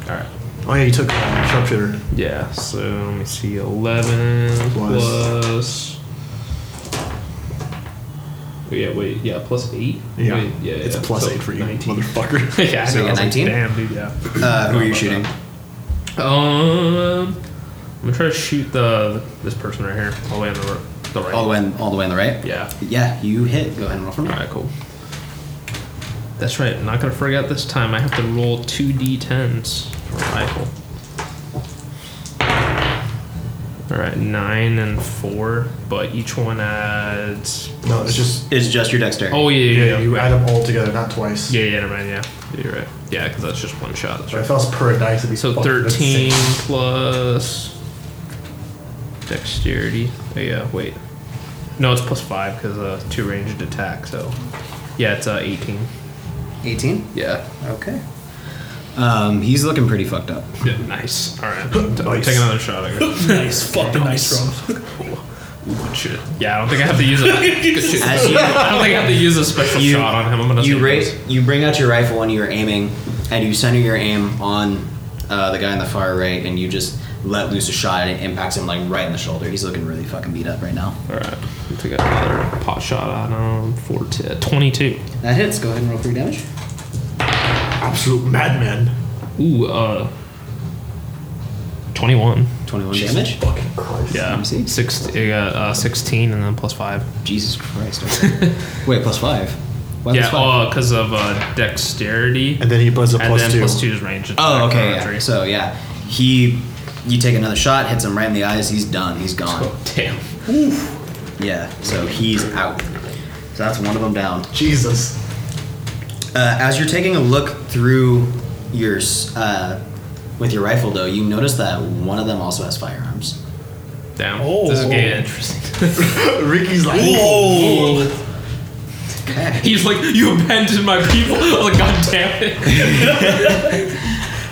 Speaker 4: All right.
Speaker 10: Oh yeah, you took sharpshooter.
Speaker 4: Yeah, so let me see. 11
Speaker 10: Plus-
Speaker 4: plus. Oh, Yeah, wait. Yeah, plus 8?
Speaker 10: Yeah.
Speaker 4: Wait, yeah
Speaker 10: It's
Speaker 4: yeah,
Speaker 10: plus
Speaker 4: so
Speaker 10: eight for you,
Speaker 4: 19.
Speaker 10: motherfucker.
Speaker 4: yeah, I
Speaker 2: So
Speaker 4: know,
Speaker 2: you
Speaker 4: I
Speaker 2: got
Speaker 4: was like,
Speaker 2: 19?
Speaker 4: Damn, dude, yeah.
Speaker 2: Uh, who are you shooting?
Speaker 4: Uh, Um, I'm gonna try to shoot the this person right here, all the way on the, r- the right.
Speaker 2: All the way, in, all the way on the right.
Speaker 4: Yeah.
Speaker 2: Yeah, you hit. Go ahead and roll for
Speaker 4: All
Speaker 2: me.
Speaker 4: right, cool. That's right. I'm not gonna forget this time. I have to roll two d10s for a rifle. All right, nine and four, but each one adds.
Speaker 10: No, it's just
Speaker 2: It's just your dexterity.
Speaker 4: Oh yeah, yeah,
Speaker 10: yeah,
Speaker 4: yeah.
Speaker 10: you add them all together, not twice.
Speaker 4: yeah, yeah, never mind. Yeah, Yeah, you're right. Yeah, because that's just one shot. That's
Speaker 10: But
Speaker 4: right.
Speaker 10: if I was per dice, it'd be
Speaker 4: So
Speaker 10: fucking
Speaker 4: 13
Speaker 10: insane.
Speaker 4: plus dexterity. Oh, yeah, wait. No, it's plus 5 because uh, two ranged attack, so. Yeah, it's uh, 18.
Speaker 2: 18?
Speaker 4: Yeah.
Speaker 2: Okay. Um, he's looking pretty fucked up.
Speaker 4: yeah nice. Alright. I'll
Speaker 10: Nice.
Speaker 4: Take another shot. I guess.
Speaker 5: nice, fucking nice, bro.
Speaker 4: Good shit. Yeah, I don't think I have to use a. Good shit. I
Speaker 2: As you,
Speaker 4: don't think I have to use a special
Speaker 2: You-
Speaker 4: shot on him. I'm gonna
Speaker 2: you
Speaker 4: save
Speaker 2: raise,
Speaker 4: this.
Speaker 2: you bring out your rifle and you're aiming, and you center your aim on uh, the guy in the far right, and you just let loose a shot, and it impacts him like right in the shoulder. He's looking really fucking beat up right now.
Speaker 4: Alright. I think I got another pot shot on him. Four t- 22.
Speaker 2: That hits. Go ahead and roll three damage.
Speaker 10: Absolute madman.
Speaker 4: Ooh, uh. 21.
Speaker 2: 21 damage.
Speaker 4: Yeah.
Speaker 2: me see.
Speaker 4: Six, uh, 16 and then plus 5.
Speaker 2: Jesus Christ. Okay. Wait, plus five. Why
Speaker 4: yeah,
Speaker 2: plus five?
Speaker 4: because of uh, dexterity.
Speaker 10: And then he does a
Speaker 4: and
Speaker 10: plus
Speaker 4: then
Speaker 10: two.
Speaker 4: plus two is range.
Speaker 2: Oh,
Speaker 4: attack
Speaker 2: okay.
Speaker 4: archery.
Speaker 2: Yeah. So yeah, he, you take another shot, hits him right in the eyes. He's done. He's gone.
Speaker 4: Oh, damn.
Speaker 2: Yeah, so he's out. So that's one of them down.
Speaker 10: Jesus.
Speaker 2: Uh, as you're taking a look through your s- uh, with your rifle, though, you notice that one of them also has firearms.
Speaker 4: Damn.
Speaker 5: Oh.
Speaker 4: This is getting interesting.
Speaker 10: Ricky's like,
Speaker 5: Whoa!
Speaker 2: Okay.
Speaker 4: He's like, you abandoned my people. Oh, like, God damn it.
Speaker 2: All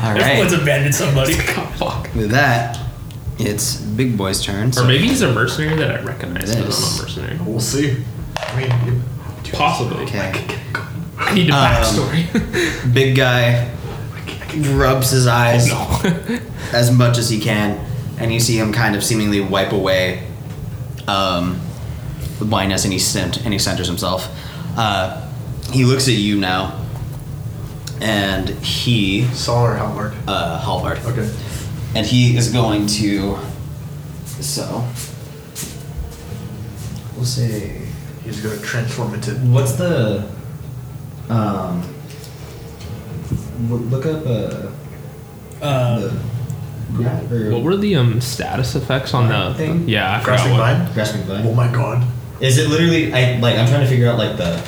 Speaker 5: Everyone's
Speaker 2: right.
Speaker 5: abandoned somebody.
Speaker 4: God, fuck.
Speaker 2: With that, it's Big Boy's turn.
Speaker 4: Or
Speaker 2: So
Speaker 4: maybe he's a mercenary that I recognize. but I'm
Speaker 2: This.
Speaker 4: a mercenary.
Speaker 10: we'll see. I mean, you-
Speaker 4: Possibly.
Speaker 2: okay, Um,
Speaker 4: I need a backstory.
Speaker 2: big guy rubs his eyes
Speaker 4: no.
Speaker 2: as much as he can, and you see him kind of seemingly wipe away um, the blindness, and he cent- and he centers himself. Uh, he looks at you now, and he
Speaker 10: Saul or Howard.
Speaker 2: uh, Halvard.
Speaker 10: Okay.
Speaker 2: and he is going to. So we'll say
Speaker 10: He's gonna transform into.
Speaker 2: what's the um look up uh
Speaker 5: Uh,
Speaker 2: the grab or
Speaker 4: what were the um status effects on the
Speaker 2: Thing?
Speaker 4: Yeah, I forgot
Speaker 10: Grasping
Speaker 4: what.
Speaker 10: vine?
Speaker 2: grasping
Speaker 10: Oh
Speaker 2: vine?
Speaker 10: my god.
Speaker 2: Is it literally? I like I'm trying to figure out like the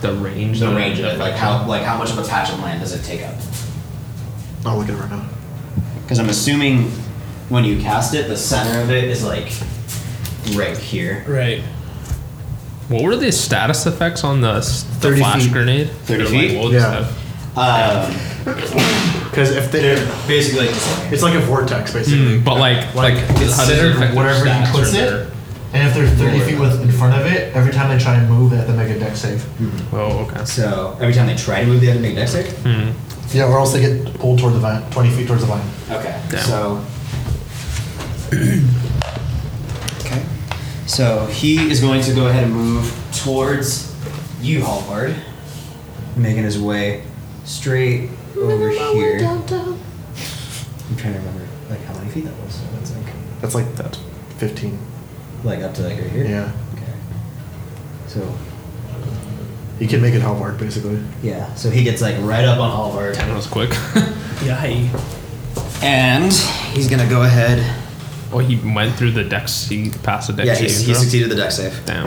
Speaker 4: The range.
Speaker 2: the
Speaker 4: that I
Speaker 2: range
Speaker 4: ended
Speaker 2: of it,
Speaker 4: up
Speaker 2: like
Speaker 4: with.
Speaker 2: how like how much of a patch of land does it take up?
Speaker 10: I'll look at it right now.
Speaker 2: Because I'm assuming when you cast it, the center of it is like right here.
Speaker 5: right.
Speaker 4: What were the status effects on the, s- the
Speaker 10: 30
Speaker 4: flash
Speaker 10: feet.
Speaker 4: grenade?
Speaker 2: 30
Speaker 4: They're like,
Speaker 2: feet?
Speaker 4: we'll just
Speaker 10: Yeah.
Speaker 4: have-
Speaker 2: Um,
Speaker 10: Because if they did,
Speaker 2: basically, just like,
Speaker 10: it's like a vortex basically.
Speaker 4: Mm, but like, like,
Speaker 10: it's
Speaker 4: how does it
Speaker 10: centered
Speaker 4: affect their
Speaker 10: Hmm, whatever he
Speaker 4: stats or
Speaker 10: puts
Speaker 4: their-
Speaker 10: it. And if they're 30 feet with, in front of it, every time they try and move, they have to make a deck save.
Speaker 4: Oh, okay.
Speaker 2: so every time they try to move, they have to make a dex save.
Speaker 10: Yeah, or else they get pulled toward the vine, 20 feet towards the vine.
Speaker 2: Okay.
Speaker 4: Damn.
Speaker 2: So. okay. So he is going to go ahead and move towards you, Hallvard, making his way straight over here. I'm trying to remember like how many feet that was. So it's like
Speaker 10: That's like that. 15.
Speaker 2: like up to like right here.
Speaker 10: Yeah.
Speaker 2: Okay. So
Speaker 10: You can make it Hallmark basically.
Speaker 2: yeah, so he gets like right up on Hallvard.
Speaker 4: That was quick.
Speaker 5: Yeah, hey.
Speaker 2: And he's gonna go ahead.
Speaker 4: well, Oh, he went through the dex. He passed the dex.
Speaker 2: yeah, he's, he
Speaker 4: saving throw.
Speaker 2: succeeded the deck save.
Speaker 4: Damn.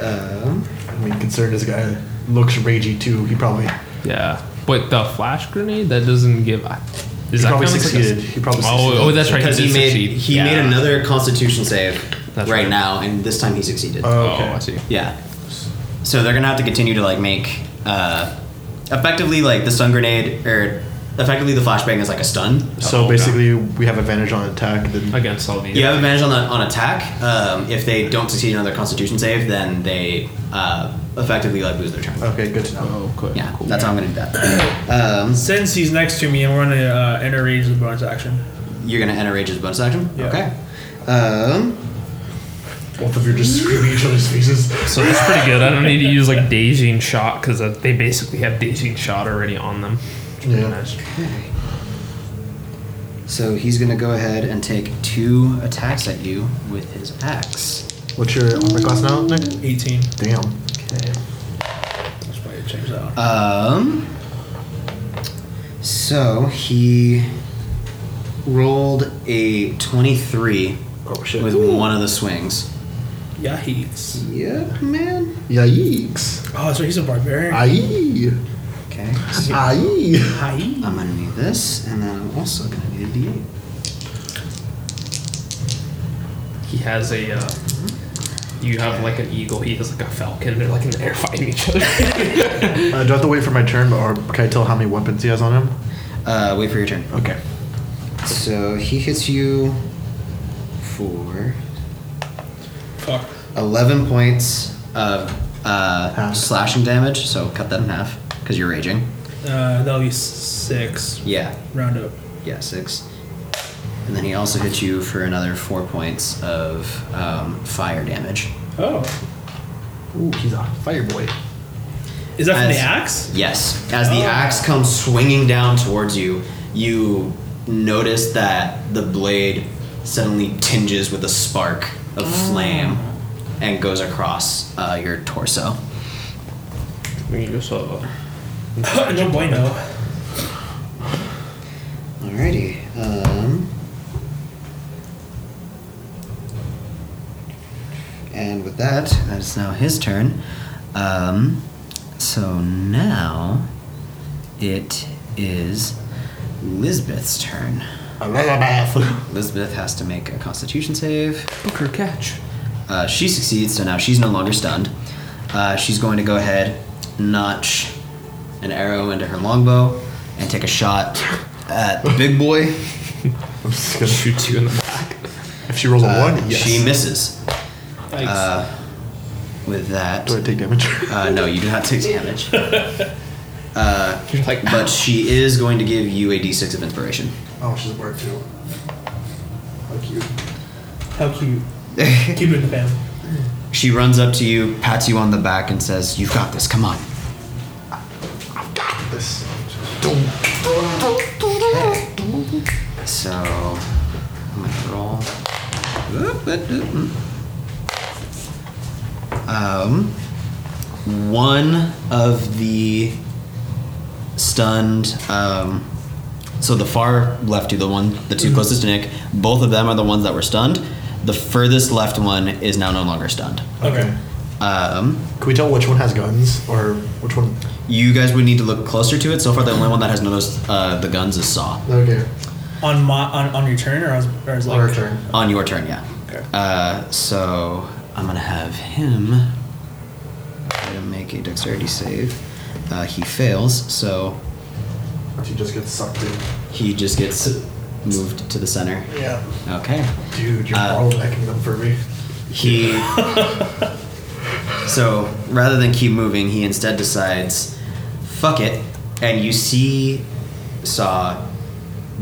Speaker 2: Um,
Speaker 10: I mean, considering this guy looks ragey too, he probably
Speaker 4: Yeah. But the flash grenade that doesn't give. I- Is
Speaker 10: He
Speaker 4: that
Speaker 10: probably
Speaker 4: count as like a-
Speaker 10: succeeded. He probably
Speaker 4: Oh,
Speaker 10: succeeded.
Speaker 4: oh, that's right.
Speaker 2: because
Speaker 4: did
Speaker 2: he made
Speaker 4: succeed.
Speaker 2: he
Speaker 4: Yeah.
Speaker 2: made another Constitution save
Speaker 4: That's
Speaker 2: right,
Speaker 4: right.
Speaker 2: now, and this time he succeeded.
Speaker 4: Oh, I see.
Speaker 2: yeah. So they're gonna have to continue to like make uh, effectively like the sun grenade or effectively the flashbang is like a stun.
Speaker 7: So basically, we have advantage on attack. Then
Speaker 11: against all the
Speaker 2: You have advantage on the, on attack. Um, if they don't succeed on their Constitution save, then they uh, effectively like lose their turn.
Speaker 7: okay, good to know.
Speaker 11: Oh, cool.
Speaker 2: Yeah, that's how I'm gonna do that. um,
Speaker 5: Since he's next to me, I'm going to uh, enter rage with bonus action.
Speaker 2: you're gonna enter rage as a bonus action.
Speaker 5: Yeah.
Speaker 2: Okay. Um,
Speaker 10: Both of you are just screaming each other's faces.
Speaker 11: So that's pretty good. I don't need to use like dazing shot because they basically have dazing shot already on them.
Speaker 10: Yeah.
Speaker 11: Nice.
Speaker 2: so he's gonna go ahead and take two attacks at you with his axe.
Speaker 7: What's your armor class now, Nick?
Speaker 5: 18.
Speaker 7: Damn.
Speaker 2: Okay.
Speaker 5: That's probably a change that one.
Speaker 2: Um. So he rolled a 23
Speaker 7: Oh shit.
Speaker 2: with one of the swings.
Speaker 5: Yeah, he eats.
Speaker 2: Yeah, man.
Speaker 7: Yeah, yeeks.
Speaker 5: Oh, so Oh, he's a barbarian.
Speaker 7: Aye.
Speaker 2: Okay.
Speaker 7: Aye.
Speaker 5: Hi.
Speaker 2: I'm gonna need this, and then I'm also gonna need a D8.
Speaker 11: He has a. Uh, you have like an eagle. He has like a falcon. They're like in the air fighting each other.
Speaker 7: Uh, do I have to wait for my turn, or can I tell how many weapons he has on him?
Speaker 2: Uh, wait for your turn.
Speaker 7: Okay.
Speaker 2: So he hits you for
Speaker 5: Fuck.
Speaker 2: 11 points of uh,
Speaker 7: Half.
Speaker 2: slashing damage. So cut that in half because you're raging.
Speaker 5: Uh, that'll be s- six.
Speaker 2: Yeah,
Speaker 5: Round up.
Speaker 2: yeah, six. And then he also hits you for another four points of um, fire damage.
Speaker 5: Oh.
Speaker 7: Ooh, he's a fire boy.
Speaker 5: Is that from
Speaker 2: As-
Speaker 5: the axe?
Speaker 2: Yes. As the
Speaker 5: Oh.
Speaker 2: axe comes swinging down towards you, you notice that the blade suddenly tinges with a spark of flame and goes across uh, your torso.
Speaker 4: We can just uh,
Speaker 5: no bueno.
Speaker 2: Alrighty. Um, and with that, that is now his turn. Um, so now it is Lisbeth's turn. Lisbeth has to make a constitution save.
Speaker 11: Booker catch.
Speaker 2: Uh, she succeeds, so now she's no longer stunned. Uh, she's going to go ahead, notch an arrow into her longbow, and take a shot at the big boy.
Speaker 7: I'm just gonna shoot.
Speaker 11: Shoots you in the back.
Speaker 7: If she rolls a
Speaker 2: Uh,
Speaker 7: one, yes.
Speaker 2: She misses.
Speaker 5: Yikes.
Speaker 2: Uh, with that,
Speaker 7: do I take damage?
Speaker 2: uh, no, you do not take damage. Uh,
Speaker 11: You're like,
Speaker 2: but she is going to give you a d6 of inspiration.
Speaker 10: Oh, she's a bird too. How cute.
Speaker 5: How cute. Keep it in the family.
Speaker 2: She runs up to you, pats you on the back, and says, "You've got this. Come on."
Speaker 7: This.
Speaker 2: So I'm gonna roll. Um, one of the stunned. Um, so the far left two, the one, the 2 closest to Nick, both of them are the ones that were stunned. The furthest left one is now no longer stunned.
Speaker 5: Okay.
Speaker 2: Um,
Speaker 7: Can we tell which one has guns or which one?
Speaker 2: you guys would need to look closer to it. So far, the only one that has noticed uh, the guns is Saw.
Speaker 7: Okay.
Speaker 5: On my on, on your turn or as or as
Speaker 10: On
Speaker 5: like
Speaker 10: her turn.
Speaker 2: On your turn, yeah.
Speaker 5: Okay.
Speaker 2: Uh, so I'm gonna have him try to make a dexterity save. Uh, he fails, so
Speaker 10: She just gets sucked in.
Speaker 2: he just gets moved to the center.
Speaker 10: Yeah.
Speaker 2: Okay.
Speaker 10: Dude, you're
Speaker 2: Uh,
Speaker 10: uh, bottlenecking them for me.
Speaker 2: He. so rather than keep moving, he instead decides, "Fuck it," and you see, saw.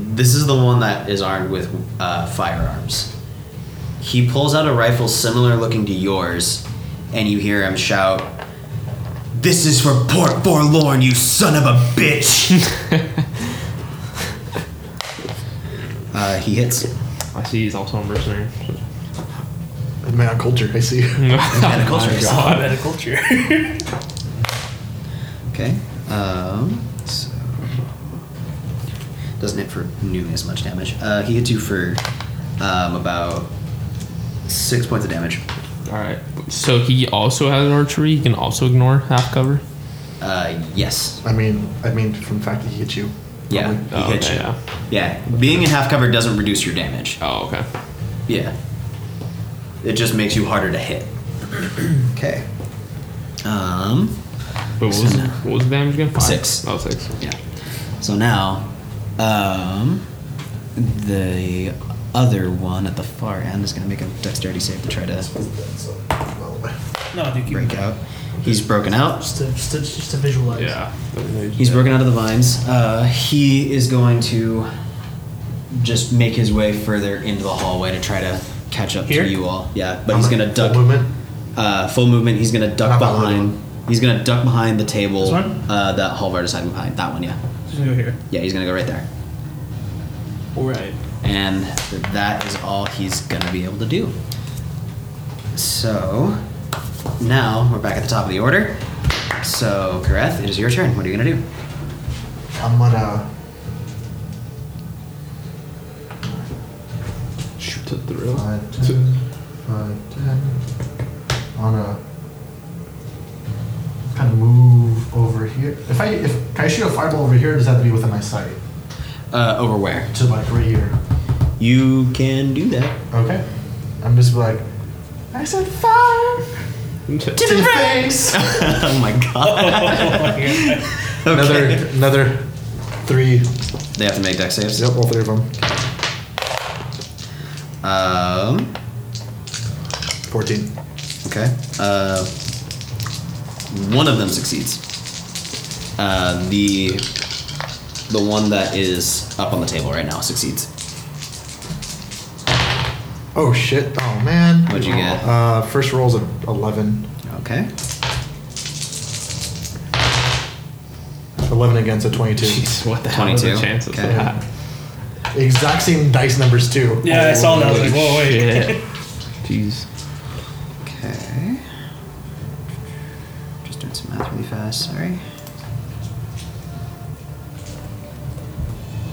Speaker 2: This is the one that is armed with uh, firearms. He pulls out a rifle similar looking to yours, and you hear him shout, "This is for Port Forlorn, you son of a bitch!" uh, he hits.
Speaker 11: I see he's also a mercenary.
Speaker 7: Man on culture, I see.
Speaker 2: Mm-hmm. And a culture is-
Speaker 5: medical cheer.
Speaker 2: Okay. Um, so doesn't hit for nearly as much damage. Uh, he hits you for um, about six points of damage.
Speaker 11: Alright. So he also has archery. He can also ignore half cover.
Speaker 2: Uh, yes.
Speaker 7: I mean, I mean, from the fact that he hit you.
Speaker 2: Yeah.
Speaker 7: Probably.
Speaker 2: He
Speaker 11: Oh,
Speaker 2: hits
Speaker 11: okay,
Speaker 2: you.
Speaker 11: yeah.
Speaker 2: Yeah. Being in half cover doesn't reduce your damage.
Speaker 11: Oh, okay.
Speaker 2: Yeah. It just makes you harder to hit. okay. Um.
Speaker 11: But what was, what was the damage again? Five.
Speaker 2: Six.
Speaker 11: Oh, six.
Speaker 2: Yeah. So now
Speaker 12: Um,
Speaker 2: The other one at the far end is going to make a dexterity save to try to
Speaker 5: No, dude, keep
Speaker 2: break out. He's broken out.
Speaker 12: just to, just to, just to visualize.
Speaker 13: Yeah.
Speaker 2: He's broken out of the vines. Uh, he is going to just make his way further into the hallway to try to catch up
Speaker 5: Here?
Speaker 2: to you all. Yeah, but he's going to duck.
Speaker 7: Movement.
Speaker 2: Uh, full movement. He's going to duck
Speaker 7: Not behind
Speaker 2: behind. He's going to duck behind the table
Speaker 5: This one?
Speaker 2: Uh, that Hallvard is hiding behind. That one, yeah.
Speaker 5: Just gonna go here.
Speaker 2: Yeah, he's going to go right there.
Speaker 5: All right.
Speaker 2: And that is all he's going to be able to do. So now we're back at the top of the order. So, Kareth, it is your turn. What are you going to do?
Speaker 7: I'm gonna
Speaker 13: Shoot at the rail.
Speaker 7: five ten, five ten. I'm gonna kind of move over here. If I if can I shoot a fireball over here? Or does that have to be within my sight?
Speaker 2: Uh, over where?
Speaker 7: To like right here.
Speaker 2: You can do that.
Speaker 7: Okay. I'm just like. I said fire to the face.
Speaker 2: oh my god.
Speaker 7: Another
Speaker 2: Okay.
Speaker 7: another three.
Speaker 2: They have to make deck saves.
Speaker 7: Yep, all three of them.
Speaker 2: Um,
Speaker 7: Fourteen.
Speaker 2: okay. Uh, one of them succeeds. Uh, the the one that is up on the table right now succeeds.
Speaker 7: Oh shit! Oh man.
Speaker 2: What'd you get?
Speaker 7: Uh, first roll's an eleven.
Speaker 2: Okay.
Speaker 7: 11 against a 22.
Speaker 13: Jeez, what the hell are the
Speaker 2: 22.
Speaker 13: chances of
Speaker 2: Okay.
Speaker 13: that?
Speaker 7: Exact same dice numbers too.
Speaker 5: Yeah, I saw that. I was like, whoa, wait.
Speaker 13: Shit. Jeez.
Speaker 2: Okay. Just doing some math really fast, sorry.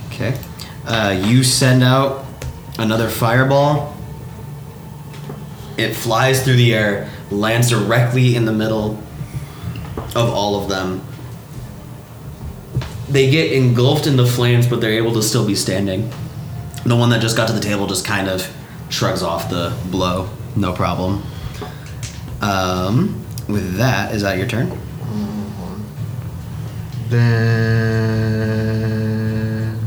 Speaker 2: Okay. Uh, you send out another fireball. It flies through the air, lands directly in the middle of all of them. They get engulfed in the flames, but they're able to still be standing. The one that just got to the table just kind of shrugs off the blow. No problem. Um, with that, is that your turn?
Speaker 7: Then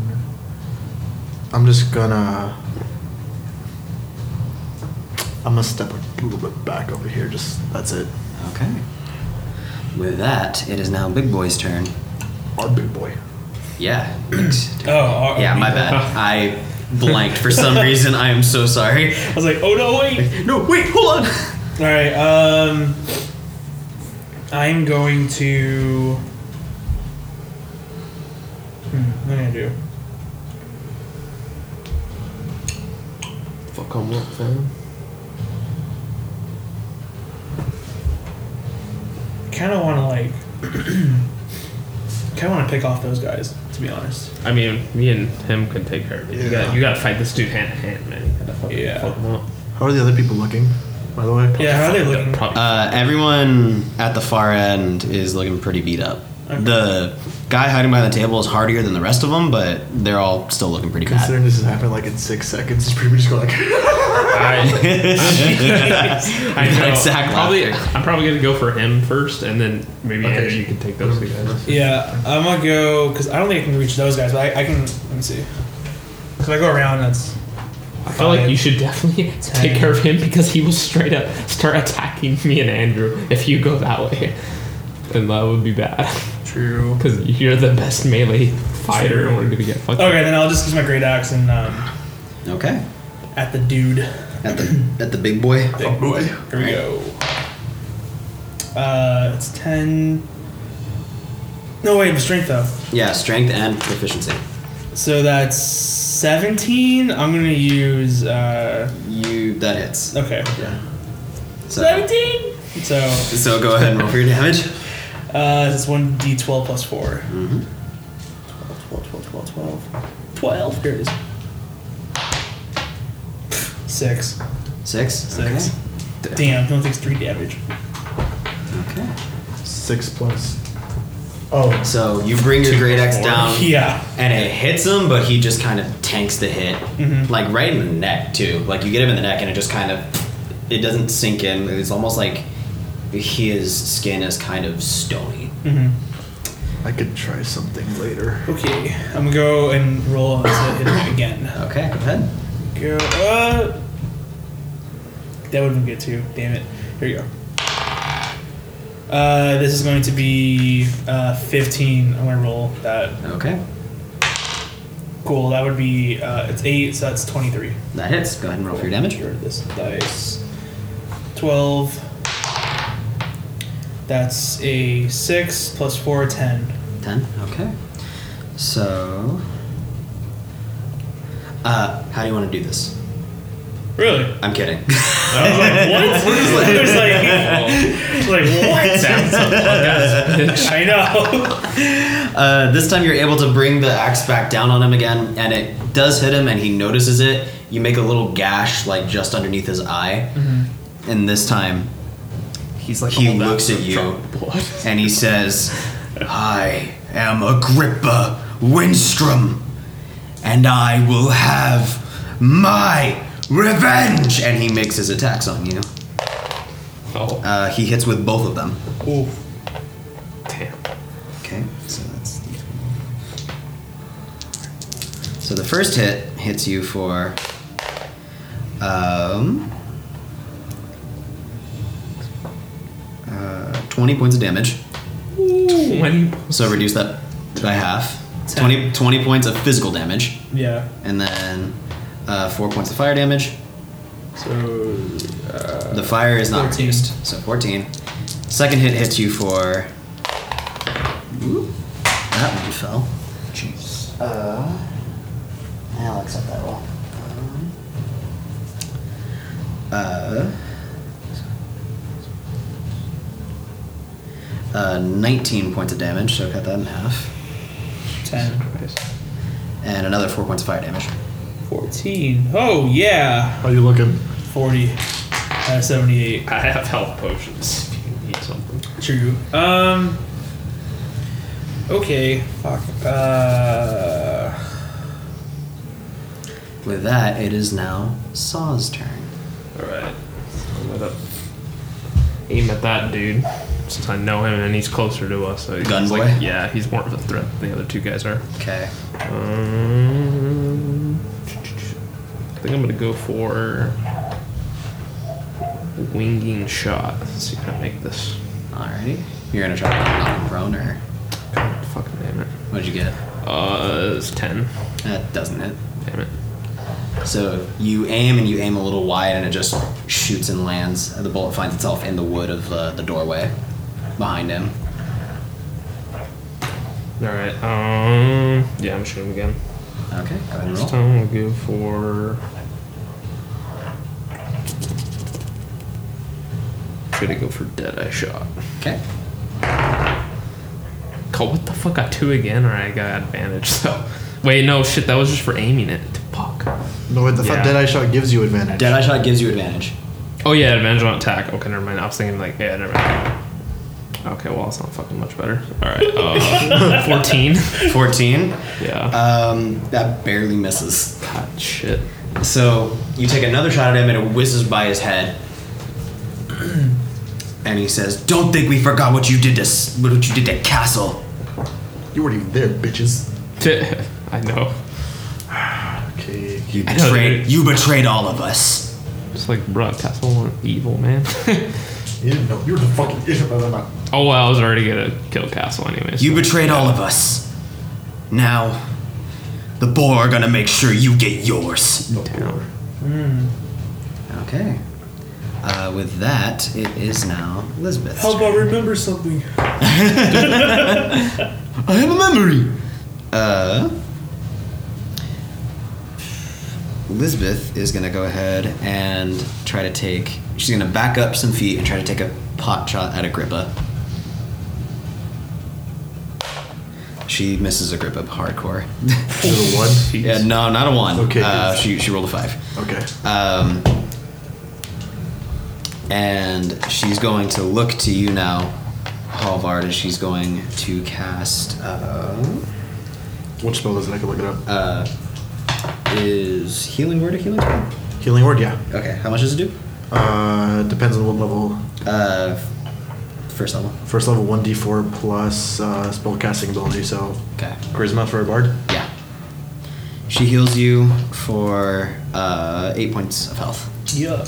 Speaker 7: I'm just gonna I'm gonna step a little bit back over here. Just that's it.
Speaker 2: Okay. With that, it is now Big Boy's turn.
Speaker 7: Our big boy.
Speaker 2: Yeah. Nick's
Speaker 5: Oh,
Speaker 2: turn.
Speaker 5: all right.
Speaker 2: yeah, my bad. I blanked for some reason. I am so sorry.
Speaker 5: I was like, oh no, wait.
Speaker 2: No, wait, hold on.
Speaker 5: All right. Um, I'm going to. Hmm, what am I gonna do?
Speaker 13: Fuck on what, fam?
Speaker 5: Kind of want to like. kind of want to pick off those guys, to be honest.
Speaker 4: I mean, me and him could take care of it. You got you got to fight this dude hand to hand, man. You gotta fucking
Speaker 5: Yeah.
Speaker 4: fuck him up.
Speaker 7: How are the other people looking? By the way.
Speaker 5: Yeah, how are they looking?
Speaker 4: Probably.
Speaker 2: Uh, everyone at the far end is looking pretty beat up.
Speaker 5: Okay.
Speaker 2: The guy hiding behind the table is hardier than the rest of them, but they're all still looking pretty bad.
Speaker 7: Considering this has happened like in six seconds, it's pretty much going like
Speaker 4: I, I know.
Speaker 2: Exact
Speaker 4: Probably,
Speaker 2: laughter.
Speaker 4: I'm probably gonna go for him first, and then maybe
Speaker 7: Okay.
Speaker 4: Andrew, you can take those two guys.
Speaker 5: Yeah, I'm gonna go because I don't think I can reach those guys, but I, I can. Let me see. Cause I go around, that's
Speaker 4: I feel like you should definitely take care of him because he will straight up start attacking me and Andrew if you go that way, and that would be bad
Speaker 5: true.
Speaker 4: because you're the best melee fighter, and we're gonna get fucked.
Speaker 5: Okay, then I'll just use my great axe and um,
Speaker 2: Okay.
Speaker 5: at the dude.
Speaker 2: At the at the big boy.
Speaker 5: Big Oh, boy. Here we go. Uh, it's ten. No wait, strength though.
Speaker 2: Yeah, strength and proficiency.
Speaker 5: So that's seventeen. I'm gonna use. Uh,
Speaker 2: You that hits.
Speaker 5: okay.
Speaker 2: Yeah. So,
Speaker 5: Seventeen. So
Speaker 2: So go ahead and roll for your damage.
Speaker 5: uh, it's one d12 plus four.
Speaker 2: Mm-hmm.
Speaker 5: 12, 12, 12, 12. 12. Here it is. Six.
Speaker 2: Six.
Speaker 5: Six. Damn, he only takes three damage.
Speaker 2: Okay.
Speaker 7: six plus. Oh,
Speaker 2: So you bring your great axe down,
Speaker 5: yeah.
Speaker 2: and it hits him, but he just kind of tanks the hit,
Speaker 5: Mhm.
Speaker 2: like right in the neck too. Like you get him in the neck, and it just kind of, it doesn't sink in. It's almost like his skin is kind of stony.
Speaker 5: Mm-hmm.
Speaker 7: I could try something later.
Speaker 5: Okay, I'm gonna go and roll on to hit it again.
Speaker 2: Okay, go ahead.
Speaker 5: Go. Uh, that would have been good too. Damn it. Here we go. Uh, this is going to be uh, 15. I'm gonna roll that.
Speaker 2: Okay,
Speaker 5: Cool. That would be uh, it's eight, so that's 23.
Speaker 2: that hits. Go ahead and roll for your damage.
Speaker 5: Sure, this dice. 12. That's a 6 plus 4, 10.
Speaker 2: 10. Okay. So. Uh, how do you want to do this?
Speaker 5: Really?
Speaker 2: I'm kidding.
Speaker 5: I was like, what? I was like, like
Speaker 4: Sounds like
Speaker 5: what? I know.
Speaker 2: Uh, this time you're able to bring the axe back down on him again, and it does hit him, and he notices it. You make a little gash, like just underneath his eye, and this time
Speaker 8: Mm-hmm. He's like,
Speaker 2: he looks at you, and he says, "I am Agrippa Winstrom, and I will have my revenge." And he makes his attacks on you.
Speaker 11: Oh.
Speaker 2: Uh, he hits with both of them.
Speaker 5: Ooh.
Speaker 4: Damn.
Speaker 2: Okay, so that's the So the first hit hits you for um, uh, 20 points of damage.
Speaker 11: When
Speaker 2: So reduce that by half. 20, 20 points of physical damage,
Speaker 5: Yeah.
Speaker 2: and then uh, 4 points of fire damage.
Speaker 5: So uh,
Speaker 2: The fire is not
Speaker 5: 14.
Speaker 2: reduced, so 14. Second hit hits you for. Ooh, that one fell. Jeez. Uh, I'll accept that roll. Um, Uh, uh, 19 points of damage, so cut that in half.
Speaker 5: 10.
Speaker 2: And another 4 points of fire damage.
Speaker 5: 14. Oh, yeah.
Speaker 7: How you looking?
Speaker 5: 40. Uh, 78.
Speaker 4: I have health potions. If you need something.
Speaker 5: True. Um. Okay. Fuck. Uh.
Speaker 2: With that, it is now Saw's turn.
Speaker 4: All right. I'm gonna aim at that dude since I know him and he's closer to us. So he's
Speaker 2: Gun
Speaker 4: like-
Speaker 2: boy?
Speaker 4: yeah, he's more of a threat than the other two guys are.
Speaker 2: Okay.
Speaker 4: Um, I think I'm gonna go for winging shot. Let's see if I make this.
Speaker 2: Alrighty. You're gonna try to knock him prone, or
Speaker 4: God, fucking damn it.
Speaker 2: what'd you get?
Speaker 4: Uh, it's ten.
Speaker 2: That doesn't hit.
Speaker 4: Damn it.
Speaker 2: So you aim and you aim a little wide, and it just shoots and lands. The bullet finds itself in the wood of the, the doorway behind him.
Speaker 4: All right. Um, yeah, I'm shooting again.
Speaker 2: Okay, go ahead and
Speaker 4: This
Speaker 2: roll.
Speaker 4: time I'm gonna go for. Should I go for Deadeye Shot?
Speaker 2: Okay.
Speaker 4: God, what the fuck? Got two again, or I got advantage. So, wait, no shit. That was just for aiming it. Fuck.
Speaker 7: No, wait, the
Speaker 4: Yeah.
Speaker 7: yeah. Deadeye Shot gives you advantage.
Speaker 2: Deadeye shot gives you advantage.
Speaker 4: Oh yeah, advantage on attack. Okay, never mind. I was thinking like, yeah, never mind. Okay, well, it's not fucking much better. All right, uh, fourteen.
Speaker 2: Fourteen.
Speaker 4: Yeah.
Speaker 2: Um, that barely misses.
Speaker 4: Uh, God, shit.
Speaker 2: So you take another shot at him, and it whizzes by his head. And he says, "Don't think we forgot what you did to s- what you did to Castle."
Speaker 7: You weren't even there, bitches.
Speaker 4: I know.
Speaker 7: Okay.
Speaker 2: You
Speaker 4: I know,
Speaker 2: betrayed.
Speaker 4: dude.
Speaker 2: You betrayed all of us.
Speaker 4: It's like, bro, Castle went evil, man.
Speaker 7: You didn't know. You were the fucking idiot. Blah, blah, blah.
Speaker 4: oh well, I was already gonna kill Castle anyways.
Speaker 2: You betrayed all of us. Now, the boar are gonna make sure you get yours.
Speaker 4: Down.
Speaker 2: Okay. Uh, with that, it is now Lisbeth's.
Speaker 5: How about remember something?
Speaker 2: I have a memory. Uh, Lisbeth is gonna go ahead and try to take. She's gonna back up some feet and try to take a pot shot at Agrippa. She misses Agrippa hardcore.
Speaker 7: Is it a one?
Speaker 2: yeah, no, not a one.
Speaker 7: Okay,
Speaker 2: Uh,
Speaker 7: good.
Speaker 2: she she rolled a five.
Speaker 7: Okay.
Speaker 2: Um, and she's going to look to you now, Halvard, and she's going to cast. Uh,
Speaker 7: What spell is it? I can look it up.
Speaker 2: uh, is healing word a healing spell?
Speaker 7: Healing word, yeah.
Speaker 2: Okay, how much does it do?
Speaker 7: Uh, depends on what level.
Speaker 2: Uh, first level.
Speaker 7: First level 1d4 plus uh, spellcasting ability, so
Speaker 2: Okay.
Speaker 7: charisma for a bard.
Speaker 2: Yeah. She heals you for uh, eight points of health.
Speaker 5: Yeah.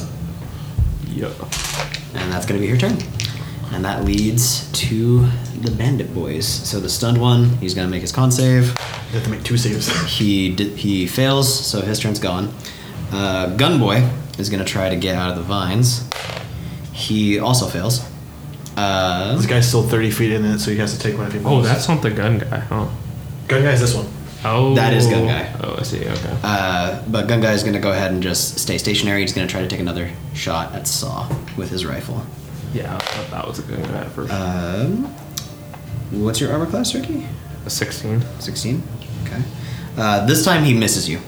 Speaker 7: Yep.
Speaker 2: And that's going to be her turn. And that leads to the bandit boys. So the stunned one, he's going to make his con save.
Speaker 7: You have to make two saves.
Speaker 2: He did, he fails, so his turn's gone. Uh, gun boy is going to try to get out of the vines. He also fails. Uh,
Speaker 7: This guy's still 30 feet in it, so he has to take one if he moves.
Speaker 11: Oh, that's not the gun guy, huh?
Speaker 7: Gun guy is this one.
Speaker 11: Oh,
Speaker 2: That is gun guy.
Speaker 11: Oh, I see. Okay.
Speaker 2: Uh, but Gun Guy's gonna go ahead and just stay stationary. He's gonna try to take another shot at Saw with his rifle.
Speaker 11: Yeah, I thought that was a gun guy at first.
Speaker 2: Um, what's your armor class, Ricky?
Speaker 11: a sixteen.
Speaker 2: 16? Okay. Uh, this time he misses you.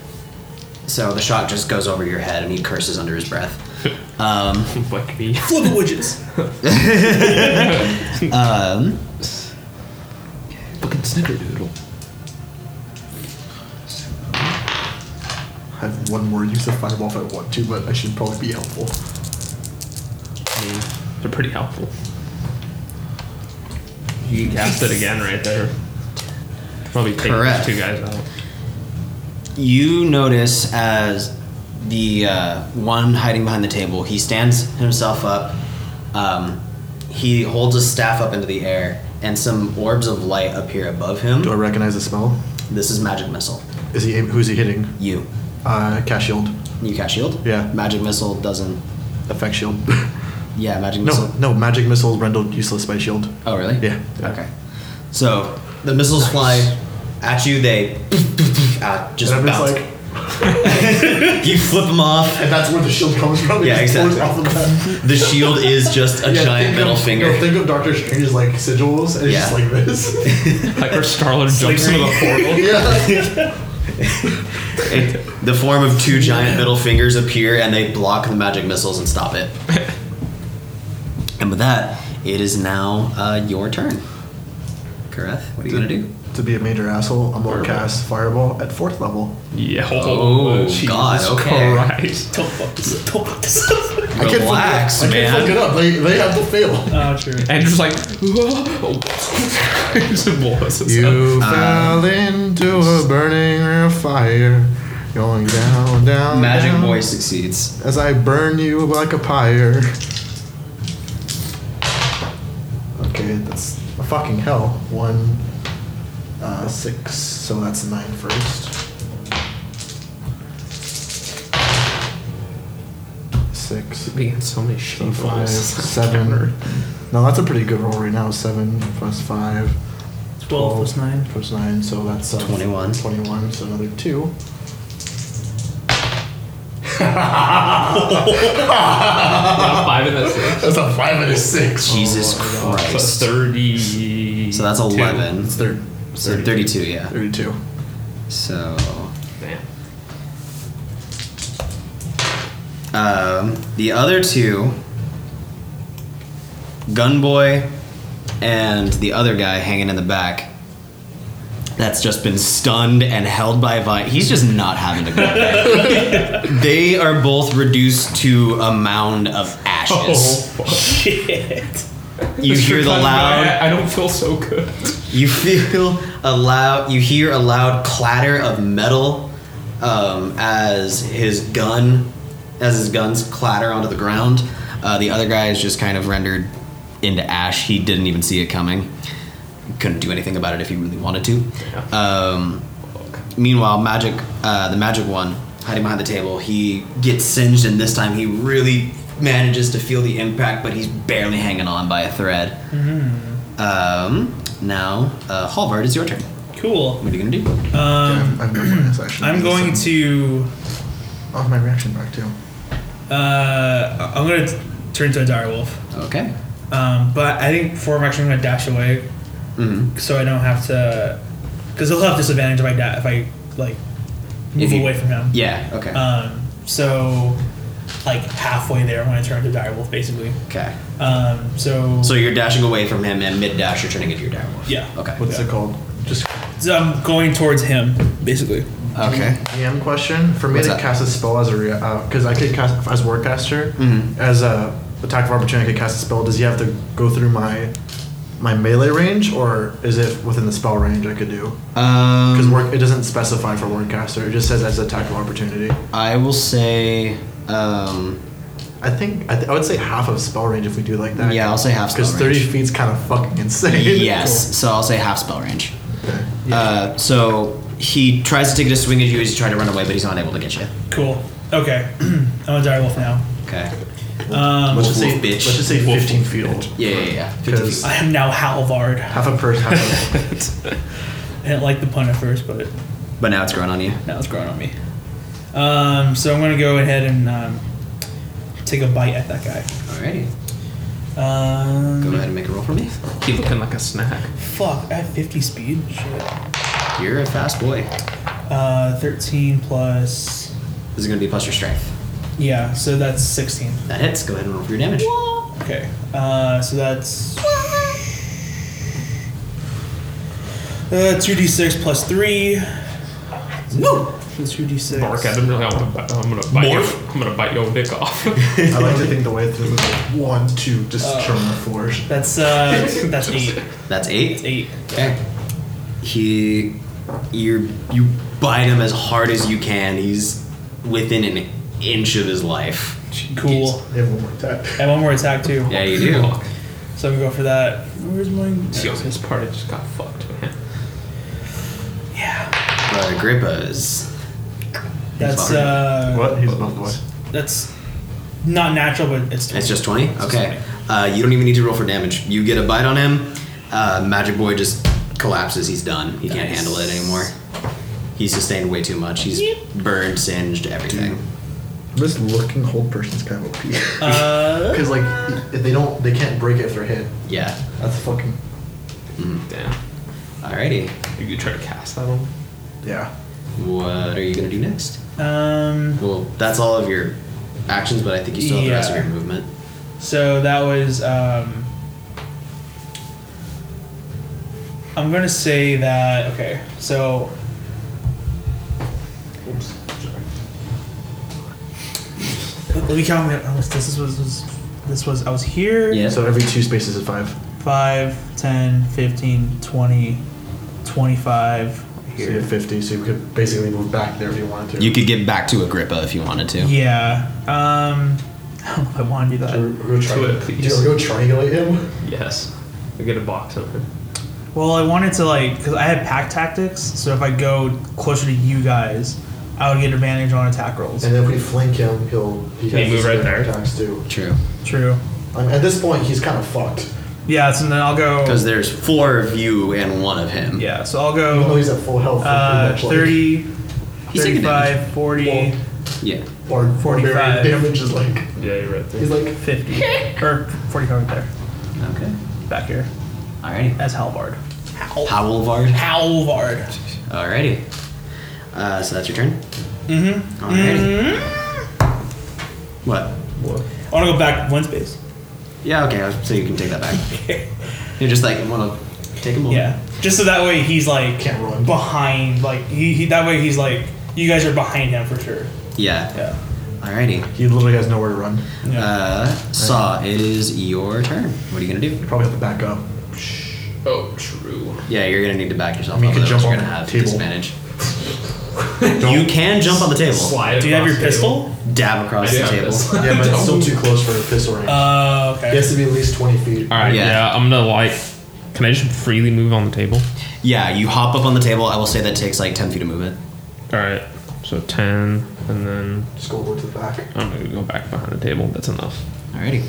Speaker 2: So the shot just goes over your head and he curses under his breath. Um,
Speaker 11: Like me.
Speaker 5: Flip it, widgets.
Speaker 2: um,
Speaker 11: Fucking snickerdoodle.
Speaker 7: I have one more use of fireball if I want to, but I should probably be helpful.
Speaker 11: I mean, they're pretty helpful. You can cast it again right there. Probably take
Speaker 2: Correct.
Speaker 11: these two guys out.
Speaker 2: you notice as the uh, one hiding behind the table, he stands himself up. Um, he holds his staff up into the air, and some orbs of light appear above
Speaker 7: Do I
Speaker 2: him.
Speaker 7: recognize the smell?
Speaker 2: This is magic missile.
Speaker 7: Is he aim- who's he hitting?
Speaker 2: You,
Speaker 7: Uh, cast shield,
Speaker 2: you cast shield.
Speaker 7: Yeah.
Speaker 2: Magic missile doesn't.
Speaker 7: effect shield.
Speaker 2: Yeah, magic
Speaker 7: no,
Speaker 2: missile.
Speaker 7: no, magic missiles rendered useless by shield.
Speaker 2: Oh really?
Speaker 7: Yeah.
Speaker 2: Okay. So the missiles fly at you. They uh, just
Speaker 7: And I'm just
Speaker 2: bounce.
Speaker 7: like-
Speaker 2: you flip them off.
Speaker 7: And that's where the shield comes from.
Speaker 2: Yeah,
Speaker 7: just pours
Speaker 2: exactly.
Speaker 7: Off the bat.
Speaker 2: The shield is just a
Speaker 7: Yeah,
Speaker 2: giant
Speaker 7: think
Speaker 2: middle
Speaker 7: of,
Speaker 2: finger.
Speaker 7: No, think of Doctor Strange's like sigils, and it's just
Speaker 2: Yeah.
Speaker 7: like this.
Speaker 11: Like where Starlord jumps into the portal.
Speaker 7: yeah.
Speaker 2: It- the form of two giant middle fingers appear and they block the magic missiles and stop it. and with that, it is now uh, your turn. Kareth, what are you gonna do?
Speaker 7: To be a major asshole, I'm gonna cast fireball at fourth level.
Speaker 11: Yeah.
Speaker 2: Oh, God, okay.
Speaker 11: Christ.
Speaker 5: Don't fuck this up. Don't fuck this up.
Speaker 7: I can't
Speaker 2: Relax,
Speaker 7: fuck it up. I can't fuck
Speaker 2: man.
Speaker 7: it up. They, they have to fail.
Speaker 5: Oh, true.
Speaker 11: And just like, just blows us up.
Speaker 7: You fell into a burning fire, going down, down.
Speaker 2: Magic
Speaker 7: down,
Speaker 2: boy succeeds.
Speaker 7: As I burn you like a pyre. Okay, that's a fucking hell. One, uh, six, so that's a nine first. Six,
Speaker 11: We got so many shameful
Speaker 7: five, seven. No, that's a pretty good roll right now. Seven plus five.
Speaker 5: 12 plus 9.
Speaker 7: Plus 9, so that's uh,
Speaker 2: 21.
Speaker 7: 21, so another 2.
Speaker 11: Five and a six.
Speaker 7: That's a 5 and a 6.
Speaker 2: Jesus
Speaker 4: Oh,
Speaker 2: Christ.
Speaker 11: So thirty.
Speaker 2: So that's 11.
Speaker 7: It's thir-
Speaker 2: So 32, yeah.
Speaker 7: 32.
Speaker 2: So,
Speaker 11: Damn.
Speaker 2: um, the other two, Gunboy and the other guy hanging in the back, that's just been stunned and held by vine. He's just not having a good day. they are both reduced to a mound of ashes.
Speaker 5: Shit.
Speaker 2: you hear the loud
Speaker 11: I, I don't feel so good.
Speaker 2: You feel a loud, you hear a loud clatter of metal um, as his gun, as his guns clatter onto the ground. Uh, the other guy is just kind of rendered into ash. He didn't even see it coming. Couldn't do anything about it if he really wanted to. Um, meanwhile, magic, uh, the magic one hiding behind the table, he gets singed, and this time he really manages to feel the impact, but he's barely hanging on by a thread. Um, now, uh, Halvard, it's your turn.
Speaker 5: Cool.
Speaker 2: What are you gonna do?
Speaker 5: Um,
Speaker 7: I've done this, I should
Speaker 5: I'm
Speaker 7: do this
Speaker 5: going
Speaker 7: in-
Speaker 5: to.
Speaker 7: Oh, my reaction back too.
Speaker 5: Uh, I'm going to turn into a direwolf.
Speaker 2: Okay.
Speaker 5: Um, but I think before I'm actually going to dash away
Speaker 2: hmm
Speaker 5: so I don't have to. Because I'll have disadvantage if I, da- if I like, move
Speaker 2: you-
Speaker 5: away from him.
Speaker 2: Yeah. Okay.
Speaker 5: Um, so, like halfway there, I'm going to turn into direwolf basically.
Speaker 2: okay.
Speaker 5: Um, so,
Speaker 2: So you're dashing away from him, and mid dash, you're turning into your direwolf.
Speaker 5: Yeah.
Speaker 2: Okay.
Speaker 7: What's
Speaker 5: Yeah.
Speaker 7: it called? Just
Speaker 5: so I'm going towards him basically.
Speaker 2: Okay.
Speaker 7: DM question. For me
Speaker 2: What's
Speaker 7: to
Speaker 2: that?
Speaker 7: cast a spell as a. Because uh 'cause I could cast as Wordcaster.
Speaker 2: Mhm.
Speaker 7: As a attack of opportunity, I could cast a spell. Does he have to go through my my melee range, or is it within the spell range I could do? Because
Speaker 2: Um,
Speaker 7: work it doesn't specify for wordcaster. It just says as attack of opportunity.
Speaker 2: I will say, um,
Speaker 7: I think I, th- I would say half of spell range if we do like that.
Speaker 2: yeah, I'll say half spell
Speaker 7: Because thirty
Speaker 2: range.
Speaker 7: feet's kind of fucking insane.
Speaker 2: Yes, so I'll say half spell range.
Speaker 7: Okay.
Speaker 2: Uh, so he tries to take a swing at you as you try to run away, but he's not able to get you.
Speaker 5: Cool. Okay. I'm a direwolf now.
Speaker 2: Okay.
Speaker 5: Um,
Speaker 7: Let's just say
Speaker 2: Wolf, wolf, bitch.
Speaker 7: let's just say fifteen feet.
Speaker 2: Yeah, yeah, yeah. 50 feet.
Speaker 7: Because
Speaker 5: I am now Halvard.
Speaker 7: half a person. Half a,
Speaker 5: I didn't like the pun at first, but
Speaker 2: But now it's grown on you.
Speaker 5: now it's growing on me. Um, so I'm gonna go ahead and um, take a bite at that guy.
Speaker 2: Alrighty.
Speaker 5: Um,
Speaker 7: Mm-hmm.
Speaker 2: Go ahead and make a roll for me.
Speaker 4: Keep looking like a snack.
Speaker 5: Fuck, I have 50 speed. Shit.
Speaker 2: You're a fast boy.
Speaker 5: Uh, 13 plus.
Speaker 2: This is going to be plus your strength.
Speaker 5: Yeah, so that's 16.
Speaker 2: That hits. Go ahead and roll for your damage.
Speaker 5: Okay. Uh, so that's. Uh, 2d6 plus 3.
Speaker 2: No!
Speaker 5: 2d6.
Speaker 4: Bark at him. Like, I'm, gonna bite, I'm gonna bite your, I'm gonna bite your dick off.
Speaker 7: I like to think the way through was like one, two, just
Speaker 5: Oh.
Speaker 7: showing the force.
Speaker 5: That's, uh, that's 8.
Speaker 2: That's eight.
Speaker 5: 8.
Speaker 2: Okay. He, you, you bite him as hard as you can. He's within an inch of his life.
Speaker 5: Cool.
Speaker 7: They have one more attack.
Speaker 5: And one more attack, too.
Speaker 2: Yeah, you do.
Speaker 5: So I'm gonna go for that. Where's my.
Speaker 4: Yo, this party just got fucked, man.
Speaker 5: Yeah.
Speaker 2: But Agrippa's.
Speaker 5: That's,
Speaker 2: Sorry.
Speaker 5: uh.
Speaker 7: What? He's above the way.
Speaker 5: That's not natural, but it's.
Speaker 2: It's just 20? Okay. Uh, you don't even need to roll for damage. You get a bite on him. Uh, Magic Boy just collapses. He's done. He can't handle it anymore. He sustained way too much. He's burned, singed, everything.
Speaker 7: This looking whole person's kind of OP.
Speaker 5: Uh,
Speaker 7: Because like, if they don't, they can't break it if they're hit.
Speaker 2: Yeah.
Speaker 7: That's fucking.
Speaker 4: Damn.
Speaker 2: Alrighty.
Speaker 4: You could try to cast that one.
Speaker 7: Yeah.
Speaker 2: What are you going to do next?
Speaker 5: um.
Speaker 2: Well, that's all of your actions, but I think you still have the rest of
Speaker 5: Yeah.
Speaker 2: your movement.
Speaker 5: So that was. Um, I'm gonna say that. Okay, so. Let let me count. my- oh, This is was, was this was I was here.
Speaker 2: Yeah.
Speaker 7: So every two spaces is five.
Speaker 5: 5, 10, 15, 20, 25.
Speaker 7: So you have fifty. So you could basically move back there if you wanted to.
Speaker 2: You could get back to Agrippa if you wanted to.
Speaker 5: Yeah. Um, I don't know if I want Uh, to do that.
Speaker 7: So we'll go try-
Speaker 4: Do it, please.
Speaker 7: Do you wanna go triangulate him?
Speaker 4: Yes. We get a box on him.
Speaker 5: Well, I wanted to like because I had pack tactics, so if I go closer to you guys, I would get advantage on attack rolls.
Speaker 7: And then if we flank him, he'll he
Speaker 4: Can you
Speaker 7: has
Speaker 4: move
Speaker 7: to
Speaker 4: right
Speaker 7: spare
Speaker 4: there?
Speaker 7: attacks too.
Speaker 2: True.
Speaker 5: True.
Speaker 7: I mean, at this point, he's kind of fucked.
Speaker 5: Yeah. So then I'll go.
Speaker 2: Because there's four of you and one of him.
Speaker 5: Yeah. So I'll
Speaker 7: Even though
Speaker 5: go
Speaker 7: he's at full health.
Speaker 5: uh,
Speaker 7: he's like-
Speaker 5: 30,
Speaker 2: He's taking
Speaker 5: 35, 40,
Speaker 7: Well,
Speaker 2: Yeah.
Speaker 7: Or
Speaker 5: 45.
Speaker 7: forty-five damage is like
Speaker 4: Yeah, you're right there.
Speaker 7: he's like
Speaker 5: 50, or 45 right there,
Speaker 2: Okay.
Speaker 5: back here
Speaker 2: Alrighty.
Speaker 5: as Halvard. Hal-
Speaker 2: Howlvard.
Speaker 5: Halvard.
Speaker 2: Alrighty. Uh, so that's your turn?
Speaker 5: Mm-hmm.
Speaker 2: Alrighty. What?
Speaker 5: I want to go back one space.
Speaker 2: Yeah, okay, so you can take that back. You're just like, want to take a moment.
Speaker 5: Yeah. Just so that way he's like
Speaker 7: Can't run.
Speaker 5: behind, like he, he that way he's like you guys are behind him for sure.
Speaker 2: Yeah.
Speaker 5: Yeah.
Speaker 2: Alrighty.
Speaker 7: he literally has nowhere to run.
Speaker 5: Yeah.
Speaker 2: Uh, Saw, it is your turn. What are you going to do?
Speaker 7: Probably have to back up.
Speaker 4: Oh, true.
Speaker 2: Yeah, you're going to need to back yourself.
Speaker 7: I mean, you
Speaker 2: up,
Speaker 7: could jump on
Speaker 2: otherwise you're
Speaker 7: the
Speaker 2: gonna
Speaker 7: table.
Speaker 2: have disadvantage. you can jump on the table.
Speaker 4: Slide
Speaker 5: Do you have your
Speaker 4: across the table.
Speaker 5: pistol?
Speaker 2: Dab across
Speaker 4: I do
Speaker 2: the
Speaker 4: have
Speaker 2: table.
Speaker 4: this.
Speaker 7: Yeah, but it's still too close for a pistol range.
Speaker 5: Uh, okay.
Speaker 7: he has to be at least twenty feet.
Speaker 4: All right,
Speaker 2: Yeah.
Speaker 4: yeah. I'm gonna like. Can I just freely move on the table?
Speaker 2: Yeah, you hop up on the table. I will say that takes like 10 feet of movement.
Speaker 4: All right, so ten, and then
Speaker 7: Just go over to the back.
Speaker 4: I'm gonna go back behind the table. That's enough.
Speaker 2: Alrighty.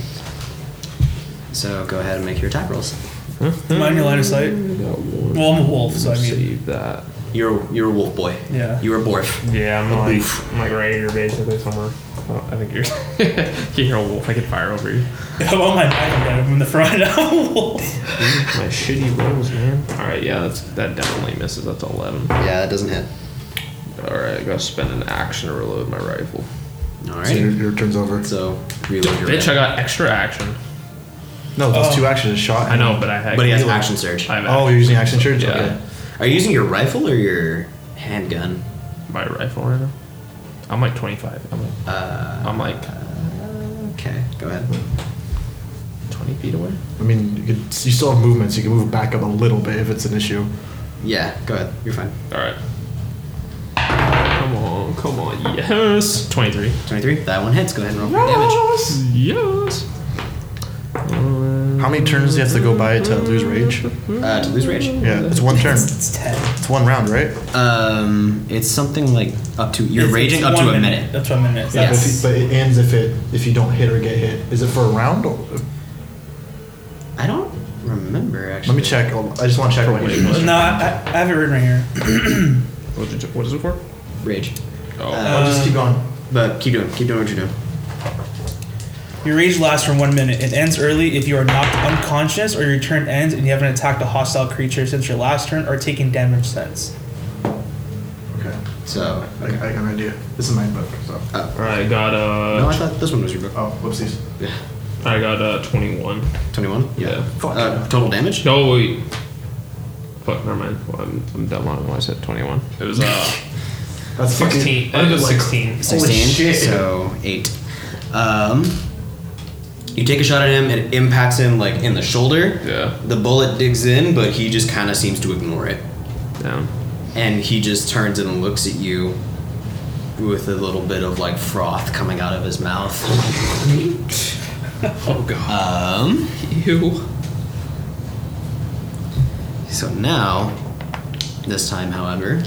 Speaker 2: So go ahead and make your attack rolls.
Speaker 5: Am I in your line of sight? Well, I'm a wolf, so I mean,
Speaker 4: save that.
Speaker 2: You're you're a wolf boy.
Speaker 5: yeah.
Speaker 2: You're a borf.
Speaker 4: Yeah, I'm like I'm like right here, basically somewhere. Oh, I think you're you're a wolf. I could fire over you.
Speaker 5: How about my back again? I'm in the front. I'm a wolf.
Speaker 4: My shitty rolls, man. All right, yeah, that's that definitely misses. That's eleven. All
Speaker 2: Yeah, that doesn't hit.
Speaker 4: right, I gotta spend an action to reload my rifle.
Speaker 7: So your,
Speaker 2: Alrighty.
Speaker 7: your turn's over.
Speaker 2: So reload your
Speaker 4: Bitch, I
Speaker 2: round.
Speaker 4: got extra action.
Speaker 7: No, those
Speaker 5: Oh.
Speaker 7: two actions is shot.
Speaker 4: I know, but I had.
Speaker 2: But he has action surge.
Speaker 4: I have
Speaker 7: Oh, you're using action surge.
Speaker 4: Yeah.
Speaker 7: Okay.
Speaker 2: Are you using your rifle or your handgun?
Speaker 4: my rifle right now. I'm like 25. I'm like,
Speaker 2: Uh,
Speaker 4: I'm like
Speaker 2: okay, go ahead.
Speaker 4: twenty feet away?
Speaker 7: I mean, you, could, you still have movement, so you can move back up a little bit if it's an issue.
Speaker 2: Yeah, go ahead. You're fine.
Speaker 14: All right.
Speaker 4: Come on, come on, yes. Twenty-three.
Speaker 2: 23. That one hits. Go ahead and roll for damage.
Speaker 4: Yes.
Speaker 15: How many turns do you have to go by to lose rage?
Speaker 2: Uh, to lose rage.
Speaker 15: Yeah, it's one turn.
Speaker 5: It's ten.
Speaker 15: It's one round, right?
Speaker 2: Um, it's something like up to you're
Speaker 5: It's-
Speaker 2: raging
Speaker 5: it's
Speaker 2: up to
Speaker 5: one
Speaker 2: a minute.
Speaker 5: That's one minute.
Speaker 2: Yeah.
Speaker 5: That's-
Speaker 2: Yes.
Speaker 7: But, if you, but it ends if it if you don't hit or get hit. Is it for a round? Or,
Speaker 2: I don't remember actually.
Speaker 15: Let me check.
Speaker 7: Oh,
Speaker 15: Hold on. I just want to check what you
Speaker 5: No, I, I I have it written right here.
Speaker 15: What did you- What is it for?
Speaker 2: Rage.
Speaker 14: Oh.
Speaker 2: Uh,
Speaker 7: oh, just keep going.
Speaker 2: but keep doing. Keep doing what you're doing.
Speaker 5: Your rage lasts for one minute. It ends early if you are knocked unconscious or your turn ends and you haven't attacked a hostile creature since your last turn or taken damage since.
Speaker 7: Okay,
Speaker 2: So.
Speaker 7: I, I got an idea. This is my book. So.
Speaker 4: I got uh,
Speaker 2: No, I thought this one was your book.
Speaker 7: Oh, whoopsies.
Speaker 4: I got uh, twenty-one.
Speaker 2: 21?
Speaker 4: Yeah.
Speaker 7: Fuck.
Speaker 2: Uh, total damage?
Speaker 4: No wait. Fuck, never mind. Well, I'm, I'm dumb on it when I said twenty-one.
Speaker 14: It was uh.
Speaker 7: That's fucking-
Speaker 4: I think it was
Speaker 7: like-
Speaker 4: sixteen.
Speaker 2: 16. So 8. Um, you take a shot at him, it impacts him like in the shoulder.
Speaker 14: Yeah.
Speaker 2: The bullet digs in, but he just kind of seems to ignore it.
Speaker 4: Down.
Speaker 2: And he just turns and looks at you with a little bit of like froth coming out of his mouth.
Speaker 4: Oh god.
Speaker 2: Um,
Speaker 4: You.
Speaker 2: so now, this time, however,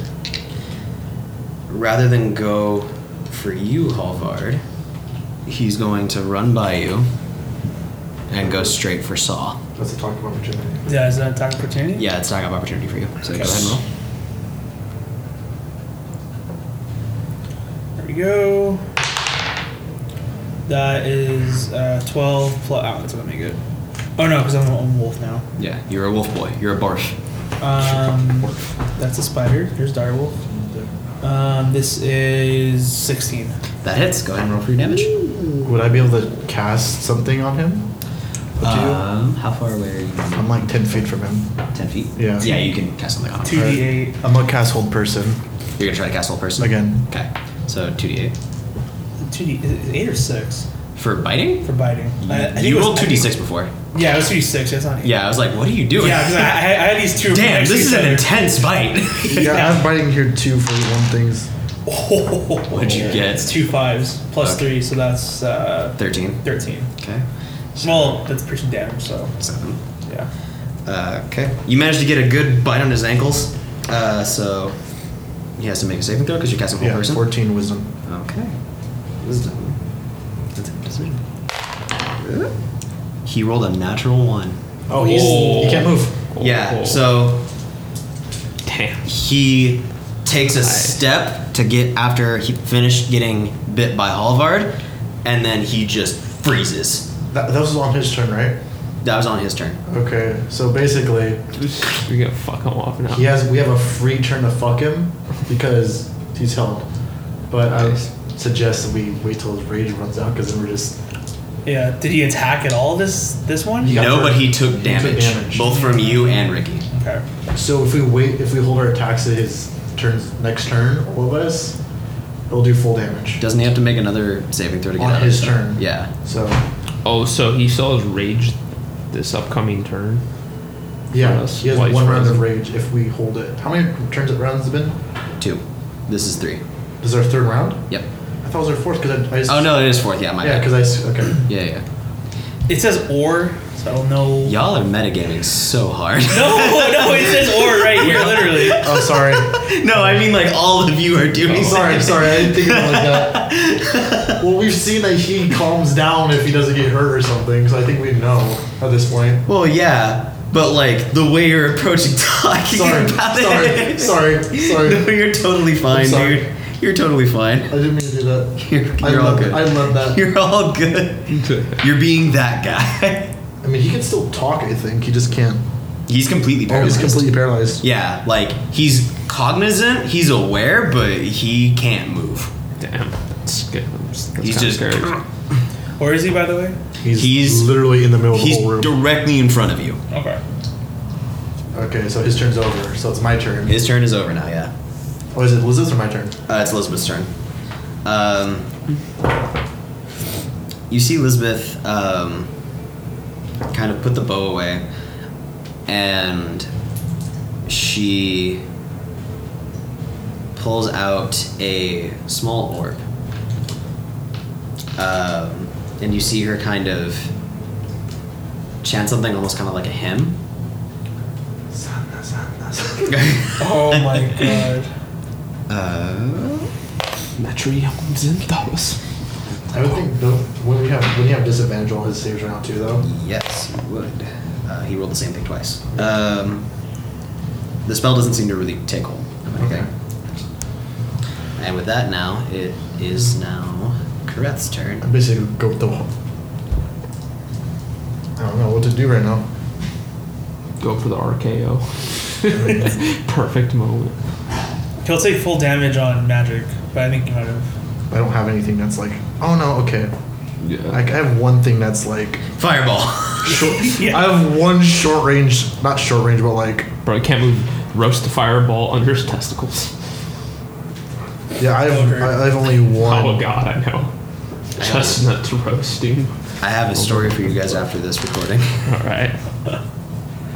Speaker 2: rather than go for you, Halvard, he's going to run by you and go straight for Saw.
Speaker 7: That's a talk of opportunity.
Speaker 5: Yeah, is that an attack opportunity?
Speaker 2: Yeah, it's not an opportunity for you. So go ahead and roll.
Speaker 5: There we go. That is uh, 12 plus. Oh, that's gonna make it. Oh no, because I'm a I'm a wolf now.
Speaker 2: Yeah, you're a wolf boy. You're a barf.
Speaker 5: Um, that's a spider. Here's direwolf. Um, this is 16.
Speaker 2: That hits. Go ahead and roll for your damage.
Speaker 7: Would I be able to cast something on him? Up to you?
Speaker 2: Um, how far away are you?
Speaker 7: I'm like 10 feet from him.
Speaker 2: Ten feet.
Speaker 7: Yeah.
Speaker 2: Yeah, you can cast something on. him.
Speaker 5: 2d8.
Speaker 7: I'm gonna cast Hold Person
Speaker 2: You're gonna try to cast whole person
Speaker 7: again.
Speaker 2: Okay. So two d eight
Speaker 5: 2d. Is it 8 or 6
Speaker 2: for biting.
Speaker 5: for biting? Uh, I- I think it
Speaker 2: you
Speaker 5: was-
Speaker 2: rolled
Speaker 5: I
Speaker 2: two
Speaker 5: think-
Speaker 2: d six before.
Speaker 5: Yeah, it was 2d6. That's not 8.
Speaker 2: Yeah, I was like, what are you doing?
Speaker 5: Yeah, because I, I, I had these two.
Speaker 2: Damn,
Speaker 5: next to
Speaker 2: this is
Speaker 5: each
Speaker 2: an
Speaker 5: other.
Speaker 2: intense bite.
Speaker 7: Yeah, I'm biting here too for one things.
Speaker 2: What'd you get?
Speaker 5: It's two fives plus
Speaker 2: Okay.
Speaker 5: three, so that's uh,
Speaker 2: Thirteen.
Speaker 5: 13.
Speaker 2: Okay.
Speaker 5: Well, that's pretty damage, so
Speaker 2: Seven.
Speaker 5: yeah.
Speaker 2: Uh, okay. You managed to get a good bite on his ankles. Uh, so he has to make a saving throw because you're casting whole
Speaker 7: Yeah,
Speaker 2: person.
Speaker 7: 14 wisdom.
Speaker 2: Okay. Wisdom. That's a decision. He rolled a natural one.
Speaker 7: Oh, he's, he can't move. Oh.
Speaker 2: Yeah, so
Speaker 4: Damn.
Speaker 2: he takes a step to get after he finished getting bit by Halvard, and then he just freezes.
Speaker 7: That, that was on his turn, right?
Speaker 2: That was on his turn.
Speaker 7: Okay, so basically,
Speaker 4: We gotta fuck him off now.
Speaker 7: he has we have a free turn to fuck him because he's held. But I suggest that we wait till his rage runs out because then we're just.
Speaker 5: Yeah. Did he attack at all this this one?
Speaker 7: Yeah.
Speaker 2: No, but he took
Speaker 7: He took
Speaker 2: damage,
Speaker 7: damage.
Speaker 2: both from you and Ricky.
Speaker 5: Okay.
Speaker 7: So if we wait, if we hold our attacks to his turns next turn, all of us, it'll do full damage.
Speaker 2: Doesn't he have to make another saving throw to get
Speaker 7: On
Speaker 2: out of
Speaker 7: his
Speaker 2: it?
Speaker 7: turn.
Speaker 2: Yeah.
Speaker 7: So
Speaker 4: Oh, so he still has rage this upcoming turn.
Speaker 7: yeah,
Speaker 4: Yes,
Speaker 7: he has
Speaker 4: twice
Speaker 7: one round of
Speaker 4: frozen.
Speaker 7: rage if we hold it. How many turns it rounds have been?
Speaker 2: Two. This is three.
Speaker 7: This is our third round.
Speaker 2: Yep.
Speaker 7: I thought it was our fourth because I, I just,
Speaker 2: Oh no, it is fourth. Yeah, my
Speaker 7: yeah
Speaker 2: bad.
Speaker 7: because I s- okay.
Speaker 2: Yeah, yeah.
Speaker 5: It says or, so I don't know.
Speaker 2: Y'all are metagaming so hard.
Speaker 5: No, no, it says or right here, literally.
Speaker 7: Oh sorry,
Speaker 2: no, I mean like all of you are doing.
Speaker 7: sorry, sorry. I didn't think of it like that. Well, we've seen that he calms down if he doesn't get hurt or something, so I think we know at this point.
Speaker 2: Well, yeah, but like the way you're approaching talking
Speaker 7: Sorry,
Speaker 2: about
Speaker 7: sorry,
Speaker 2: it.
Speaker 7: sorry, sorry.
Speaker 2: No, you're totally fine,
Speaker 7: sorry.
Speaker 2: dude. You're totally
Speaker 7: I
Speaker 2: fine.
Speaker 7: didn't mean to do that.
Speaker 2: You're,
Speaker 7: I
Speaker 2: you're all
Speaker 7: love
Speaker 2: good.
Speaker 7: I love that.
Speaker 2: You're all good. You're being that guy.
Speaker 7: I mean, he can still talk. I think he just can't.
Speaker 2: He's completely
Speaker 7: He's
Speaker 2: paralyzed.
Speaker 7: completely paralyzed.
Speaker 2: yeah, like he's cognizant, he's aware, but he can't move.
Speaker 4: Damn. That's good. That's
Speaker 2: He's
Speaker 4: kinda
Speaker 2: just-
Speaker 4: scary.
Speaker 5: Where is he, by the way?
Speaker 7: He's,
Speaker 2: He's-
Speaker 7: literally in the middle of the
Speaker 2: He's
Speaker 7: whole room.
Speaker 2: directly in front of you.
Speaker 5: Okay.
Speaker 7: okay, so his turn's over. So it's my turn.
Speaker 2: His turn is over now. Yeah,
Speaker 7: Oh, is it Liz's or my turn?
Speaker 2: uh, it's Elizabeth's turn. Um, you see Elizabeth um, kind of put the bow away, and she pulls out a small orb. Um, and you see her kind of chant something almost kind of like a hymn.
Speaker 16: Oh my god.
Speaker 2: Uh,
Speaker 4: Matriarchs and Taurus.
Speaker 7: I would think no, when we have when you have disadvantage on his saves right now too though.
Speaker 2: Yes, you would. Uh, he rolled the same thing twice. Um, the spell doesn't seem to really take hold of anything. And with that, now it is now Kareth's turn.
Speaker 7: I basically go with the. I don't know what to do right now.
Speaker 4: Go for the RKO. Perfect moment.
Speaker 5: He'll take full damage on magic, but I think he might have.
Speaker 7: I don't have anything that's like. Oh no, okay.
Speaker 4: Yeah.
Speaker 7: Like I have one thing that's like.
Speaker 2: Fireball.
Speaker 7: Short,
Speaker 5: Yeah.
Speaker 7: I have one short range, not short range, but like.
Speaker 4: Bro, I can't move. Roast the fireball under his testicles.
Speaker 7: Yeah, I have,
Speaker 5: Poker.
Speaker 7: I I have only one.
Speaker 4: Oh god, I know. Chestnuts roasting.
Speaker 2: I have a story for you guys after this recording.
Speaker 4: Alright.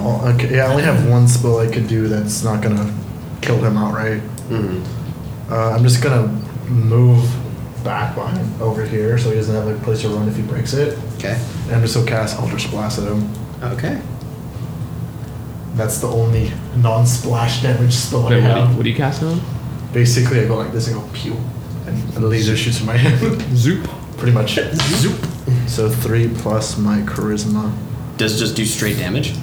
Speaker 7: Oh, okay. Yeah, I only have one spell I could do that's not gonna kill him outright.
Speaker 2: Mm-hmm.
Speaker 7: Uh, I'm just gonna move back behind over here so he doesn't have a place to run if he breaks it.
Speaker 2: Okay.
Speaker 7: And I'm just gonna cast Eldritch Blast at him.
Speaker 2: Okay.
Speaker 7: That's the only non-splash damage spell
Speaker 4: Wait,
Speaker 7: I
Speaker 4: what, do you,
Speaker 7: have.
Speaker 4: what do you cast on?
Speaker 7: Basically, I go like this and go pew, and a laser shoots from my hand.
Speaker 4: Zoop.
Speaker 7: Pretty much. Zoop. So three plus my charisma.
Speaker 2: Does it just do straight damage?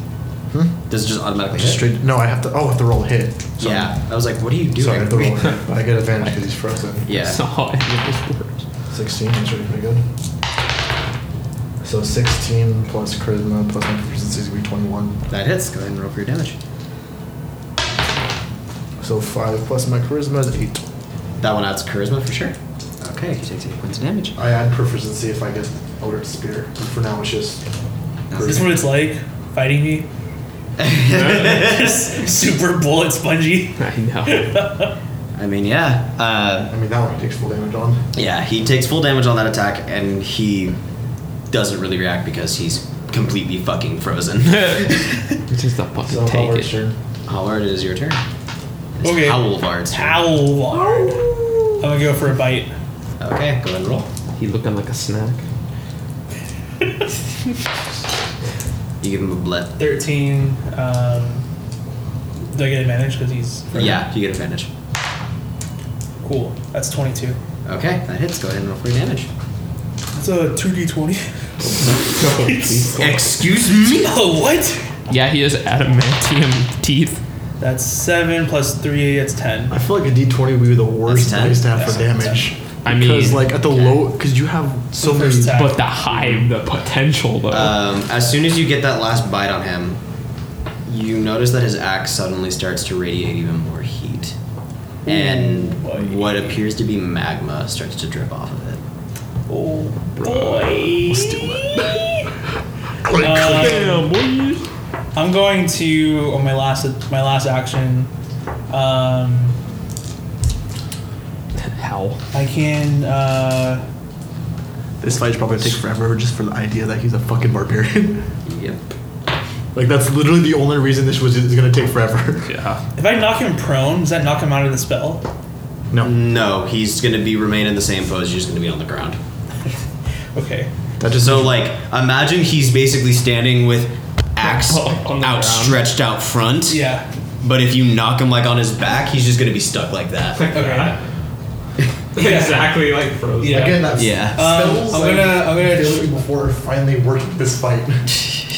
Speaker 7: Hmm?
Speaker 2: Does it just automatically
Speaker 7: Just
Speaker 2: hit?
Speaker 7: straight. No, I have to. Oh, I have to roll a hit. Sorry.
Speaker 2: Yeah. I was like, what are you doing?
Speaker 7: Sorry, I have to roll a hit, but I get advantage because he's frozen.
Speaker 2: yeah.
Speaker 4: So, it works.
Speaker 7: 16 is really pretty good. So 16 plus charisma plus my proficiency is going to be 21.
Speaker 2: That hits. Go ahead and roll for your damage.
Speaker 7: So 5 plus my charisma is 8.
Speaker 2: That one adds charisma for sure. Okay, he takes eight points of damage.
Speaker 7: I add proficiency if I get Eldritch Spear. And for now, it's just.
Speaker 5: Is this what it's like fighting me? Just super bullet spongy.
Speaker 4: I know.
Speaker 2: I mean, yeah. Uh,
Speaker 7: I mean, that one takes full damage on.
Speaker 2: yeah, he takes full damage on that attack, and he doesn't really react because he's completely fucking frozen.
Speaker 4: Just a fucking
Speaker 7: So
Speaker 4: take
Speaker 7: Howard's
Speaker 4: it.
Speaker 7: turn.
Speaker 2: Howard, it is your turn. It's
Speaker 5: Okay.
Speaker 2: Howlvard's turn.
Speaker 5: Howlard. I'm gonna go for a bite.
Speaker 2: Okay, go ahead and roll.
Speaker 4: He looking like a snack.
Speaker 2: You give him a blip.
Speaker 5: 13. Um, do I get advantage because he's
Speaker 2: Yeah, you get advantage.
Speaker 5: cool? That's 22.
Speaker 2: Okay, that hits. Go ahead and roll for your damage.
Speaker 5: That's a 2d20.
Speaker 2: Excuse me?
Speaker 5: Oh, what?
Speaker 4: Yeah, he has adamantium teeth.
Speaker 5: That's 7 plus 3, that's 10.
Speaker 7: I feel like a d20 would be the worst
Speaker 2: That's 10.
Speaker 7: place to have for
Speaker 5: That's-
Speaker 7: damage.
Speaker 4: I
Speaker 7: Because,
Speaker 4: mean,
Speaker 7: like, at the low. Because you have so many.
Speaker 5: First attack.
Speaker 4: but the high, the potential though.
Speaker 2: Um, as soon as you get that last bite on him, you notice that his axe suddenly starts to radiate even more heat. And what appears to be magma starts to drip off of it.
Speaker 5: Oh, boy. Um,
Speaker 4: uh,
Speaker 5: I'm going to on my last my last action. Um,
Speaker 4: Hell.
Speaker 5: I can uh,
Speaker 7: This fight's probably going to take forever just for the idea that he's a fucking barbarian.
Speaker 2: Yep.
Speaker 7: like, that's literally the only reason this was is going to take forever.
Speaker 4: Yeah.
Speaker 5: if I knock him prone, does that knock him out of the spell?
Speaker 7: No.
Speaker 2: No, he's gonna be remain in the same pose. You're just gonna be on the ground.
Speaker 5: Okay.
Speaker 7: That just
Speaker 2: So like, imagine he's basically standing with axe
Speaker 4: On the
Speaker 2: outstretched out front.
Speaker 5: Yeah.
Speaker 2: But if you knock him like on his back, he's just gonna be stuck like that.
Speaker 5: Okay.
Speaker 4: exactly like frozen.
Speaker 5: Yeah.
Speaker 7: Again, that's
Speaker 2: Yeah.
Speaker 5: Um,
Speaker 7: spells
Speaker 5: I'm
Speaker 7: like
Speaker 5: gonna- I'm gonna-
Speaker 7: failure before it finally worked this fight.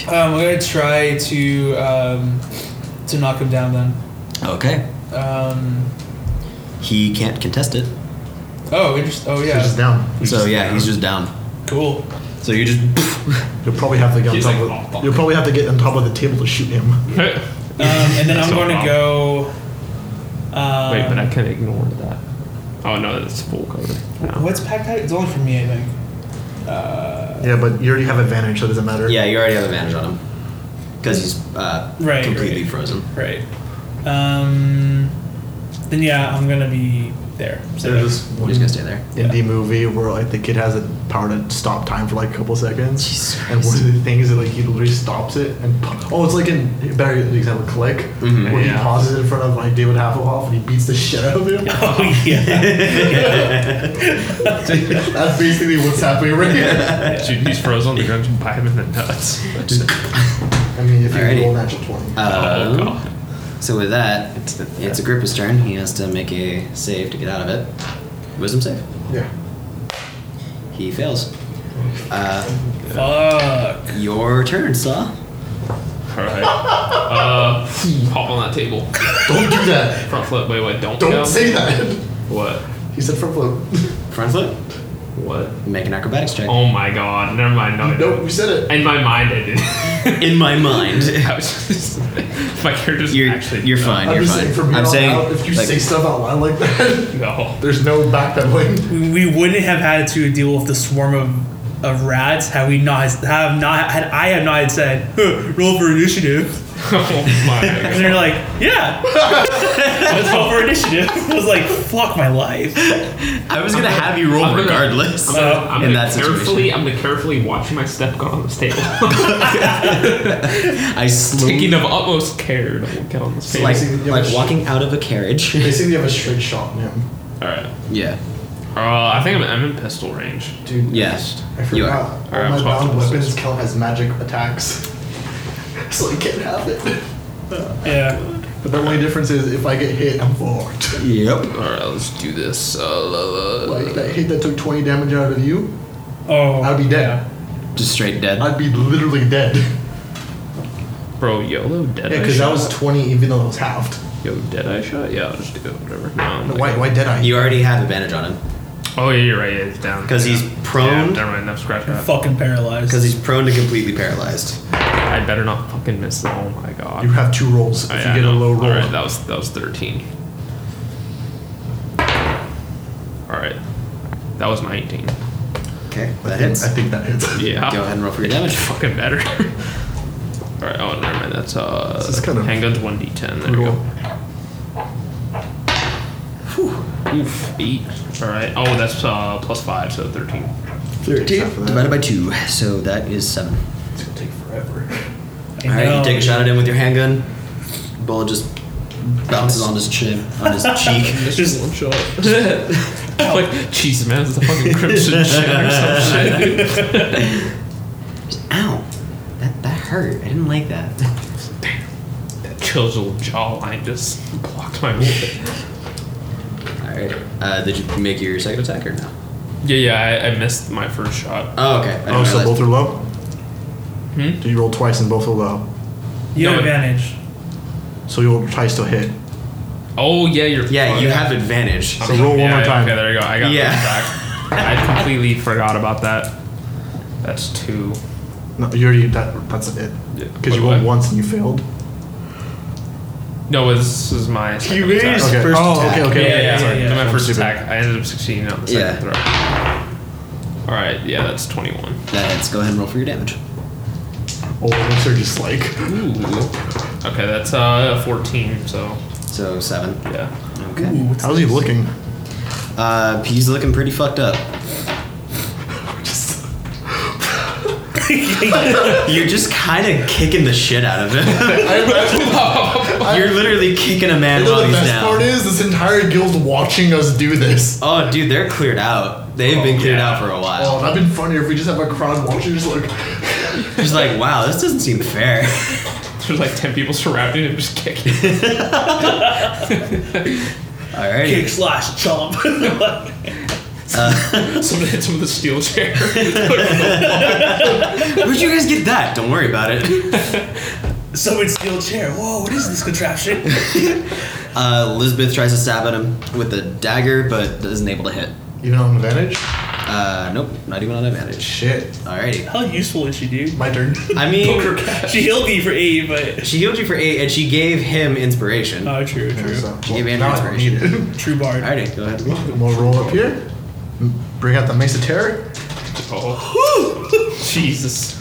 Speaker 5: Um, I'm gonna try to um, to knock him down then.
Speaker 2: Okay.
Speaker 5: Um,
Speaker 2: He can't contest it.
Speaker 5: oh, interest. Oh
Speaker 7: Which is
Speaker 5: yeah.
Speaker 7: down. Which
Speaker 2: So
Speaker 7: is
Speaker 2: yeah,
Speaker 7: down.
Speaker 2: he's just down.
Speaker 5: Cool. Um,
Speaker 2: So you just
Speaker 7: You'll probably have to get on
Speaker 4: He's
Speaker 7: top
Speaker 4: like,
Speaker 7: of.
Speaker 4: "Oh, fuck."
Speaker 7: You'll probably have to get on top of the table to shoot him.
Speaker 4: Wait,
Speaker 5: Um, and then I'm
Speaker 4: So
Speaker 5: going to
Speaker 4: wrong.
Speaker 5: go. Um,
Speaker 4: but I can ignore that. Oh no, that's full cover. No.
Speaker 5: What's pack type? It's only for me, I think.
Speaker 7: Yeah, but you already have advantage, so it doesn't matter.
Speaker 2: Yeah, you already have advantage on him because he's uh,
Speaker 5: Right,
Speaker 2: completely
Speaker 5: right.
Speaker 2: frozen.
Speaker 5: Right. Um, then yeah, I'm gonna be there. So
Speaker 7: There's this
Speaker 2: We're
Speaker 7: one
Speaker 2: just gonna stay there.
Speaker 7: indie movie where like the kid has the power to stop time for like a couple seconds, and one of the things is like he literally stops it and pu- oh, it's like in better example, Click, where he
Speaker 4: Yeah.
Speaker 7: pauses in front of like David Hasselhoff and he beats the shit out of him.
Speaker 5: oh yeah.
Speaker 7: That's basically what's happening right here.
Speaker 4: Dude, he's frozen on the ground and buy him in the nuts.
Speaker 7: I mean, if you
Speaker 2: Alrighty.
Speaker 7: roll a natural twenty,
Speaker 2: Um,
Speaker 4: oh god.
Speaker 2: So with that, it's, it's Agrippa's turn. He has to make a save to get out of it. Wisdom save.
Speaker 7: yeah,
Speaker 2: He fails. Uh,
Speaker 5: Fuck.
Speaker 2: your turn, Saw.
Speaker 4: Alright. Uh,
Speaker 17: Hop on that table.
Speaker 7: don't do that.
Speaker 17: Front flip. Wait, wait. Don't.
Speaker 7: Don't
Speaker 17: go.
Speaker 7: say that.
Speaker 4: what?
Speaker 7: He said front flip.
Speaker 2: Front flip.
Speaker 4: What?
Speaker 2: Make an acrobatics check.
Speaker 17: Oh my god. Never mind. No. I
Speaker 7: Nope, we said it.
Speaker 17: don't. In my mind, I did.
Speaker 2: In my mind.
Speaker 17: I was just- my character's
Speaker 2: You're,
Speaker 17: actually.
Speaker 2: you're fine.
Speaker 7: I'm
Speaker 2: You're
Speaker 7: just
Speaker 2: fine.
Speaker 7: saying from here
Speaker 2: I'm
Speaker 7: on
Speaker 2: saying,
Speaker 7: out, if you
Speaker 2: like,
Speaker 7: say stuff out loud like that,
Speaker 17: No.
Speaker 7: there's no backpedaling.
Speaker 5: We, we wouldn't have had to deal with the swarm of, of rats had we not have not had I have not had said "Huh, roll for initiative.
Speaker 17: Oh my
Speaker 5: And they're like, yeah, let's roll for initiative. I was like, fuck my life.
Speaker 2: I was gonna have you roll
Speaker 17: I'm gonna-
Speaker 2: regardless.
Speaker 17: I'm gonna, I'm
Speaker 2: in
Speaker 17: gonna
Speaker 2: that situation.
Speaker 17: carefully, I'm gonna carefully watch my step go on this table,
Speaker 2: I slowly,
Speaker 17: taking of utmost care to walk out on this table.
Speaker 2: like,
Speaker 7: Basically, yeah,
Speaker 2: like
Speaker 7: but-
Speaker 2: walking out of a carriage.
Speaker 7: Basically, you have a straight shot in him.
Speaker 4: All right.
Speaker 2: yeah.
Speaker 4: Uh, I think I'm, I'm in pistol range.
Speaker 7: Dude,
Speaker 2: Yeah.
Speaker 7: I
Speaker 2: You
Speaker 7: forgot.
Speaker 2: are.
Speaker 4: Alright,
Speaker 7: All
Speaker 4: I'm
Speaker 7: my
Speaker 4: talking
Speaker 7: bound
Speaker 4: to myself.
Speaker 7: weapons count as magic attacks. so I can't have it.
Speaker 5: Yeah.
Speaker 7: But the only difference is if I get hit, I'm fucked.
Speaker 4: All
Speaker 2: Yep.
Speaker 4: right, let's do this. Uh, la, la,
Speaker 7: Like that hit that took 20 damage out of you,
Speaker 5: Oh.
Speaker 7: I'd be dead.
Speaker 2: Just straight dead.
Speaker 7: I'd be literally dead.
Speaker 4: bro, YOLO dead.
Speaker 7: Yeah, because that was 20 even though it was halved.
Speaker 4: Yo, dead eye shot? Yeah, I'll just do it. Whatever. No, I'm like-
Speaker 7: Why, why did I?
Speaker 2: You already have advantage on him
Speaker 4: oh, yeah, you're right. Yeah, it's down.
Speaker 2: because he's
Speaker 4: Yeah,
Speaker 2: prone.
Speaker 4: never mind. I'm scratching that.
Speaker 5: fucking paralyzed.
Speaker 2: Because he's prone to completely paralyzed.
Speaker 4: I better not fucking miss that. Oh my god.
Speaker 7: You have two rolls. If
Speaker 4: Oh,
Speaker 7: you
Speaker 4: yeah,
Speaker 7: get
Speaker 4: I
Speaker 7: a
Speaker 4: know.
Speaker 7: low roll,
Speaker 4: All right, that was that was 13. All right, that was 19.
Speaker 2: Okay,
Speaker 7: I,
Speaker 2: that
Speaker 7: think,
Speaker 2: hits.
Speaker 7: I think that hits.
Speaker 4: Yeah.
Speaker 2: Go ahead and roll for your damage.
Speaker 4: Fucking better. All right. Oh, never mind. That's uh.
Speaker 7: This is kind of
Speaker 4: handguns 1d10. There we
Speaker 7: brutal.
Speaker 4: go. Oof, eight. All right. Oh, that's uh, plus five, so 13.
Speaker 7: Thirteen for that.
Speaker 2: divided by two, so that is seven.
Speaker 7: It's gonna take forever.
Speaker 5: I
Speaker 2: All right, you
Speaker 5: know.
Speaker 2: take a shot at him with your handgun. Bullet just bounces on his chin, on his cheek.
Speaker 17: It's just one shot. like, Jesus, man, it's a fucking crimson shit or some shit.
Speaker 2: Ow, that that hurt. I didn't like that.
Speaker 17: That chill's old jawline just blocked my movement.
Speaker 2: All right. Uh, did you make your second attack or no?
Speaker 4: Yeah, yeah. I, I missed my first shot.
Speaker 2: Oh, okay. I didn't
Speaker 7: Oh, so
Speaker 2: realize.
Speaker 7: both are low?
Speaker 4: Hmm?
Speaker 7: Do you roll twice and both are low?
Speaker 5: You
Speaker 4: No,
Speaker 5: have
Speaker 4: it-
Speaker 5: advantage.
Speaker 7: So you roll twice to hit.
Speaker 4: Oh, yeah. You're.
Speaker 2: Yeah,
Speaker 4: fucked.
Speaker 2: you have advantage.
Speaker 7: So roll one
Speaker 4: Yeah,
Speaker 7: more
Speaker 4: yeah,
Speaker 7: time.
Speaker 4: Okay, there you go. I got
Speaker 2: Yeah.
Speaker 4: that back. I completely forgot about that. That's two.
Speaker 7: No, you already that, that's it.
Speaker 4: Yeah.
Speaker 7: Because you
Speaker 4: Wait,
Speaker 7: rolled
Speaker 4: what?
Speaker 7: once and you failed.
Speaker 4: No, this is my. second attack.
Speaker 7: Okay.
Speaker 2: first
Speaker 7: oh,
Speaker 2: attack.
Speaker 7: okay, okay.
Speaker 4: Yeah, yeah, yeah.
Speaker 5: yeah,
Speaker 4: sorry.
Speaker 5: yeah.
Speaker 4: Then my
Speaker 7: I'm
Speaker 4: first
Speaker 7: stupid.
Speaker 4: attack, I ended up succeeding on the second throw. All right, yeah, that's 21.
Speaker 2: That hits. Go ahead and roll for your damage.
Speaker 7: Oh, those are just like
Speaker 4: Ooh. Okay, that's uh 14. So
Speaker 2: So seven.
Speaker 4: yeah.
Speaker 2: Okay.
Speaker 7: how's he looking?
Speaker 2: Uh, he's looking pretty fucked up. You're just kind of kicking the shit out of him. You're literally kicking a man
Speaker 7: You know
Speaker 2: while
Speaker 7: the
Speaker 2: he's
Speaker 7: best
Speaker 2: down.
Speaker 7: part is this entire guild watching us do this.
Speaker 2: Oh, dude, they're cleared out. They've been cleared
Speaker 4: yeah.
Speaker 2: out for a
Speaker 7: Oh,
Speaker 2: while.
Speaker 7: that'd been funnier if we just have a crowd watching. Just like
Speaker 2: Just like, wow, this doesn't seem fair.
Speaker 4: There's like 10 people surrounding him, just kicking.
Speaker 5: Kick
Speaker 2: Alrighty.
Speaker 5: slash chomp.
Speaker 4: Someone hits him with a steel chair.
Speaker 2: Where'd you guys get that? Don't worry about it.
Speaker 5: Someone steal a chair. Whoa, what is this contraption?
Speaker 2: Uh, Elizabeth tries to stab at him with a dagger, but isn't able to hit.
Speaker 7: even on advantage.
Speaker 2: Uh, nope, not even on advantage.
Speaker 7: Shit,
Speaker 2: Alrighty.
Speaker 5: How useful is she, dude?
Speaker 7: my turn.
Speaker 2: I mean,
Speaker 5: She healed me for eight, but.
Speaker 2: she healed you for eight, and she gave him inspiration.
Speaker 5: Oh, true, true.
Speaker 7: So,
Speaker 2: She gave me an
Speaker 7: now I don't need it.
Speaker 5: True bard.
Speaker 2: Alrighty, go ahead.
Speaker 7: We'll roll up here. Bring out the Mesa Terror.
Speaker 4: oh. Jesus.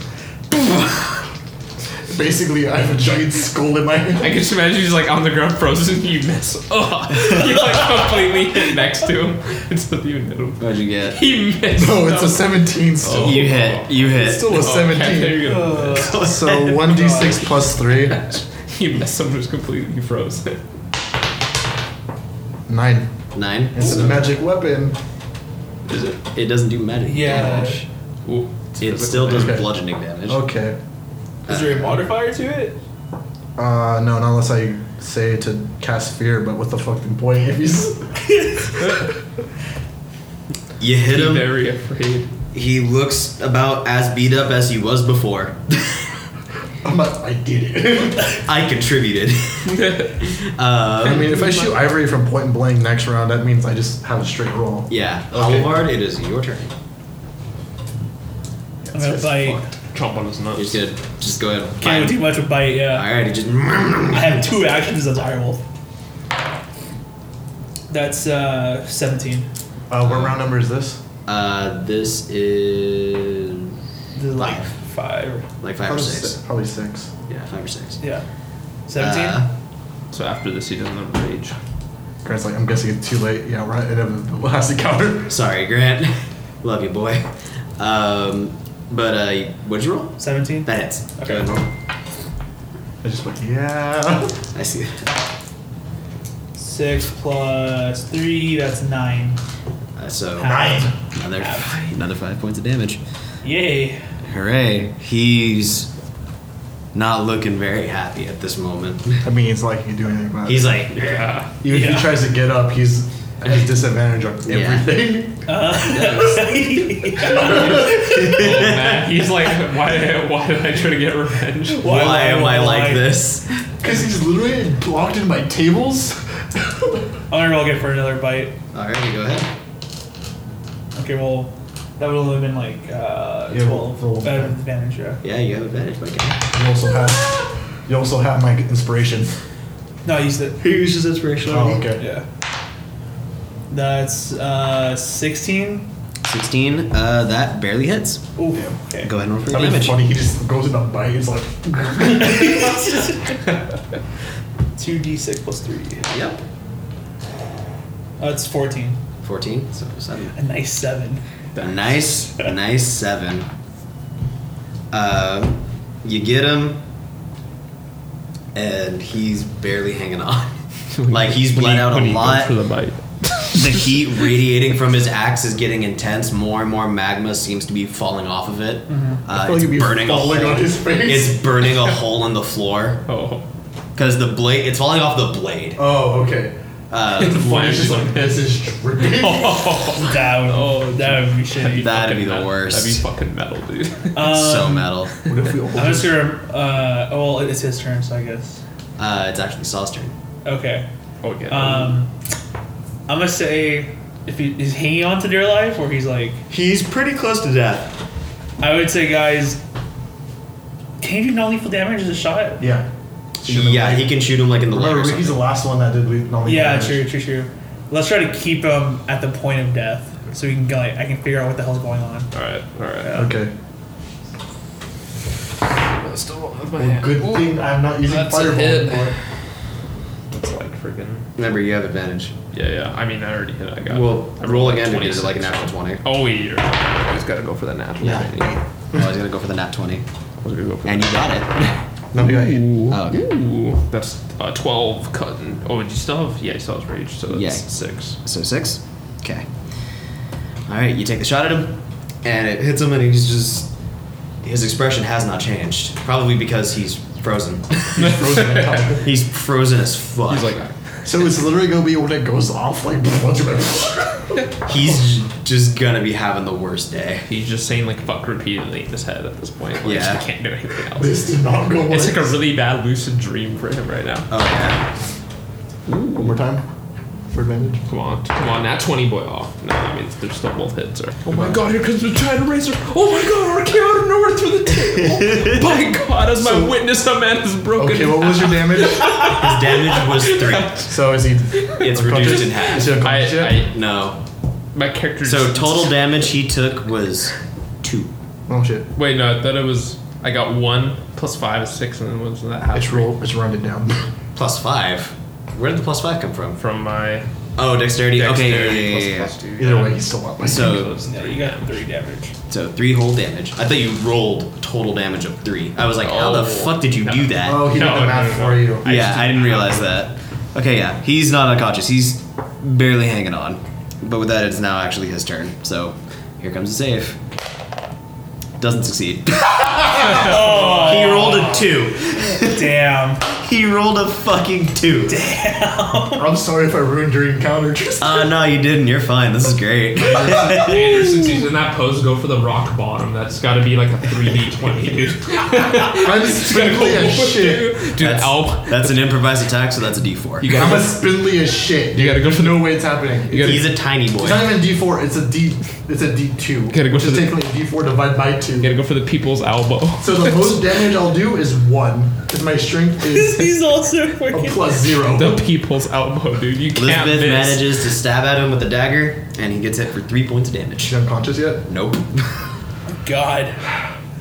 Speaker 7: basically I have a giant skull in my hand.
Speaker 18: I can just imagine he's like on the ground frozen and you miss. Oh, you like completely hit next to him instead of you know.
Speaker 2: What'd you get?
Speaker 18: He missed.
Speaker 7: No, it's a
Speaker 18: him.
Speaker 7: 17 still.
Speaker 2: You hit. You
Speaker 7: Oh. It's
Speaker 2: hit.
Speaker 7: still a
Speaker 18: Oh. Okay, there
Speaker 7: 17.
Speaker 18: you go.
Speaker 7: So 1d6 plus 3.
Speaker 18: you missed someone who's completely frozen.
Speaker 7: 9.
Speaker 2: Nine.
Speaker 7: It's a magic weapon.
Speaker 2: Does it, it doesn't do magic
Speaker 5: Yeah.
Speaker 2: damage.
Speaker 18: Ooh,
Speaker 2: It still does
Speaker 7: Okay.
Speaker 2: bludgeoning damage.
Speaker 7: Okay.
Speaker 4: Is there a modifier to it?
Speaker 7: Uh, no, not unless I say to cast fear, but what the fucking point if he's.
Speaker 2: You hit
Speaker 18: Be
Speaker 2: him.
Speaker 18: very afraid.
Speaker 2: He looks about as beat up as he was before.
Speaker 7: I'm not, I did it.
Speaker 2: I contributed.
Speaker 7: I
Speaker 2: um,
Speaker 7: mean, if I shoot Ivory from point and blank next round, that means I just have a straight roll.
Speaker 2: yeah,
Speaker 7: Okay.
Speaker 2: Olivard, it is your turn.
Speaker 5: I'm gonna bite.
Speaker 4: Chomp on his
Speaker 2: You're
Speaker 4: nuts.
Speaker 2: just gonna just go ahead. and
Speaker 5: Can't do
Speaker 2: bite.
Speaker 5: much with bite. Yeah.
Speaker 2: Alright, he just.
Speaker 5: I have two actions as a direwolf. That's uh, 17.
Speaker 7: Uh, what round number is this?
Speaker 2: Uh, this is
Speaker 5: This is like
Speaker 2: Five.
Speaker 5: five.
Speaker 2: like five or
Speaker 7: probably
Speaker 2: six.
Speaker 7: Probably six.
Speaker 2: Yeah, five or six.
Speaker 5: Yeah. 17?
Speaker 2: Uh,
Speaker 4: So after this, he doesn't enrage.
Speaker 7: Grant's like, I'm guessing it's too late. Yeah, we're at the end of the last encounter.
Speaker 2: sorry, Grant. Love you, boy. Um, but uh, what'd you roll?
Speaker 5: 17?
Speaker 2: That hits.
Speaker 5: Okay.
Speaker 7: I just went, yeah.
Speaker 2: I see.
Speaker 5: Six plus three, that's nine.
Speaker 2: Uh, so
Speaker 5: Nine.
Speaker 2: another another five points of damage.
Speaker 5: Yay.
Speaker 2: Hooray! He's not looking very happy at this moment.
Speaker 7: I mean, it's like you do anything about it.
Speaker 2: He's like,
Speaker 4: Yeah.
Speaker 7: Even if
Speaker 5: Yeah.
Speaker 7: he tries to get up, he's at a disadvantage on
Speaker 2: Yeah.
Speaker 7: everything.
Speaker 5: Uh,
Speaker 18: Oh man, he's like, why did I, why did I try to get revenge?
Speaker 2: why, am I like
Speaker 5: why?
Speaker 2: this?
Speaker 7: Because he's literally blocked in my tables.
Speaker 5: I'm gonna roll again for another bite.
Speaker 2: Alrighty, go ahead.
Speaker 5: Okay, well, that would only have been like uh,
Speaker 7: Yeah,
Speaker 5: 12.
Speaker 7: roll- roll.
Speaker 5: Better than advantage, yeah.
Speaker 2: Yeah, you have advantage, my guy.
Speaker 7: You also have, you also have my inspiration.
Speaker 5: No, I used it.
Speaker 2: He uses inspiration.
Speaker 7: Oh, okay.
Speaker 5: Yeah. That's uh, 16.
Speaker 2: Sixteen. Uh, that barely hits.
Speaker 5: Ooh.
Speaker 7: Yeah.
Speaker 5: Okay.
Speaker 2: Go ahead and roll for your
Speaker 7: That'd be
Speaker 2: damage.
Speaker 7: funny. He just goes in a bite. It's like,
Speaker 5: 2d6 plus 3.
Speaker 2: Yep.
Speaker 5: That's 14.
Speaker 2: Fourteen. So seven.
Speaker 5: A nice 7.
Speaker 2: A nice, nice seven. Uh, you get him, and he's barely hanging on. like he's bled out a lot.
Speaker 4: For the bite.
Speaker 2: the heat radiating from his axe is getting intense. More and more magma seems to be falling off of it. Uh,
Speaker 7: Mm-hmm. like
Speaker 2: it's
Speaker 7: he'd be
Speaker 2: burning a
Speaker 7: falling
Speaker 2: hole.
Speaker 7: on his face.
Speaker 2: It's burning a hole in the floor
Speaker 4: Oh.
Speaker 2: because the blade. It's falling off the blade.
Speaker 7: oh, okay.
Speaker 2: Uh,
Speaker 18: Flash is like, this is
Speaker 7: Ripping.
Speaker 4: oh.
Speaker 5: That would,
Speaker 4: Oh,
Speaker 5: that would be shitty.
Speaker 2: that'd be the
Speaker 4: That'd be
Speaker 2: worst.
Speaker 4: fucking metal, dude.
Speaker 5: Um,
Speaker 2: so metal.
Speaker 7: What if we all
Speaker 5: I'm just
Speaker 7: just-
Speaker 5: gonna. Uh, well, it's his turn, so I guess.
Speaker 2: Uh, it's actually Saw's turn.
Speaker 5: Okay.
Speaker 4: Oh yeah.
Speaker 5: Um, I'm gonna say if he is hanging on to dear life, or he's like,
Speaker 2: He's pretty close to death.
Speaker 5: I would say, guys, can you do non-lethal damage as a shot?
Speaker 7: Yeah. Shoot him
Speaker 2: Yeah,
Speaker 7: away.
Speaker 2: he can shoot him like in the leg.
Speaker 7: Remember,
Speaker 2: or something.
Speaker 7: he's the last one that did lead normally.
Speaker 5: Yeah, true, true, true. Let's try to keep him at the point of death, so we can go, like I can figure out what the hell's going on.
Speaker 4: all right. All right.
Speaker 7: Okay.
Speaker 4: Still with my
Speaker 7: Well, good thing I'm not using
Speaker 18: That's a
Speaker 7: fireball
Speaker 18: hit.
Speaker 7: anymore.
Speaker 4: It's like freaking.
Speaker 2: Remember, you have advantage.
Speaker 4: Yeah, yeah. I mean, I already hit. it. I got.
Speaker 2: Well,
Speaker 4: I
Speaker 2: roll
Speaker 4: rolled
Speaker 2: again to get it
Speaker 4: 26.
Speaker 2: like a natural 20.
Speaker 4: Oh, yeah. I just gotta go for the natural.
Speaker 2: Yeah.
Speaker 4: thing. I
Speaker 2: I was gonna go for the nat 20.
Speaker 4: was gonna go for
Speaker 2: And you got it.
Speaker 7: No, yeah, yeah.
Speaker 4: Ooh.
Speaker 2: Oh, okay.
Speaker 4: Ooh. That's uh, 12 cutting. Oh, did you still have? Yeah, you still have rage, so that's
Speaker 2: Yeah.
Speaker 4: 6.
Speaker 2: So six? Okay. Alright, you take the shot at him, and it hits him, and he's just. His expression has not changed. Probably because he's frozen. he's frozen as fuck.
Speaker 4: He's like,
Speaker 7: So it's literally gonna be when it goes off, like blood
Speaker 2: He's j-
Speaker 4: "Oh."
Speaker 2: just gonna be having the worst day.
Speaker 4: he's just saying, like, fuck repeatedly in his head at this point. Like,
Speaker 2: Yeah.
Speaker 4: He can't do anything else.
Speaker 7: This did not go well.
Speaker 4: It's like a really bad lucid dream for him right now.
Speaker 2: Oh, yeah.
Speaker 7: One more time for advantage.
Speaker 4: Come on, come on, that 20 boy off. No, I mean, they're still both hits. Or, oh my god, here comes the Titan Razor. Oh my god, RK out of nowhere through the table. my god, as my witness, a man is broken.
Speaker 7: Okay, what was your damage?
Speaker 2: His damage was three.
Speaker 7: so is he?
Speaker 2: It's reduced in half.
Speaker 7: Is he
Speaker 4: I,
Speaker 7: unconscious yet?
Speaker 4: I,
Speaker 2: No.
Speaker 4: my character
Speaker 2: So
Speaker 4: just-
Speaker 2: total damage he took was two.
Speaker 7: oh shit!
Speaker 4: Wait, no, I thought it was.
Speaker 19: I got one plus five is six, and then what was that half?
Speaker 7: It's roll. It's rounded down.
Speaker 2: Plus five. Where did the plus five come from?
Speaker 19: from my
Speaker 2: Oh,
Speaker 19: dexterity
Speaker 2: dexterity. okay, yeah, yeah, yeah, yeah.
Speaker 19: plus plus two.
Speaker 7: Either way, he's still up. by
Speaker 2: So
Speaker 5: Yeah, you got Oh, three damage.
Speaker 2: So three whole damage. I thought you rolled total damage of three. I was like, how the
Speaker 19: Oh.
Speaker 2: fuck did you do that?
Speaker 7: Oh, he did
Speaker 19: No,
Speaker 7: the
Speaker 19: no,
Speaker 7: math
Speaker 19: no,
Speaker 7: for
Speaker 19: no.
Speaker 7: you.
Speaker 2: yeah, I didn't realize that. Okay, yeah, he's not unconscious. He's barely hanging on. But with that, it's now actually his turn. So here comes the save. Doesn't succeed. He rolled a two.
Speaker 5: Damn.
Speaker 2: He rolled a fucking two.
Speaker 7: I'm sorry if I ruined your encounter. Just
Speaker 2: Uh, no, you didn't. You're fine. This is great.
Speaker 4: Andrew succeeds in that pose. Go for the rock bottom. That's got to be like a three d twenty, dude.
Speaker 7: I'm spindly as shit.
Speaker 4: Dude,
Speaker 2: That's-
Speaker 4: Alp.
Speaker 2: That's an improvised attack, so that's a D4.
Speaker 4: You gotta
Speaker 7: I'm
Speaker 4: go,
Speaker 7: as spindly as shit.
Speaker 4: You gotta go for the-
Speaker 7: No way it's happening.
Speaker 4: you gotta,
Speaker 2: He's a tiny boy.
Speaker 7: It's not even D four. It's a D. It's a D two.
Speaker 4: Gotta go
Speaker 7: which
Speaker 4: to
Speaker 7: is
Speaker 4: the-
Speaker 7: technically a D four divided by two.
Speaker 4: you gotta go for the people's elbow.
Speaker 7: So the most damage I'll do is one, because my strength is
Speaker 5: He's also
Speaker 7: a
Speaker 5: freaking.
Speaker 7: plus zero.
Speaker 4: the people's elbow, dude. You can't
Speaker 2: Elizabeth
Speaker 4: miss.
Speaker 2: manages to stab at him with a dagger, and he gets hit for three points of damage.
Speaker 7: She's unconscious yet?
Speaker 2: Nope.
Speaker 5: God.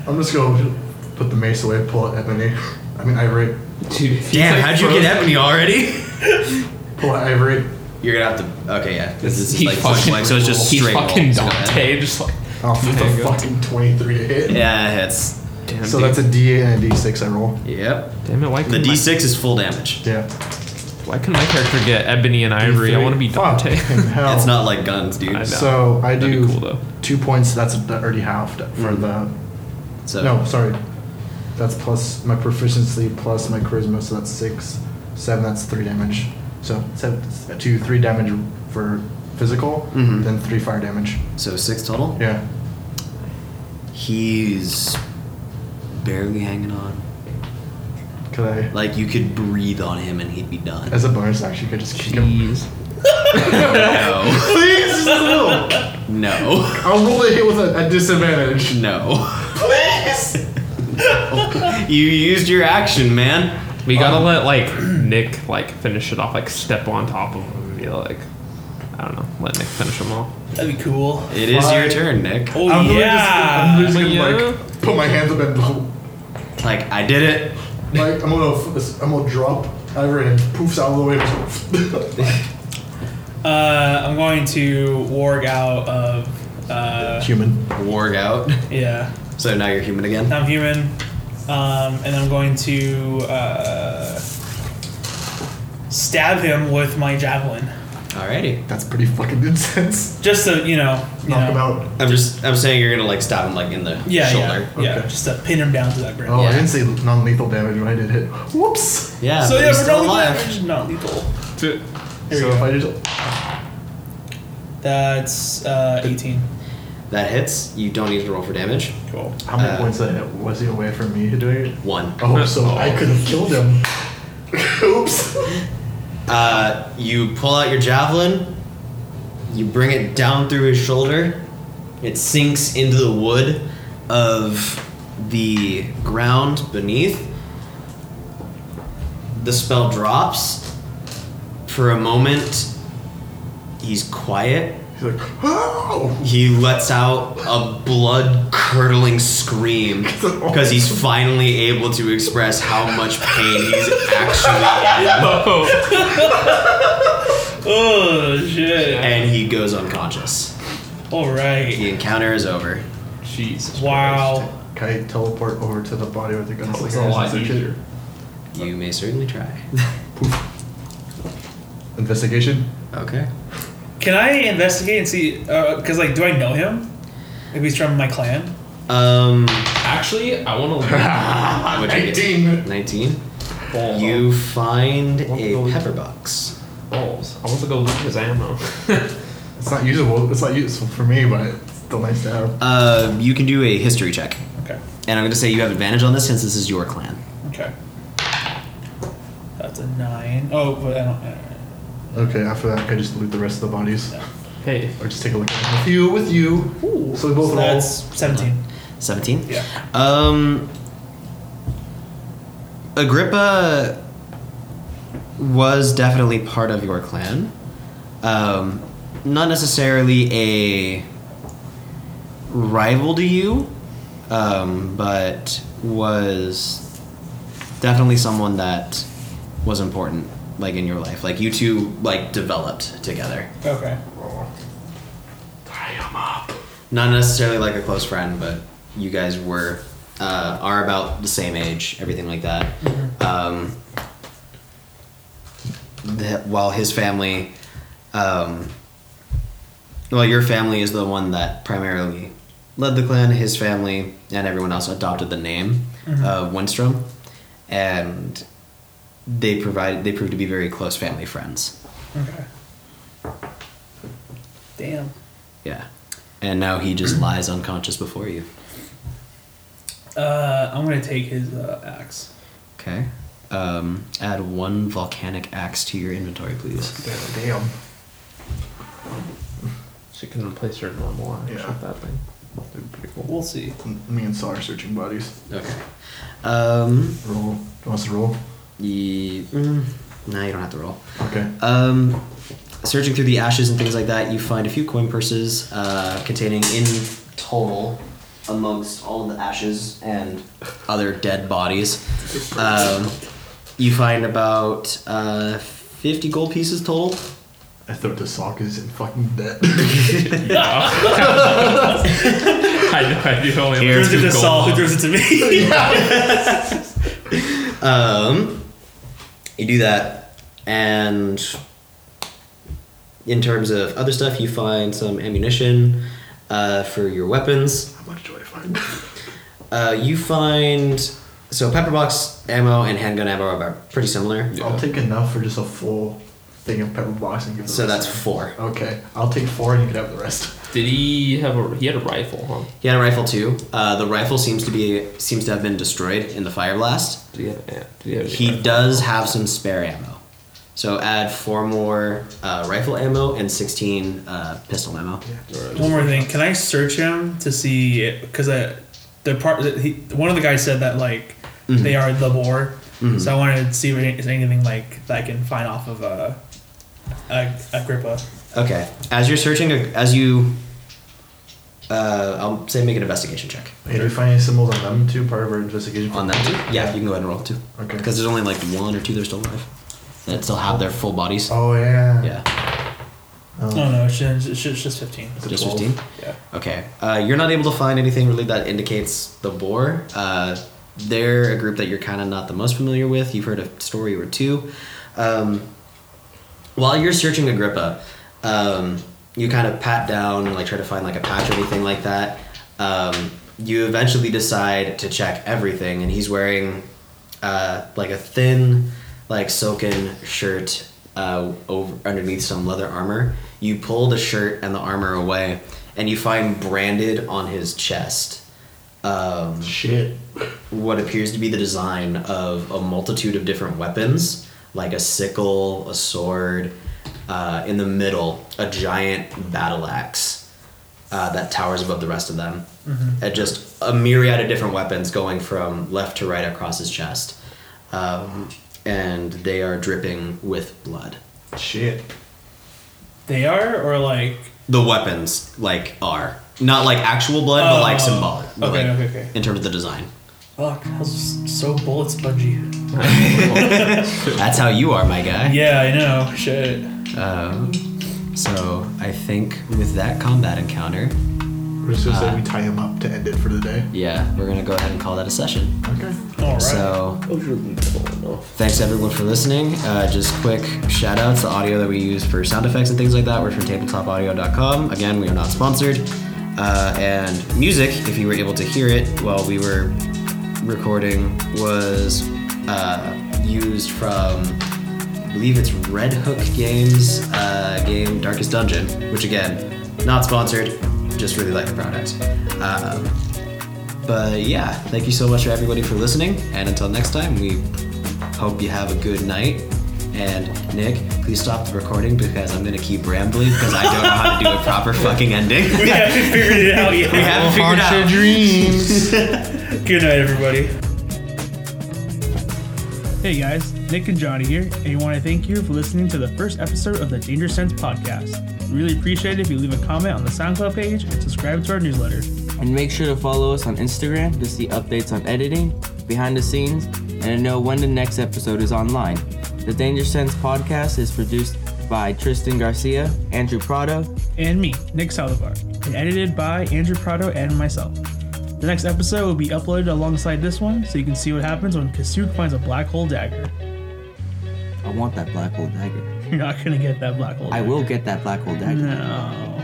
Speaker 7: I'm just gonna put the mace away, pull it Ebony. I mean Ivory.
Speaker 4: Dude, if he's
Speaker 2: Damn,
Speaker 4: like
Speaker 2: how'd you
Speaker 4: frozen-
Speaker 2: get Ebony already?
Speaker 7: Pull out Ivory.
Speaker 2: You're gonna have to. Okay, yeah. This is
Speaker 4: He
Speaker 2: like
Speaker 4: fucking-
Speaker 2: flashlight, so it's just
Speaker 4: He's
Speaker 2: straight. roll.
Speaker 4: fucking
Speaker 2: So,
Speaker 4: Dante, just like
Speaker 7: Oh, that's
Speaker 4: Hang
Speaker 7: a
Speaker 4: on.
Speaker 7: fucking 23 to hit.
Speaker 2: Yeah, it hits.
Speaker 7: So that's a D8 and a D6 I roll.
Speaker 2: Yep.
Speaker 4: Damn it! Why
Speaker 2: The
Speaker 4: couldn't, my,
Speaker 2: D6 is full damage.
Speaker 7: Yeah.
Speaker 4: why couldn't my character get Ebony and Ivory? I want to be Dante.
Speaker 7: Fucking hell.
Speaker 2: It's not like guns, dude.
Speaker 4: I know.
Speaker 7: So I
Speaker 4: That'd be
Speaker 7: do
Speaker 4: cool, though.
Speaker 7: two points. That's already halved for
Speaker 2: So
Speaker 7: the. No, sorry. That's plus my proficiency plus my charisma, so that's six. Seven, that's three damage. So seven, two, three damage for physical,
Speaker 2: Mhm.
Speaker 7: then three fire damage.
Speaker 2: so six total.
Speaker 7: Yeah.
Speaker 2: He's barely hanging on.
Speaker 7: Could I,
Speaker 2: Like you could breathe on him and he'd be done.
Speaker 7: as a bonus action, could I just kick him?
Speaker 4: Jeez.
Speaker 2: No.
Speaker 7: Please, no!
Speaker 2: No.
Speaker 7: I'll roll a hit with a, a disadvantage.
Speaker 2: No. Please. you used your action, man.
Speaker 4: We gotta let like Nick like finish it off, like step on top of him and be like, I don't know, let Nick finish them all.
Speaker 5: That'd be cool.
Speaker 2: It is your turn, Nick.
Speaker 5: Oh,
Speaker 7: I'm really just-
Speaker 5: yeah.
Speaker 7: I'm just gonna,
Speaker 4: Yeah.
Speaker 7: like put my hands up and
Speaker 2: Like I did it.
Speaker 7: like I'm gonna I'm gonna drop Ivory and poofs out of the way.
Speaker 5: Uh, I'm going to warg out of. Uh,
Speaker 7: Human.
Speaker 2: Warg out.
Speaker 5: yeah.
Speaker 2: So now you're human again.
Speaker 5: I'm human. Um, and I'm going to uh, stab him with my javelin.
Speaker 2: Alrighty.
Speaker 7: That's pretty fucking intense.
Speaker 5: Just so, you know. You know.
Speaker 7: Knock him out.
Speaker 2: I'm just I'm saying you're gonna like stab him like in the
Speaker 5: Yeah,
Speaker 2: shoulder.
Speaker 5: yeah, yeah.
Speaker 7: Okay.
Speaker 5: Just to pin him down to that ground.
Speaker 7: Oh, I
Speaker 2: Yeah.
Speaker 7: didn't say non-lethal damage when I did hit. Whoops.
Speaker 2: Yeah.
Speaker 5: so
Speaker 2: but
Speaker 5: yeah,
Speaker 2: he's
Speaker 5: for
Speaker 2: still
Speaker 5: no
Speaker 2: alive.
Speaker 5: damage, not lethal.
Speaker 4: Dude,
Speaker 5: There
Speaker 7: so
Speaker 5: you
Speaker 7: if
Speaker 5: go.
Speaker 7: I just
Speaker 5: That's uh, 18.
Speaker 2: That hits. You don't need to roll for damage.
Speaker 5: Cool.
Speaker 7: how many
Speaker 2: Uh,
Speaker 7: points I hit, was he away from me doing it?
Speaker 2: One.
Speaker 7: Oh, so I could have killed him. Oops.
Speaker 2: Uh, you pull out your javelin, you bring it down through his shoulder, it sinks into the wood of the ground beneath. The spell drops. For a moment, he's quiet.
Speaker 7: He's like, oh.
Speaker 2: He lets out a blood curdling scream because he's finally able to express how much pain he's actually in.
Speaker 5: Oh, shit.
Speaker 2: and he goes unconscious.
Speaker 5: All right.
Speaker 2: The encounter is over.
Speaker 4: Jesus.
Speaker 5: Wow.
Speaker 7: Can I teleport over to the body with the gun?
Speaker 4: Christ. It's a lot easier.
Speaker 2: You may certainly try.
Speaker 7: Investigation.
Speaker 2: okay.
Speaker 5: Can I investigate and see? Because, like, do I know him? If he's from my clan?
Speaker 2: Um,
Speaker 4: Actually, I want to.
Speaker 2: what'd you get?
Speaker 7: 19.
Speaker 2: 19. You find a pepper box.
Speaker 4: balls. I want to go look his ammo.
Speaker 7: It's not usable. It's not useful for me, but it's still nice to have.
Speaker 2: Uh, you can do a history check.
Speaker 5: Okay.
Speaker 2: And I'm going to say you have advantage on this since this is your clan.
Speaker 5: Okay. That's a nine. Oh, but I don't.
Speaker 7: Okay, after that, can I just loot the rest of the bodies?
Speaker 4: hey,
Speaker 7: Or just take a look at them with you, with you. so we both
Speaker 5: So
Speaker 7: roll.
Speaker 5: that's 17.
Speaker 2: 17?
Speaker 5: Yeah.
Speaker 2: Um, Agrippa was definitely part of your clan. Um, not necessarily a rival to you, um, but was definitely someone that was important, like in your life. Like you two, like developed together.
Speaker 5: Okay.
Speaker 2: Not necessarily like a close friend, but you guys were uh, are about the same age, everything like that. Um, the, while his family, um, well, your family is the one that primarily led the clan. His family and everyone else adopted the name of Winstrom, and they provided they proved to be very close family friends.
Speaker 5: Okay. Damn.
Speaker 2: Yeah, and now he just lies unconscious before you.
Speaker 5: Uh, I'm gonna take his uh, axe.
Speaker 2: Okay. Um, add one volcanic axe to your inventory, please.
Speaker 10: Damn.
Speaker 4: She can replace her normal axe
Speaker 10: Yeah.
Speaker 4: with that thing. That'd be pretty cool.
Speaker 5: We'll see.
Speaker 10: Me and Saul are searching buddies.
Speaker 2: Okay. Um,
Speaker 10: Roll. Wants to roll?
Speaker 2: ye- mm, no, you don't have to roll.
Speaker 10: Okay.
Speaker 2: Um, searching through the ashes and things like that, you find a few coin purses uh, containing, in total, amongst all of the ashes and other dead bodies, um, you find about uh, 50 gold pieces total.
Speaker 10: I thought the sock is in fucking debt.
Speaker 11: I know, I do only
Speaker 2: Here's
Speaker 11: two
Speaker 5: Throws it to
Speaker 11: gold
Speaker 5: Saul, who
Speaker 11: bars.
Speaker 5: throws it to me.
Speaker 2: Um, you do that, and in terms of other stuff, you find some ammunition uh, for your weapons.
Speaker 10: How much do I find?
Speaker 2: Uh, you find so pepperbox ammo and handgun ammo are pretty similar.
Speaker 10: I'll take enough for just a full thing of pepper box and give the
Speaker 2: So
Speaker 10: rest
Speaker 2: that's
Speaker 10: to him.
Speaker 2: four.
Speaker 10: Okay, I'll take four and you can have the rest.
Speaker 11: Did he have a? He had a rifle, huh?
Speaker 2: He had a rifle too. Uh, the rifle seems to be seems to have been destroyed in the fire blast.
Speaker 11: Did he have? a- Did he have? a
Speaker 2: He
Speaker 11: rifle?
Speaker 2: does have some spare ammo. So add four more uh, rifle ammo and sixteen uh, pistol ammo.
Speaker 5: One more thing. Can I search him to see? Because I, the part that he, one of the guys said that like they are the war. So I wanted to see if there's anything like that I can find off of uh, a Agrippa.
Speaker 2: Okay. As you're searching, as you, uh, I'll say make an investigation check
Speaker 10: Hey, do we find any symbols on them too? Part of our investigation.
Speaker 2: on that too. Yeah, you can go ahead and roll too.
Speaker 10: Okay.
Speaker 2: Because there's only like one or two that are still alive that still have their full bodies.
Speaker 10: Oh yeah.
Speaker 2: Yeah,
Speaker 5: Oh no, it's just, it's just, it's just fifteen.
Speaker 10: It's a
Speaker 2: just
Speaker 10: 12.
Speaker 2: fifteen.
Speaker 5: Yeah.
Speaker 2: Okay. Uh, you're not able to find anything really that indicates the boar. Uh, they're a group that you're kind of not the most familiar with. You've heard a story or two. Um, while you're searching Agrippa, um, you kind of pat down and like try to find like a patch or anything like that. Um, you eventually decide to check everything, and he's wearing uh, like a thin, like silken shirt uh, over underneath some leather armor. You pull the shirt and the armor away, and you find branded on his chest. Um,
Speaker 10: Shit.
Speaker 2: what appears to be the design of a multitude of different weapons, like a sickle, a sword, uh, in the middle, a giant battle axe uh, that towers above the rest of them.
Speaker 5: Mm-hmm.
Speaker 2: And just a myriad of different weapons going from left to right across his chest. Um, and they are dripping with blood.
Speaker 10: Shit.
Speaker 5: They are or like
Speaker 2: The weapons, like, are not like actual blood, but like
Speaker 5: Oh,
Speaker 2: symbolic. but,
Speaker 5: okay,
Speaker 2: like,
Speaker 5: okay, okay.
Speaker 2: In terms of the design.
Speaker 5: fuck. I was so bullet spongy.
Speaker 2: That's how you are, my guy.
Speaker 5: Yeah, I know. Shit.
Speaker 2: Um, so I think with that combat encounter,
Speaker 10: We're just gonna
Speaker 2: Uh,
Speaker 10: say we tie him up to end it for the day.
Speaker 2: yeah, we're gonna go ahead and call that a session.
Speaker 10: Okay.
Speaker 5: All right.
Speaker 2: So thanks everyone for listening. Uh, just quick shout outs, the audio that we use for sound effects and things like that were from tabletopaudio.com. Again, we are not sponsored. Uh, and music, if you were able to hear it while we were recording, was uh, used from I believe it's Red Hook Games uh, game Darkest Dungeon, which again, not sponsored, just really like the product. Um, but yeah, thank you so much for everybody for listening, and until next time, we hope you have a good night. And Nick, please stop the recording because I'm gonna keep rambling because I don't know how to do a proper fucking ending.
Speaker 5: we haven't figured it out
Speaker 2: we
Speaker 5: yet.
Speaker 2: haven't figured out.
Speaker 5: Good night, everybody. Hey guys, Nick and Johnny here, and we want to thank you for listening to the first episode of the Danger Sense podcast. We really appreciate it if you leave a comment on the SoundCloud page and subscribe to our newsletter.
Speaker 20: And make sure to follow us on Instagram to see updates on editing, behind the scenes, and to know when the next episode is online. The Danger Sense podcast is produced by Tristan Garcia, Andrew Prado,
Speaker 5: and me, Nick Salivar, and edited by Andrew Prado and myself. The next episode will be uploaded alongside this one, so you can see what happens when Kasuk finds a black hole dagger.
Speaker 20: I want that black hole dagger.
Speaker 5: You're not gonna get that black hole.
Speaker 20: I
Speaker 5: dagger.
Speaker 20: will get that black hole dagger.
Speaker 5: No.